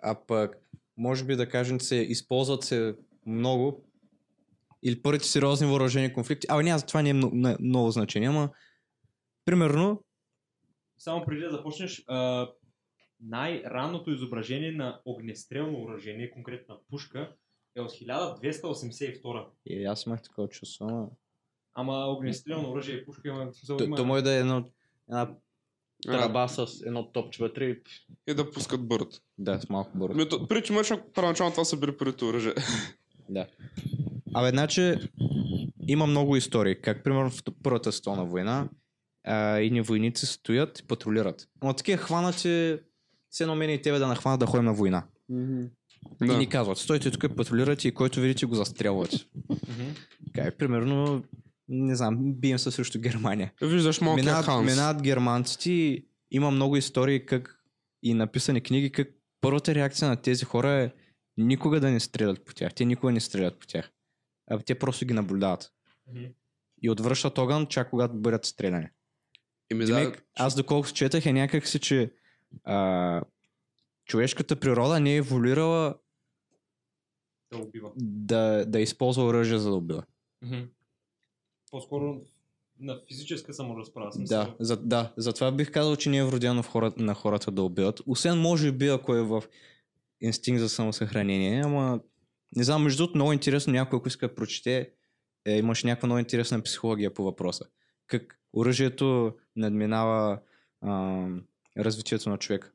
Speaker 4: А пък, може би да кажем, че се използват се много или първите сериозни въоръжени конфликти. Абе, няма, това не е много, не- много значение, ама примерно,
Speaker 3: Само преди да започнеш, а, най-ранното изображение на огнестрелно уражение, конкретно на пушка, е от 1282.
Speaker 4: и аз имах такова чувство, ама...
Speaker 3: Ама огнестрелно оръжие и пушка има смисъл.
Speaker 4: То,
Speaker 3: има-
Speaker 4: то може да е едно, една
Speaker 2: А,
Speaker 4: тръба с едно топче вътре и...
Speaker 2: И да пускат бърт.
Speaker 4: Да, с малко бързо.
Speaker 2: Ми, то- При че мъж, първоначално това са били първите оръжия.
Speaker 4: Абе, значи, има много истории. Как, примерно, в Първата световна война, а, едни войници стоят и патрулират. Но такива хванати, все едно мен и тебе да нахванат да ходим на война. И
Speaker 2: Да.
Speaker 4: ни Нали, казват, стойте тук и патрулирате и който видите го застрелвате. Така е, примерно, не знам, бием се срещу Германия.
Speaker 2: Виждаш малкия
Speaker 4: Минават,
Speaker 2: Ханс.
Speaker 4: минават германците и има много истории как и написани книги, как първата реакция на тези хора е никога да не стрелят по тях. Те никога не стрелят по тях. А те просто ги наблюдават.
Speaker 3: Мгм.
Speaker 4: И отвръщат огън, чак когато бъдат стреляни.
Speaker 2: Еми, да,
Speaker 4: Демек, аз доколкото четах е някакси, че а, човешката природа не е еволюирала
Speaker 3: Да убива.
Speaker 4: да, да използва оръжие за да убива.
Speaker 3: По-скоро на физическа саморазправа. смисъл.
Speaker 4: Да, за, да, затова бих казал, че не е вродено в хората, на хората да убиват. Освен може би, ако е в инстинкт за самосъхранение, ама не знам, между другото, много интересно, някой ако иска да прочете, е, имаше някаква много интересна психология по въпроса. Как оръжието надминава а, развитието на човека.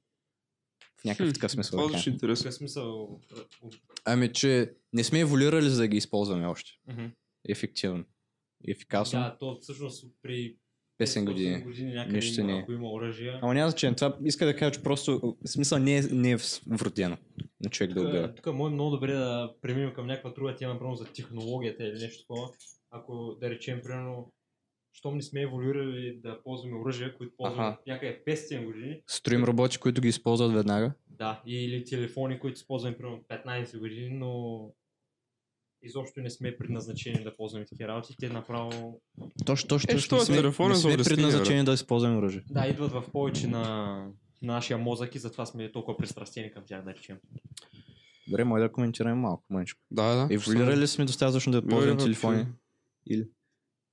Speaker 4: В някакъв
Speaker 2: Хм,
Speaker 4: такъв смисъл.
Speaker 2: Това
Speaker 4: да
Speaker 2: звучи
Speaker 4: кажем.
Speaker 2: интересно.
Speaker 3: Какъв смисъл? а, от-
Speaker 4: Ами, че не сме еволюирали за да ги използваме още.
Speaker 3: Мгм.
Speaker 4: Ефективно. Ефикасно.
Speaker 3: Да, то всъщност при
Speaker 4: 5 години.
Speaker 3: 500 години някъде
Speaker 4: Нищо
Speaker 3: има,
Speaker 4: не е.
Speaker 3: ако има оръжия.
Speaker 4: Ама няма значение. Това иска да кажа, че просто в смисъл не е, не е вродено на човек да
Speaker 3: Тук,
Speaker 4: убива.
Speaker 3: е- тук е може много добре да преминем към някаква друга тема, примерно за технологията или нещо такова. Ако да речем, примерно, щом не сме еволюирали да ползваме оръжия, които ползваме
Speaker 4: Аха.
Speaker 3: от някъде 500 години,
Speaker 4: Строим роботи, които ги използват веднага.
Speaker 3: да, или телефони, които използваме примерно 15 години, но изобщо не сме предназначени да ползваме такива работи. Те направо
Speaker 4: Точно, точно,
Speaker 2: Е,
Speaker 4: точно.
Speaker 2: що
Speaker 4: Не
Speaker 2: е
Speaker 4: сме-
Speaker 2: телефона
Speaker 4: не
Speaker 2: за
Speaker 4: сме
Speaker 2: обяснение,
Speaker 4: предназначени да използваме оръжие.
Speaker 3: да, идват в повече на нашия мозък и затова сме толкова пристрастени към тях, да речем.
Speaker 4: Добре, може да коментираме малко, мъничко.
Speaker 2: Да, да.
Speaker 4: Еволюирали сме достатъчно да ползваме
Speaker 2: Еволюирали,
Speaker 4: телефони? Или,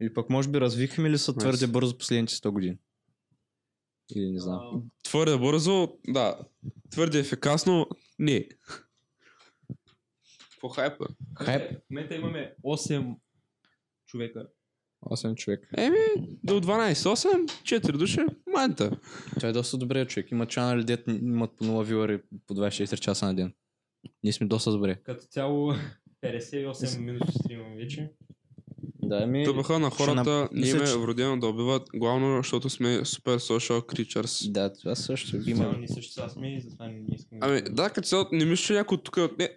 Speaker 4: или пък може би развихме ли са твърде
Speaker 2: Nice.
Speaker 4: бързо последните 100 години? Или не знам.
Speaker 3: А,
Speaker 2: Твърде бързо, да. Твърде ефикасно, не. Какво хайпа?
Speaker 4: Хайп.
Speaker 3: В момента имаме 8 човека.
Speaker 4: 8 човек.
Speaker 2: Еми, до 12, 8, 4 души, манта.
Speaker 4: Той е доста добрия човек. Има чанали, дет имат по 0 вилари по 24 часа на ден. Ние сме доста добре.
Speaker 3: Като цяло 58 минути стримам вече.
Speaker 4: Да, ми...
Speaker 2: Тъбаха на
Speaker 4: Е, ще
Speaker 2: хората,
Speaker 4: нап-
Speaker 2: не
Speaker 4: мисля,
Speaker 2: им е
Speaker 4: че-
Speaker 2: вродено да убиват, главно, защото сме супер social creatures.
Speaker 4: Да, това също има.
Speaker 3: Социални същества сме и затова не искам.
Speaker 2: Ами, да, като цяло, не мисля, че някой тук... Не,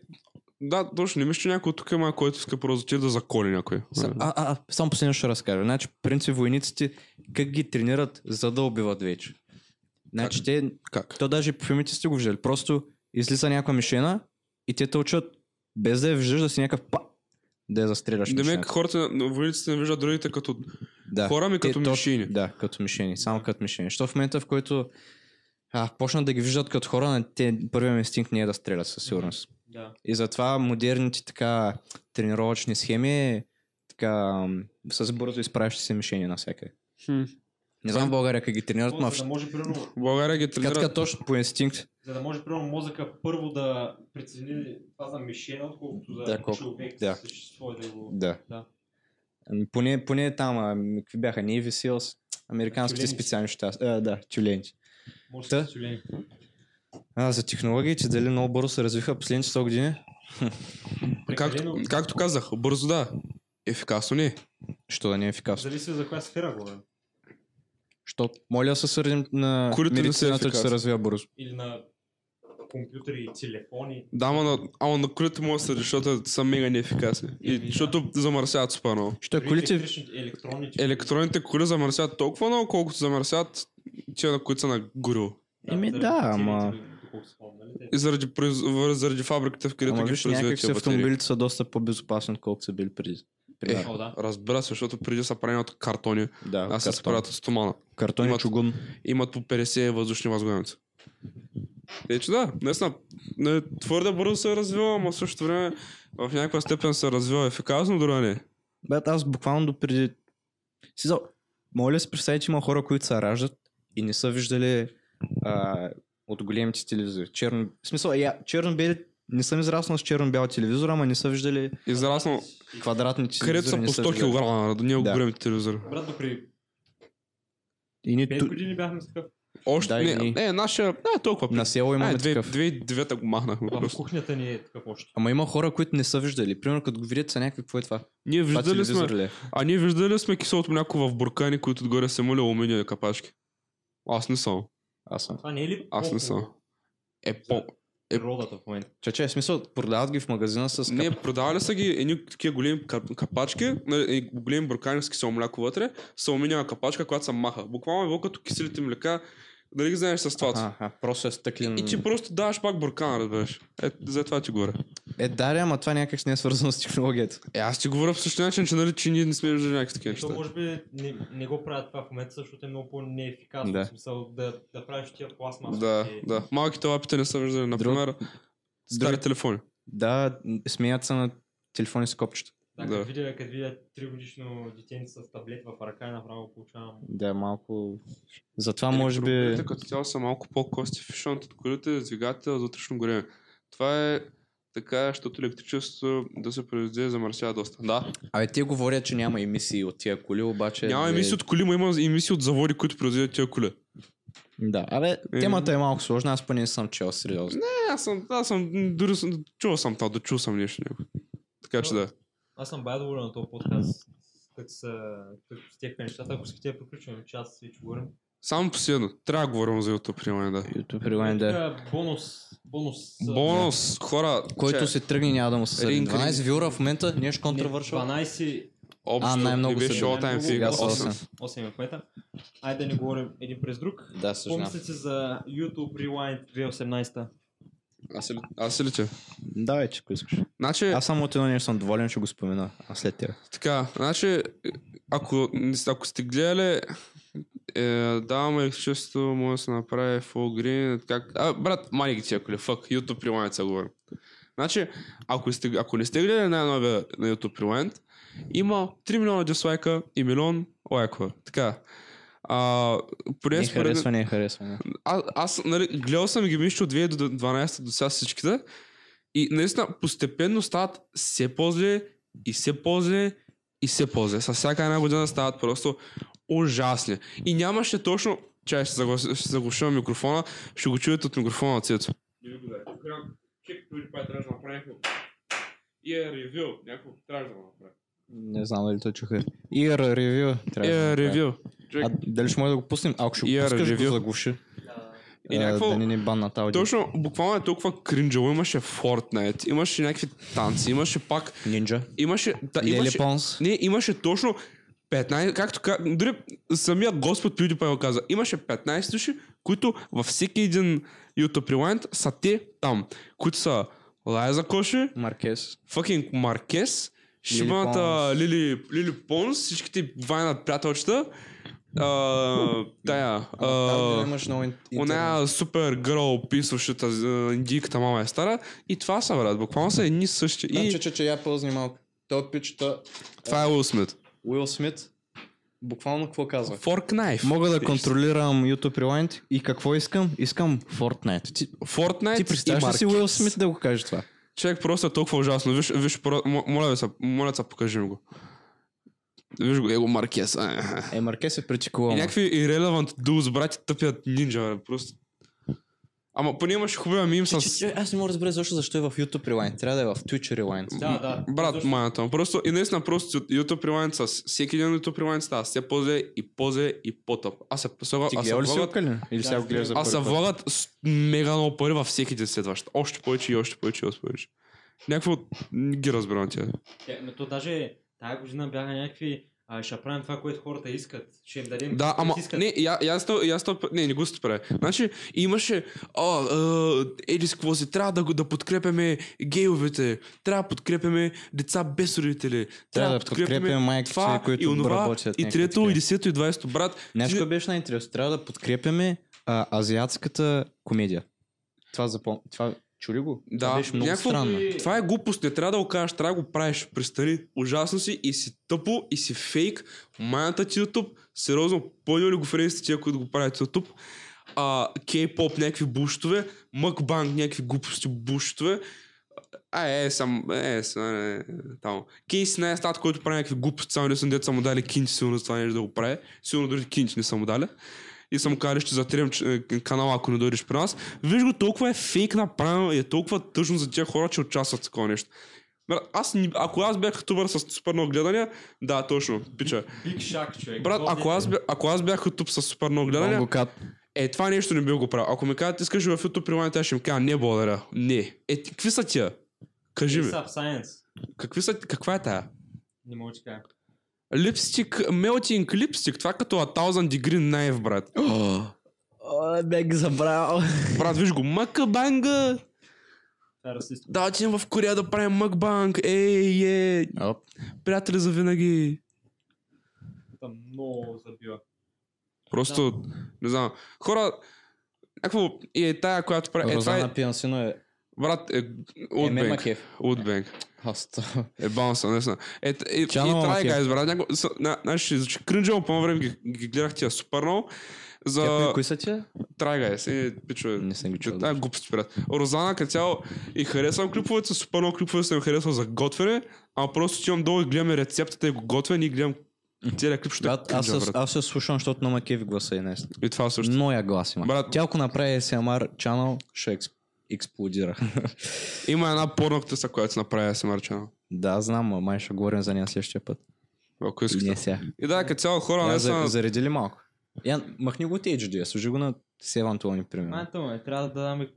Speaker 2: да, точно, не мисля, че някой тук има, който иска просто да заколи някой.
Speaker 4: Са- А, а, а, само последно ще разкажа. Значи, по принцип, войниците как ги тренират, за да убиват вече. Значи, те,
Speaker 2: Как?
Speaker 4: то даже и по филмите сте го виждали. Просто излиза някаква мишена и те те учат, без да я виждаш, да си някакъв па, да я застреляш.
Speaker 2: Демек,
Speaker 4: мишената.
Speaker 2: хората, войниците не виждат другите като
Speaker 4: да.
Speaker 2: хора ми,
Speaker 4: Те
Speaker 2: като
Speaker 4: точно-
Speaker 2: мишини.
Speaker 4: Е, Да, като мишени, само като мишени. Що в момента, в който а, почнат да ги виждат като хора, на те първият им инстинкт не е да стрелят със сигурност.
Speaker 3: Да.
Speaker 4: И затова модерните така тренировъчни схеми така, м, с бързо изправящи се мишени навсякъде.
Speaker 2: Хм.
Speaker 4: Не знам в България как ги тренират, но
Speaker 3: За да може, примерно,
Speaker 2: В България ги
Speaker 4: така,
Speaker 2: тренират
Speaker 4: така точно по инстинкт.
Speaker 3: за да може примерно, мозъка първо да прецени това за мишена, отколкото за
Speaker 4: Да, колко-
Speaker 3: човек
Speaker 4: да.
Speaker 3: същество и да го...
Speaker 4: Да.
Speaker 3: Да.
Speaker 4: Ами, поне, поне там, ами, какви бяха, Navy Seals, американските
Speaker 3: Тюленци.
Speaker 4: специални щас. А, да, тюленти.
Speaker 3: Може
Speaker 4: Та.
Speaker 3: да се сюлени.
Speaker 4: А, за технологиите, дали много бързо се развиха последните 100 години?
Speaker 2: Ами Както, както казах, бързо да. Ефикасно не.
Speaker 4: Що да не е ефикасно?
Speaker 3: Зависи за коя сфера е. говорим.
Speaker 4: Що, моля да се сърдим на
Speaker 2: Колите не са
Speaker 4: медицината, че се
Speaker 2: ефикасни.
Speaker 4: развива бързо.
Speaker 3: Или на компютъри и телефони.
Speaker 2: Да, ама на, ама на колите може да се защото са мега неефикасни. И,
Speaker 3: Еми, да.
Speaker 2: защото замърсяват супер много.
Speaker 4: Що,
Speaker 3: Дори
Speaker 4: колите...
Speaker 3: електрични- електронните.
Speaker 2: Електронните коли замърсяват толкова много, колкото замърсяват тия, на които са на горил.
Speaker 4: Еми
Speaker 3: заради
Speaker 4: да,
Speaker 3: батериите,
Speaker 4: ама-
Speaker 3: доколко спомням, нали, те-
Speaker 2: И заради, произв- заради фабриките, в където
Speaker 4: Ама
Speaker 2: ги
Speaker 4: виж,
Speaker 2: произведат
Speaker 4: някак
Speaker 2: тия
Speaker 4: си
Speaker 2: батерии.
Speaker 4: автомобилите са доста по-безопасни, отколкото са били преди. преди.
Speaker 2: Е,
Speaker 3: О, да.
Speaker 2: Разбира се, защото преди са правени от картони,
Speaker 4: да,
Speaker 2: а сега се правят от стомана.
Speaker 4: Картон и
Speaker 2: Имат-
Speaker 4: чугун.
Speaker 2: Имат по 50 въздушни възгоници. Тъй, че да, наистина, не, твърде бързо се развива, но в същото време в някаква степен се развива ефикасно, дори не.
Speaker 4: Брат, аз буквално до преди... Си за... Моля се представи, че има хора, които се раждат и не са виждали а, от големите телевизори. Черно... В смисъл, я, черно-бели... Не съм израснал с черно-бял телевизор, ама не са виждали
Speaker 2: Израснал,
Speaker 4: квадратните телевизори.
Speaker 2: където са
Speaker 4: не
Speaker 2: по 100
Speaker 4: виждали.
Speaker 2: кг, да ние
Speaker 4: Да.
Speaker 2: големите телевизори.
Speaker 3: Брат, до при
Speaker 4: И ни
Speaker 3: 5
Speaker 4: ту...
Speaker 3: години бяхме с такъв.
Speaker 2: Още
Speaker 4: Дай
Speaker 2: не,
Speaker 4: ни.
Speaker 2: не, нашия, не е толкова
Speaker 4: На село имаме
Speaker 2: е, две,
Speaker 4: такъв.
Speaker 2: две, двета го махнахме
Speaker 3: В
Speaker 2: просто.
Speaker 3: кухнята ни е такъв още.
Speaker 4: Ама има хора, които не са виждали. Примерно, като го видят, са някакви, какво е това?
Speaker 2: Ние
Speaker 4: Това
Speaker 2: виждали сме,
Speaker 4: телевизор ли е?
Speaker 2: а ние виждали сме киселото мляко в буркани, които отгоре са имали алуминиеви капачки. Аз не съм.
Speaker 4: Аз съм.
Speaker 3: Това не е ли
Speaker 2: Аз не съм.
Speaker 3: по-хубаво?
Speaker 2: Е, по...
Speaker 3: Природата в момента.
Speaker 4: Че, че, в смисъл, продават ги в магазина с кап...
Speaker 2: Не, продавали са ги едни такива големи кап- капачки, нали, едни големи буркани с кисело мляко вътре, с алуминиева капачка, която се маха. Буквално е било като киселите млека, дали ги знаеш с това.
Speaker 4: Аха, просто е стъклен.
Speaker 2: И ти просто даваш пак буркан, разбираш. Е, за това ти говоря.
Speaker 4: Е, да, ама това някак не е свързано с технологията.
Speaker 2: Е, аз ти говоря по същия начин, че нали, че ние не сме виждали някакви такива
Speaker 3: И Е, то
Speaker 2: неща.
Speaker 3: може би не, не го правят това в момента, защото е много по-неефикасно.
Speaker 4: Да.
Speaker 3: В смисъл да, да правиш тия пластмаса.
Speaker 2: Да, да. Малките лапите не са Е, виждали, например, стари телефони.
Speaker 4: Да, смеят се на телефони с копчета.
Speaker 3: Да,
Speaker 2: Да.
Speaker 3: като видя, като видя 3 годишно детенце с таблет в ръка, направо получавам.
Speaker 4: Да, малко... Затова
Speaker 2: Е,
Speaker 4: може би...
Speaker 2: Електромобилите като цяло са малко по-кост efficient от колите с двигател за вътрешно горене. Това е така, защото електричеството да се произведе замърсява доста. Да.
Speaker 8: Абе, те говорят, че няма емисии от тия коли, обаче...
Speaker 2: Няма
Speaker 4: нали-
Speaker 2: емисии от коли, но има емисии от заводи, които произвеждат тия коли.
Speaker 4: Да, абе,
Speaker 2: Е.
Speaker 4: темата е малко сложна, аз поне не съм чел сериозно.
Speaker 2: Не, аз съм, аз съм, дори съм, чувал съм това, дочул съм нещо. някой. Така че да.
Speaker 3: Аз съм бая доволен на този подкаст. Като са, като стеха нещата, ако искате да приключваме час, вече говорим.
Speaker 2: Само последно. Трябва да говорим за YouTube приемане, да.
Speaker 4: YouTube прилагане да. е.
Speaker 3: Тук, бонус, бонус. а,
Speaker 2: Бонус, хора,
Speaker 4: Който
Speaker 2: че,
Speaker 4: се тръгне няма да му се съди.
Speaker 2: Ринг,
Speaker 4: 12 вюра в момента, нещо
Speaker 3: не,
Speaker 4: контравършал.
Speaker 3: 12,
Speaker 2: общо,
Speaker 4: А,
Speaker 2: а,
Speaker 4: най-много
Speaker 2: най-много
Speaker 4: са
Speaker 2: беше
Speaker 4: били.
Speaker 2: all time figure
Speaker 4: Сега са
Speaker 2: 8.
Speaker 3: 8 в момента. Айде да не говорим един през друг.
Speaker 4: Да, съжалявам.
Speaker 3: Помислите за YouTube Rewind 2018.
Speaker 2: Аз се ли- Аз се лича.
Speaker 4: Да, вече, ако искаш.
Speaker 2: Значи,
Speaker 4: Аз само от едно нещо съм доволен, ще го спомена. А след теб.
Speaker 2: Така, значи, ако, не сте- ако сте гледали, е, даваме електричество, може да се направи full green, как... А, брат, мани ги тия коли, фък, YouTube Rewind се говорим. Значи, ако, сте, ако не сте гледали най-новия на YouTube Rewind, има 3 милиона дизлайка и милион лайкова. Така. А, поне
Speaker 4: Не
Speaker 2: според...
Speaker 4: харесва, не харесва. не.
Speaker 2: А, аз нали, гледал съм ги мишки от 2000 до 12 до сега всичките. И наистина постепенно стават все по-зле и все по-зле и все по-зле. С всяка една година стават просто ужасни. И нямаше точно... Чай, ще, заглас... ще заглушим микрофона. Ще го чуете от микрофона на Цецо. е И е ревю. Някой трябва да го направи.
Speaker 4: Не знам дали те чуха. ER ревю. трябва да
Speaker 2: И е
Speaker 4: направим.
Speaker 2: ревю.
Speaker 4: А дали ще може да го пуснем? Ако ще го
Speaker 2: ER
Speaker 4: пускаш,
Speaker 2: ревю.
Speaker 4: го заглуши.
Speaker 2: И
Speaker 4: а,
Speaker 2: някакво...
Speaker 4: Да не ни бан на тази.
Speaker 2: Точно, буквално е толкова кринджало. Имаше Fortnite, имаше някакви танци, имаше пак...
Speaker 4: Нинджа.
Speaker 2: Имаше... Да,
Speaker 4: Лели
Speaker 2: имаше...
Speaker 4: Понс.
Speaker 2: Не, имаше точно 15, както ка- дори самия Господ PewDiePie го каза, имаше 15 души, които във всеки един YouTube Rewind са те там, които са Лайза Коши,
Speaker 4: Маркес.
Speaker 2: fucking Маркес,
Speaker 4: Лили
Speaker 2: Шибаната Лили, Лили Понс, всичките вайнат приятелчета, а, тая, а,
Speaker 4: Имаш много ин- интернет.
Speaker 2: Оная супер гърл писваше тази а, индийката мама е стара и това са брат, буквално са едни и същи
Speaker 4: Да,
Speaker 2: и
Speaker 4: Значи, че, че, че, я пълзни малко. Той пичета
Speaker 2: това е Уил Смит.
Speaker 4: Уил Смит. Буквално какво казва?
Speaker 2: Fork Knife.
Speaker 4: Мога да контролирам YouTube Rewind и какво искам? Искам Fortnite. Ти,
Speaker 2: Fortnite
Speaker 4: ти
Speaker 2: и
Speaker 4: представяш ли си
Speaker 2: Маркес.
Speaker 4: Уил Смит да го каже това?
Speaker 2: Човек просто е толкова ужасно. Виж, виж, про- мо- моля ви се, моля се, покажи ми го. Виж го, его Маркес. а.
Speaker 4: Е, Маркес е
Speaker 2: И
Speaker 4: притикувал.
Speaker 2: някакви irrelevant dudes, брати, тъпят нинджа, бе, просто. Ама поне имаш хубава мим с...
Speaker 4: Аз не мога да разбера защо, защо е в YouTube Rewind. Трябва да е в Twitch Rewind.
Speaker 3: Да, да.
Speaker 2: Брат,
Speaker 3: Защо-
Speaker 2: майната му. Просто и наистина просто YouTube Rewind с всеки един YouTube Rewind става все по-зле и по-зле и по-тъп. Аз се сега-
Speaker 4: Ти
Speaker 2: аз се
Speaker 4: гледал ли си
Speaker 2: влагат,
Speaker 4: Укалин? Или сега го гледаш за
Speaker 2: аз се
Speaker 4: първи път?
Speaker 2: влагат с мега много пари във всеки ден следващ. Още повече и още повече и още повече. Някакво не ги разбирам тя.
Speaker 3: Е, ме то даже тази година бяха някакви а, ще правим това, което хората искат. Ще им дадем.
Speaker 2: Да,
Speaker 3: което
Speaker 2: ама
Speaker 3: искат.
Speaker 2: не, я, я, сто, я сто, не, не го спре. Значи имаше, а, е, еди с какво си, трябва да, го- да подкрепяме гейовете, трябва да подкрепяме деца без родители,
Speaker 4: Трябва да подкрепяме майките,
Speaker 2: това
Speaker 4: които
Speaker 2: и онова,
Speaker 4: работят.
Speaker 2: и
Speaker 4: някакви
Speaker 2: трето,
Speaker 4: такива.
Speaker 2: и десето, и двайсето, брат.
Speaker 4: Знаеш,
Speaker 2: Ти-
Speaker 4: кое беше най-интересно? Трябва да подкрепяме а, азиатската комедия. Това запомня. Това чули го? Това
Speaker 2: Да,
Speaker 4: беше много
Speaker 2: някакво-
Speaker 4: странно.
Speaker 2: Това е глупост, не трябва да го кажеш, трябва да го правиш. Престани, ужасно си и си тъпо и си фейк. Майната ти YouTube, сериозно, по-дори го фрейсите тия, които го правят YouTube. А, кей-поп, някакви буштове, мъкбанг, някакви глупости буштове. А, е, сам, е, сам, е, е, там. Кейс не е стат, който прави някакви глупости, само не съм дето са му дали кинчи, сигурно за това нещо да го прави. Сигурно дори кинчи не са му дали. И съм казали, ще затрием че, е, канала, ако не дойдеш при нас. Виж го, толкова е фейк направено и е толкова тъжно за тия хора, че участват в такова нещо. Брат, аз, ни- ако аз бях ютубър с супер много гледания, да, точно, пича.
Speaker 3: Биг шак, човек.
Speaker 2: Брат, ако аз, бях, ако аз бях ютуб с супер много гледания,
Speaker 4: Бонгокат.
Speaker 2: е, това нещо не бил го правил. Ако ми кажат, искаш ли в YouTube прилагане, аз ще им кажа, не, благодаря. Не. Е, ти- какви са тия? Кажи
Speaker 3: Е,
Speaker 2: ми,
Speaker 3: Science.
Speaker 2: какви са, каква е тая?
Speaker 3: Не мога да ти кажа.
Speaker 2: Липстик, мелтинг липстик, това е като A Thousand Degree Knife, брат.
Speaker 4: Бег забрал.
Speaker 2: Брат, виж го, мъкабанга!
Speaker 3: Това е расист.
Speaker 2: Да, отидем в Корея да правим мъкбанг, ей, е,
Speaker 4: Оп.
Speaker 2: приятели за винаги.
Speaker 3: Там много забива.
Speaker 2: Просто, не знам, хора, някакво, и е тая, която прави, е това е,
Speaker 4: Розана Пиансино е
Speaker 2: Брат, е, Woodbank.
Speaker 7: макев.
Speaker 2: Woodbank.
Speaker 7: Аз
Speaker 2: Е, баунса, наистина. Е, т- е, и
Speaker 7: Чао,
Speaker 2: трябва да
Speaker 7: Макев.
Speaker 2: ги избра. Няко- с- на- Значи, значи, кринджал по време ги, ги гледах тия супер много. За...
Speaker 7: Кои са тия?
Speaker 2: Трайгай, се пичове.
Speaker 7: Не съм ги чул.
Speaker 2: А, глупости, брат. Розана като цяло и харесвам клиповете, супер много клипове съм харесвал за готвене, а просто отивам долу и гледам рецептата и го готвя, и гледам целият клип, защото е
Speaker 4: Брат, аз,
Speaker 2: кринджал,
Speaker 4: се-
Speaker 2: брат.
Speaker 4: аз се слушам, защото на Макеви гласа и днес.
Speaker 2: И това също.
Speaker 4: Но я глас има.
Speaker 2: Брат.
Speaker 4: Тя ако направи SMR channel,
Speaker 7: Ще експ- експлодира.
Speaker 2: Има една порно актриса, която се направи SMR чана.
Speaker 4: да, знам, ама май ще говорим за нея следващия път.
Speaker 2: Ако искате.
Speaker 4: Не сега.
Speaker 2: И да, като цяло хора,
Speaker 4: Я
Speaker 2: не
Speaker 4: за,
Speaker 2: са...
Speaker 4: зареди ли малко? Я, махни го от HDS, сложи го на Севан Тони, примерно.
Speaker 3: Майто ме, е, трябва да дадам... и-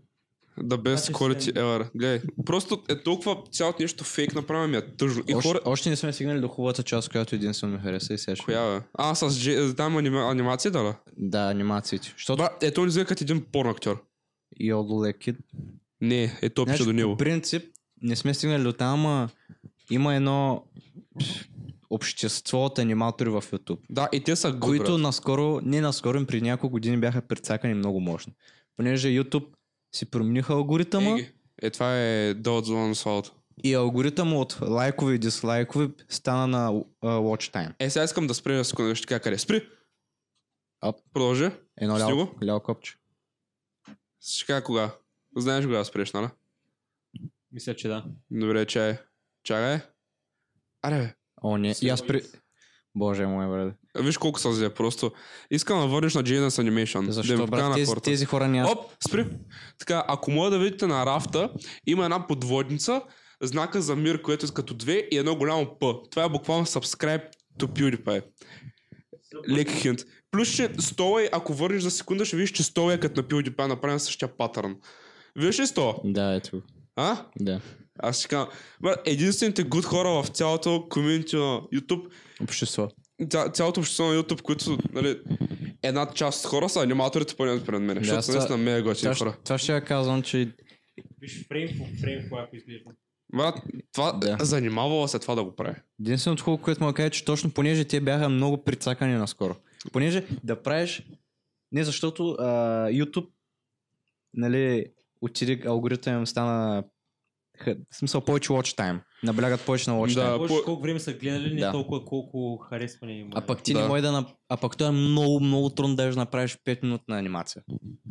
Speaker 2: The best
Speaker 3: Значи
Speaker 2: quality
Speaker 3: ще-
Speaker 2: ever. Гледай, просто е толкова цялото нещо фейк направено ми е тъжно. И
Speaker 4: Още,
Speaker 2: хора...
Speaker 4: още не сме стигнали до хубавата част, която единствено ми хареса и сега ще...
Speaker 2: Коя бе? А, с Дж... там анима... анимация дала?
Speaker 4: Да, анимациите. Защото
Speaker 2: Брат, е, ето не като един порно актьор.
Speaker 4: Йодо Кид.
Speaker 2: Не, е топче до него.
Speaker 4: по принцип, не сме стигнали до там, ама има едно пф, общество от аниматори в YouTube.
Speaker 2: Да, и те са гуд,
Speaker 4: които
Speaker 2: брат.
Speaker 4: наскоро, не наскоро, им преди няколко години бяха прецакани много мощно. Понеже YouTube си промениха алгоритъма
Speaker 2: Еги. Е, това е Dot Zone Assault.
Speaker 4: и алгоритъма от лайкове и дислайкове стана на uh, watch time.
Speaker 2: Е, сега искам да спрем на секунда, ще кажа къде. Спри!
Speaker 4: Ап.
Speaker 2: Продължи.
Speaker 4: Едно
Speaker 2: Стига
Speaker 4: ляво,
Speaker 2: го.
Speaker 4: ляво копче.
Speaker 2: Ще кажа кога. Знаеш кога спреш, нали?
Speaker 3: Мисля, че да.
Speaker 2: Добре, чай. Чакай. Аре, бе.
Speaker 4: О, не. И аз при... Боже мой, брат.
Speaker 2: Виж колко са зле, просто. Искам да върнеш на JNS Animation. да
Speaker 4: Защо,
Speaker 2: им покажа
Speaker 4: брат,
Speaker 2: на
Speaker 4: тези,
Speaker 2: хората.
Speaker 4: тези хора няма...
Speaker 2: Оп, спри. Така, ако мога да видите на рафта, има една подводница, знака за мир, което е като две и едно голямо П. Това е буквално subscribe to PewDiePie. Лек хинт. Плюс, че стола е, ако върнеш за секунда, ще видиш, че стола е като на PewDiePie, направен същия патърн. Виж ли стола?
Speaker 4: Да, ето. го.
Speaker 2: А?
Speaker 4: Да.
Speaker 2: Аз ще кажа, брат, единствените гуд хора в цялото комьюнити на YouTube
Speaker 4: Общество.
Speaker 2: ця, цялото общество на YouTube, които са, нали, една част от хора са аниматорите поне пред мен. Защото
Speaker 4: аз
Speaker 2: са
Speaker 4: това-
Speaker 2: наистина мега
Speaker 4: Това,
Speaker 2: готини
Speaker 4: ще-
Speaker 2: хора.
Speaker 4: това ще я казвам, че
Speaker 1: Виж фрейм по фрейм, когато изглежда.
Speaker 2: Брат, това
Speaker 4: Да.
Speaker 2: занимавала се това да го прави.
Speaker 4: Единственото хубаво, което му кажа, е, че точно понеже те бяха много прицакани наскоро. Понеже да правиш... Не, защото а, YouTube нали, отиде алгоритъм им стана ха- в смисъл повече watch time. Наблягат повече на watch
Speaker 2: Да.
Speaker 4: time.
Speaker 2: А,
Speaker 3: Повече
Speaker 2: по-
Speaker 3: колко време са гледали, не
Speaker 4: Да.
Speaker 3: толкова колко харесване има.
Speaker 4: А пък ти
Speaker 2: Да.
Speaker 4: не може да... нап- А пък то е много, много трудно даже да направиш 5 минутна анимация.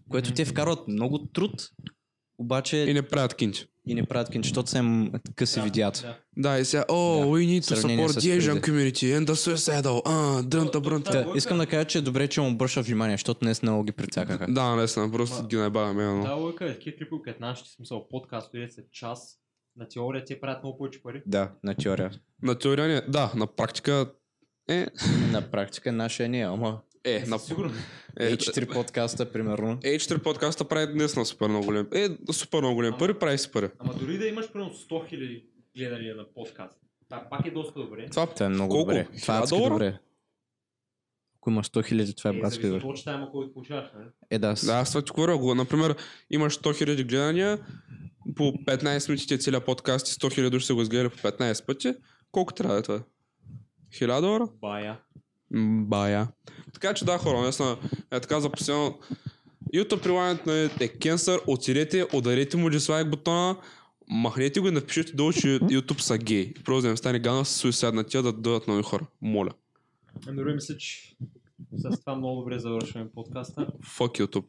Speaker 4: Което те вкарват много труд,
Speaker 2: И
Speaker 4: обаче
Speaker 2: не правят кинти.
Speaker 4: и не правят кинче, защото са им къси видеята.
Speaker 1: Да.
Speaker 2: Да, и сега, о,
Speaker 4: Да.
Speaker 2: we need to
Speaker 4: Сравнение
Speaker 2: support
Speaker 4: с
Speaker 2: the Asian
Speaker 4: преди.
Speaker 2: community and the suicidal, а, дрънта, брънта.
Speaker 4: Та, искам да кажа, че е добре, че му обръща внимание, защото днес много ги прецакаха.
Speaker 2: Да, наистина, просто
Speaker 3: Ма-
Speaker 2: ги наебаваме.
Speaker 3: Да,
Speaker 2: именно.
Speaker 3: лойка е такива клипове, като нашите смисъл подкаст, дойде след час. На теория те правят много повече пари.
Speaker 4: Да, на теория.
Speaker 2: На теория не, да, на практика е,
Speaker 4: На практика нашия не, е, ама
Speaker 2: е, на...
Speaker 3: Сигурно.
Speaker 2: Е,
Speaker 4: H4 подкаста, примерно.
Speaker 2: H3 подкаста прави днес на супер много голем. Е, супер много голем. Пари прави си пари.
Speaker 3: Ама дори да имаш примерно 100 000 гледания на подкаст, това пак е доста добре.
Speaker 2: Това
Speaker 4: Това е много
Speaker 2: Колко?
Speaker 4: добре. Това е
Speaker 2: Хиляда
Speaker 4: адски
Speaker 2: долара?
Speaker 4: добре. Ако имаш 100 000, това е
Speaker 3: Е,
Speaker 4: братски
Speaker 3: зависи от
Speaker 4: добре.
Speaker 3: лоч тайма, който получаваш, нали?
Speaker 4: Е, да.
Speaker 2: Да, аз това ти говоря. Ако, Например, имаш 100 000 гледания, по 15 минути ти е целият подкаст и 100 000 души са го изгледали по 15 пъти. Колко трябва да е това? 1000 долара?
Speaker 3: Бая.
Speaker 2: М, Бая. Така че да, хора, наистина е така за постоянно. YouTube прилагането на е кенсър, отидете, ударете му дизлайк бутона, махнете го и напишете долу, че YouTube са гей. Просто да им стане гадно с суисад на тия да дойдат нови хора. Моля.
Speaker 3: Ами, дори мисля, че с това много добре завършваме подкаста.
Speaker 2: Fuck YouTube.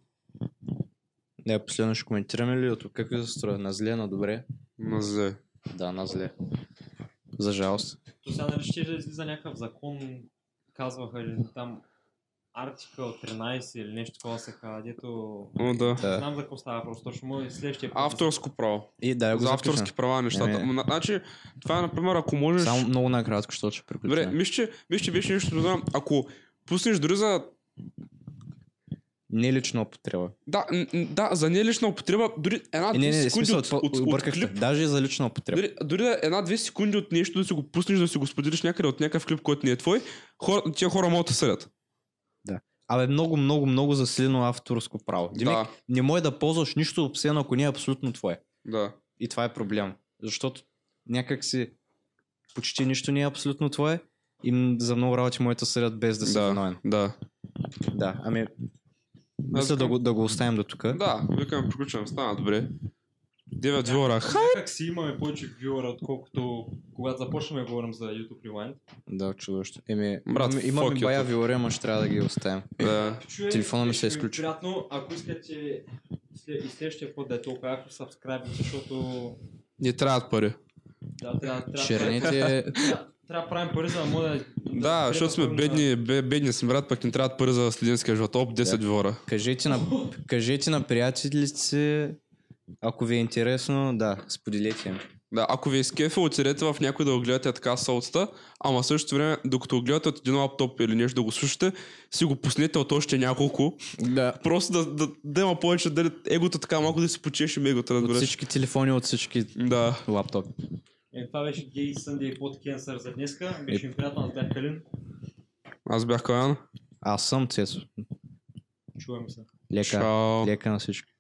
Speaker 4: Не, последно ще коментираме ли от какви се строя? На зле, на добре?
Speaker 2: На зе.
Speaker 4: Да, на зле. За жалост.
Speaker 3: То сега нали ще излиза някакъв закон, казваха или там артикъл 13 или нещо такова се казва, дето...
Speaker 2: О, да.
Speaker 3: Не
Speaker 4: Да.
Speaker 3: знам за какво става просто точно, може и следващия път.
Speaker 2: Авторско право.
Speaker 4: И да, я го
Speaker 2: за
Speaker 4: запишем.
Speaker 2: авторски права нещата.
Speaker 4: Не, не.
Speaker 2: М, Значи, това е, например, ако можеш...
Speaker 4: Само много накратко, защото ще приключим.
Speaker 2: Добре, мисля, че, мисля, че беше нещо да Ако пуснеш дори за...
Speaker 4: Не лично употреба.
Speaker 2: Да, н- н- да за нелична употреба, дори
Speaker 4: Е,
Speaker 2: една-две
Speaker 4: не, не, не,
Speaker 2: секунди
Speaker 4: смисъл,
Speaker 2: от,
Speaker 4: това-
Speaker 2: от, от
Speaker 4: объркахте.
Speaker 2: клип...
Speaker 4: Даже и за лична употреба.
Speaker 2: Дори, дори да е една-две секунди от нещо да си го пуснеш, да си го споделиш някъде от някакъв клип, който не е твой, хора, тия хора могат да съдят.
Speaker 4: Абе, много, много, много засилено авторско право. Димик,
Speaker 2: Да,
Speaker 4: не може да ползваш нищо обсено, ако не е абсолютно твое.
Speaker 2: да.
Speaker 4: И това е проблем. Защото някак си почти нищо не е абсолютно твое и м- за много работи моите да съдят без да си да.
Speaker 2: Да,
Speaker 4: виновен.
Speaker 2: да.
Speaker 4: Да, ами... Мисля да го, да го оставим до тук.
Speaker 2: Да, викам, приключвам, стана добре. 9 вилара. Ха!
Speaker 3: Как си имаме повече вюера, отколкото когато започнем да говорим за YouTube Rewind.
Speaker 4: Да, чудовище. Еми,
Speaker 2: Брат,
Speaker 4: имаме- имаме
Speaker 2: fuck
Speaker 4: бая
Speaker 2: YouTube.
Speaker 4: вилари, ама ще трябва да ги оставим.
Speaker 2: Да.
Speaker 3: Чуе,
Speaker 4: Телефона ми се
Speaker 3: ще ми е
Speaker 4: изключи.
Speaker 3: Приятно, ако искате след- и следващия път да е толкова ако сабскрайбите, защото
Speaker 2: Не трябват пари.
Speaker 3: да, трябва, трябва,
Speaker 4: Шернете,
Speaker 3: трябва, трябва да правим пари, за да може да...
Speaker 2: Да, защото сме бедни, бе- бедни сме, брат, пък ни трябват пари за студентския живот. Оп, 10 вилара.
Speaker 4: кажете на, кажете на приятелите си, ако ви е интересно, да, споделете им.
Speaker 2: Да, ако ви е скефи, отидете в някой да го гледате така солцата, ама в същото време, докато го гледате от един лаптоп или нещо да го слушате, си го пуснете от още няколко.
Speaker 4: Да.
Speaker 2: Просто да, да, да има повече, да егото така малко да си почешим егото,
Speaker 4: От
Speaker 2: разбираш.
Speaker 4: всички телефони, от всички
Speaker 2: Да.
Speaker 4: лаптопи.
Speaker 3: Е, това беше Gay Sunday под Cancer за днеска. Беше ми приятно, аз бях Калин.
Speaker 2: Аз бях Каян.
Speaker 4: Аз съм Цецо.
Speaker 3: Чуваме се.
Speaker 4: Лека,
Speaker 2: Чао.
Speaker 4: лека на всички.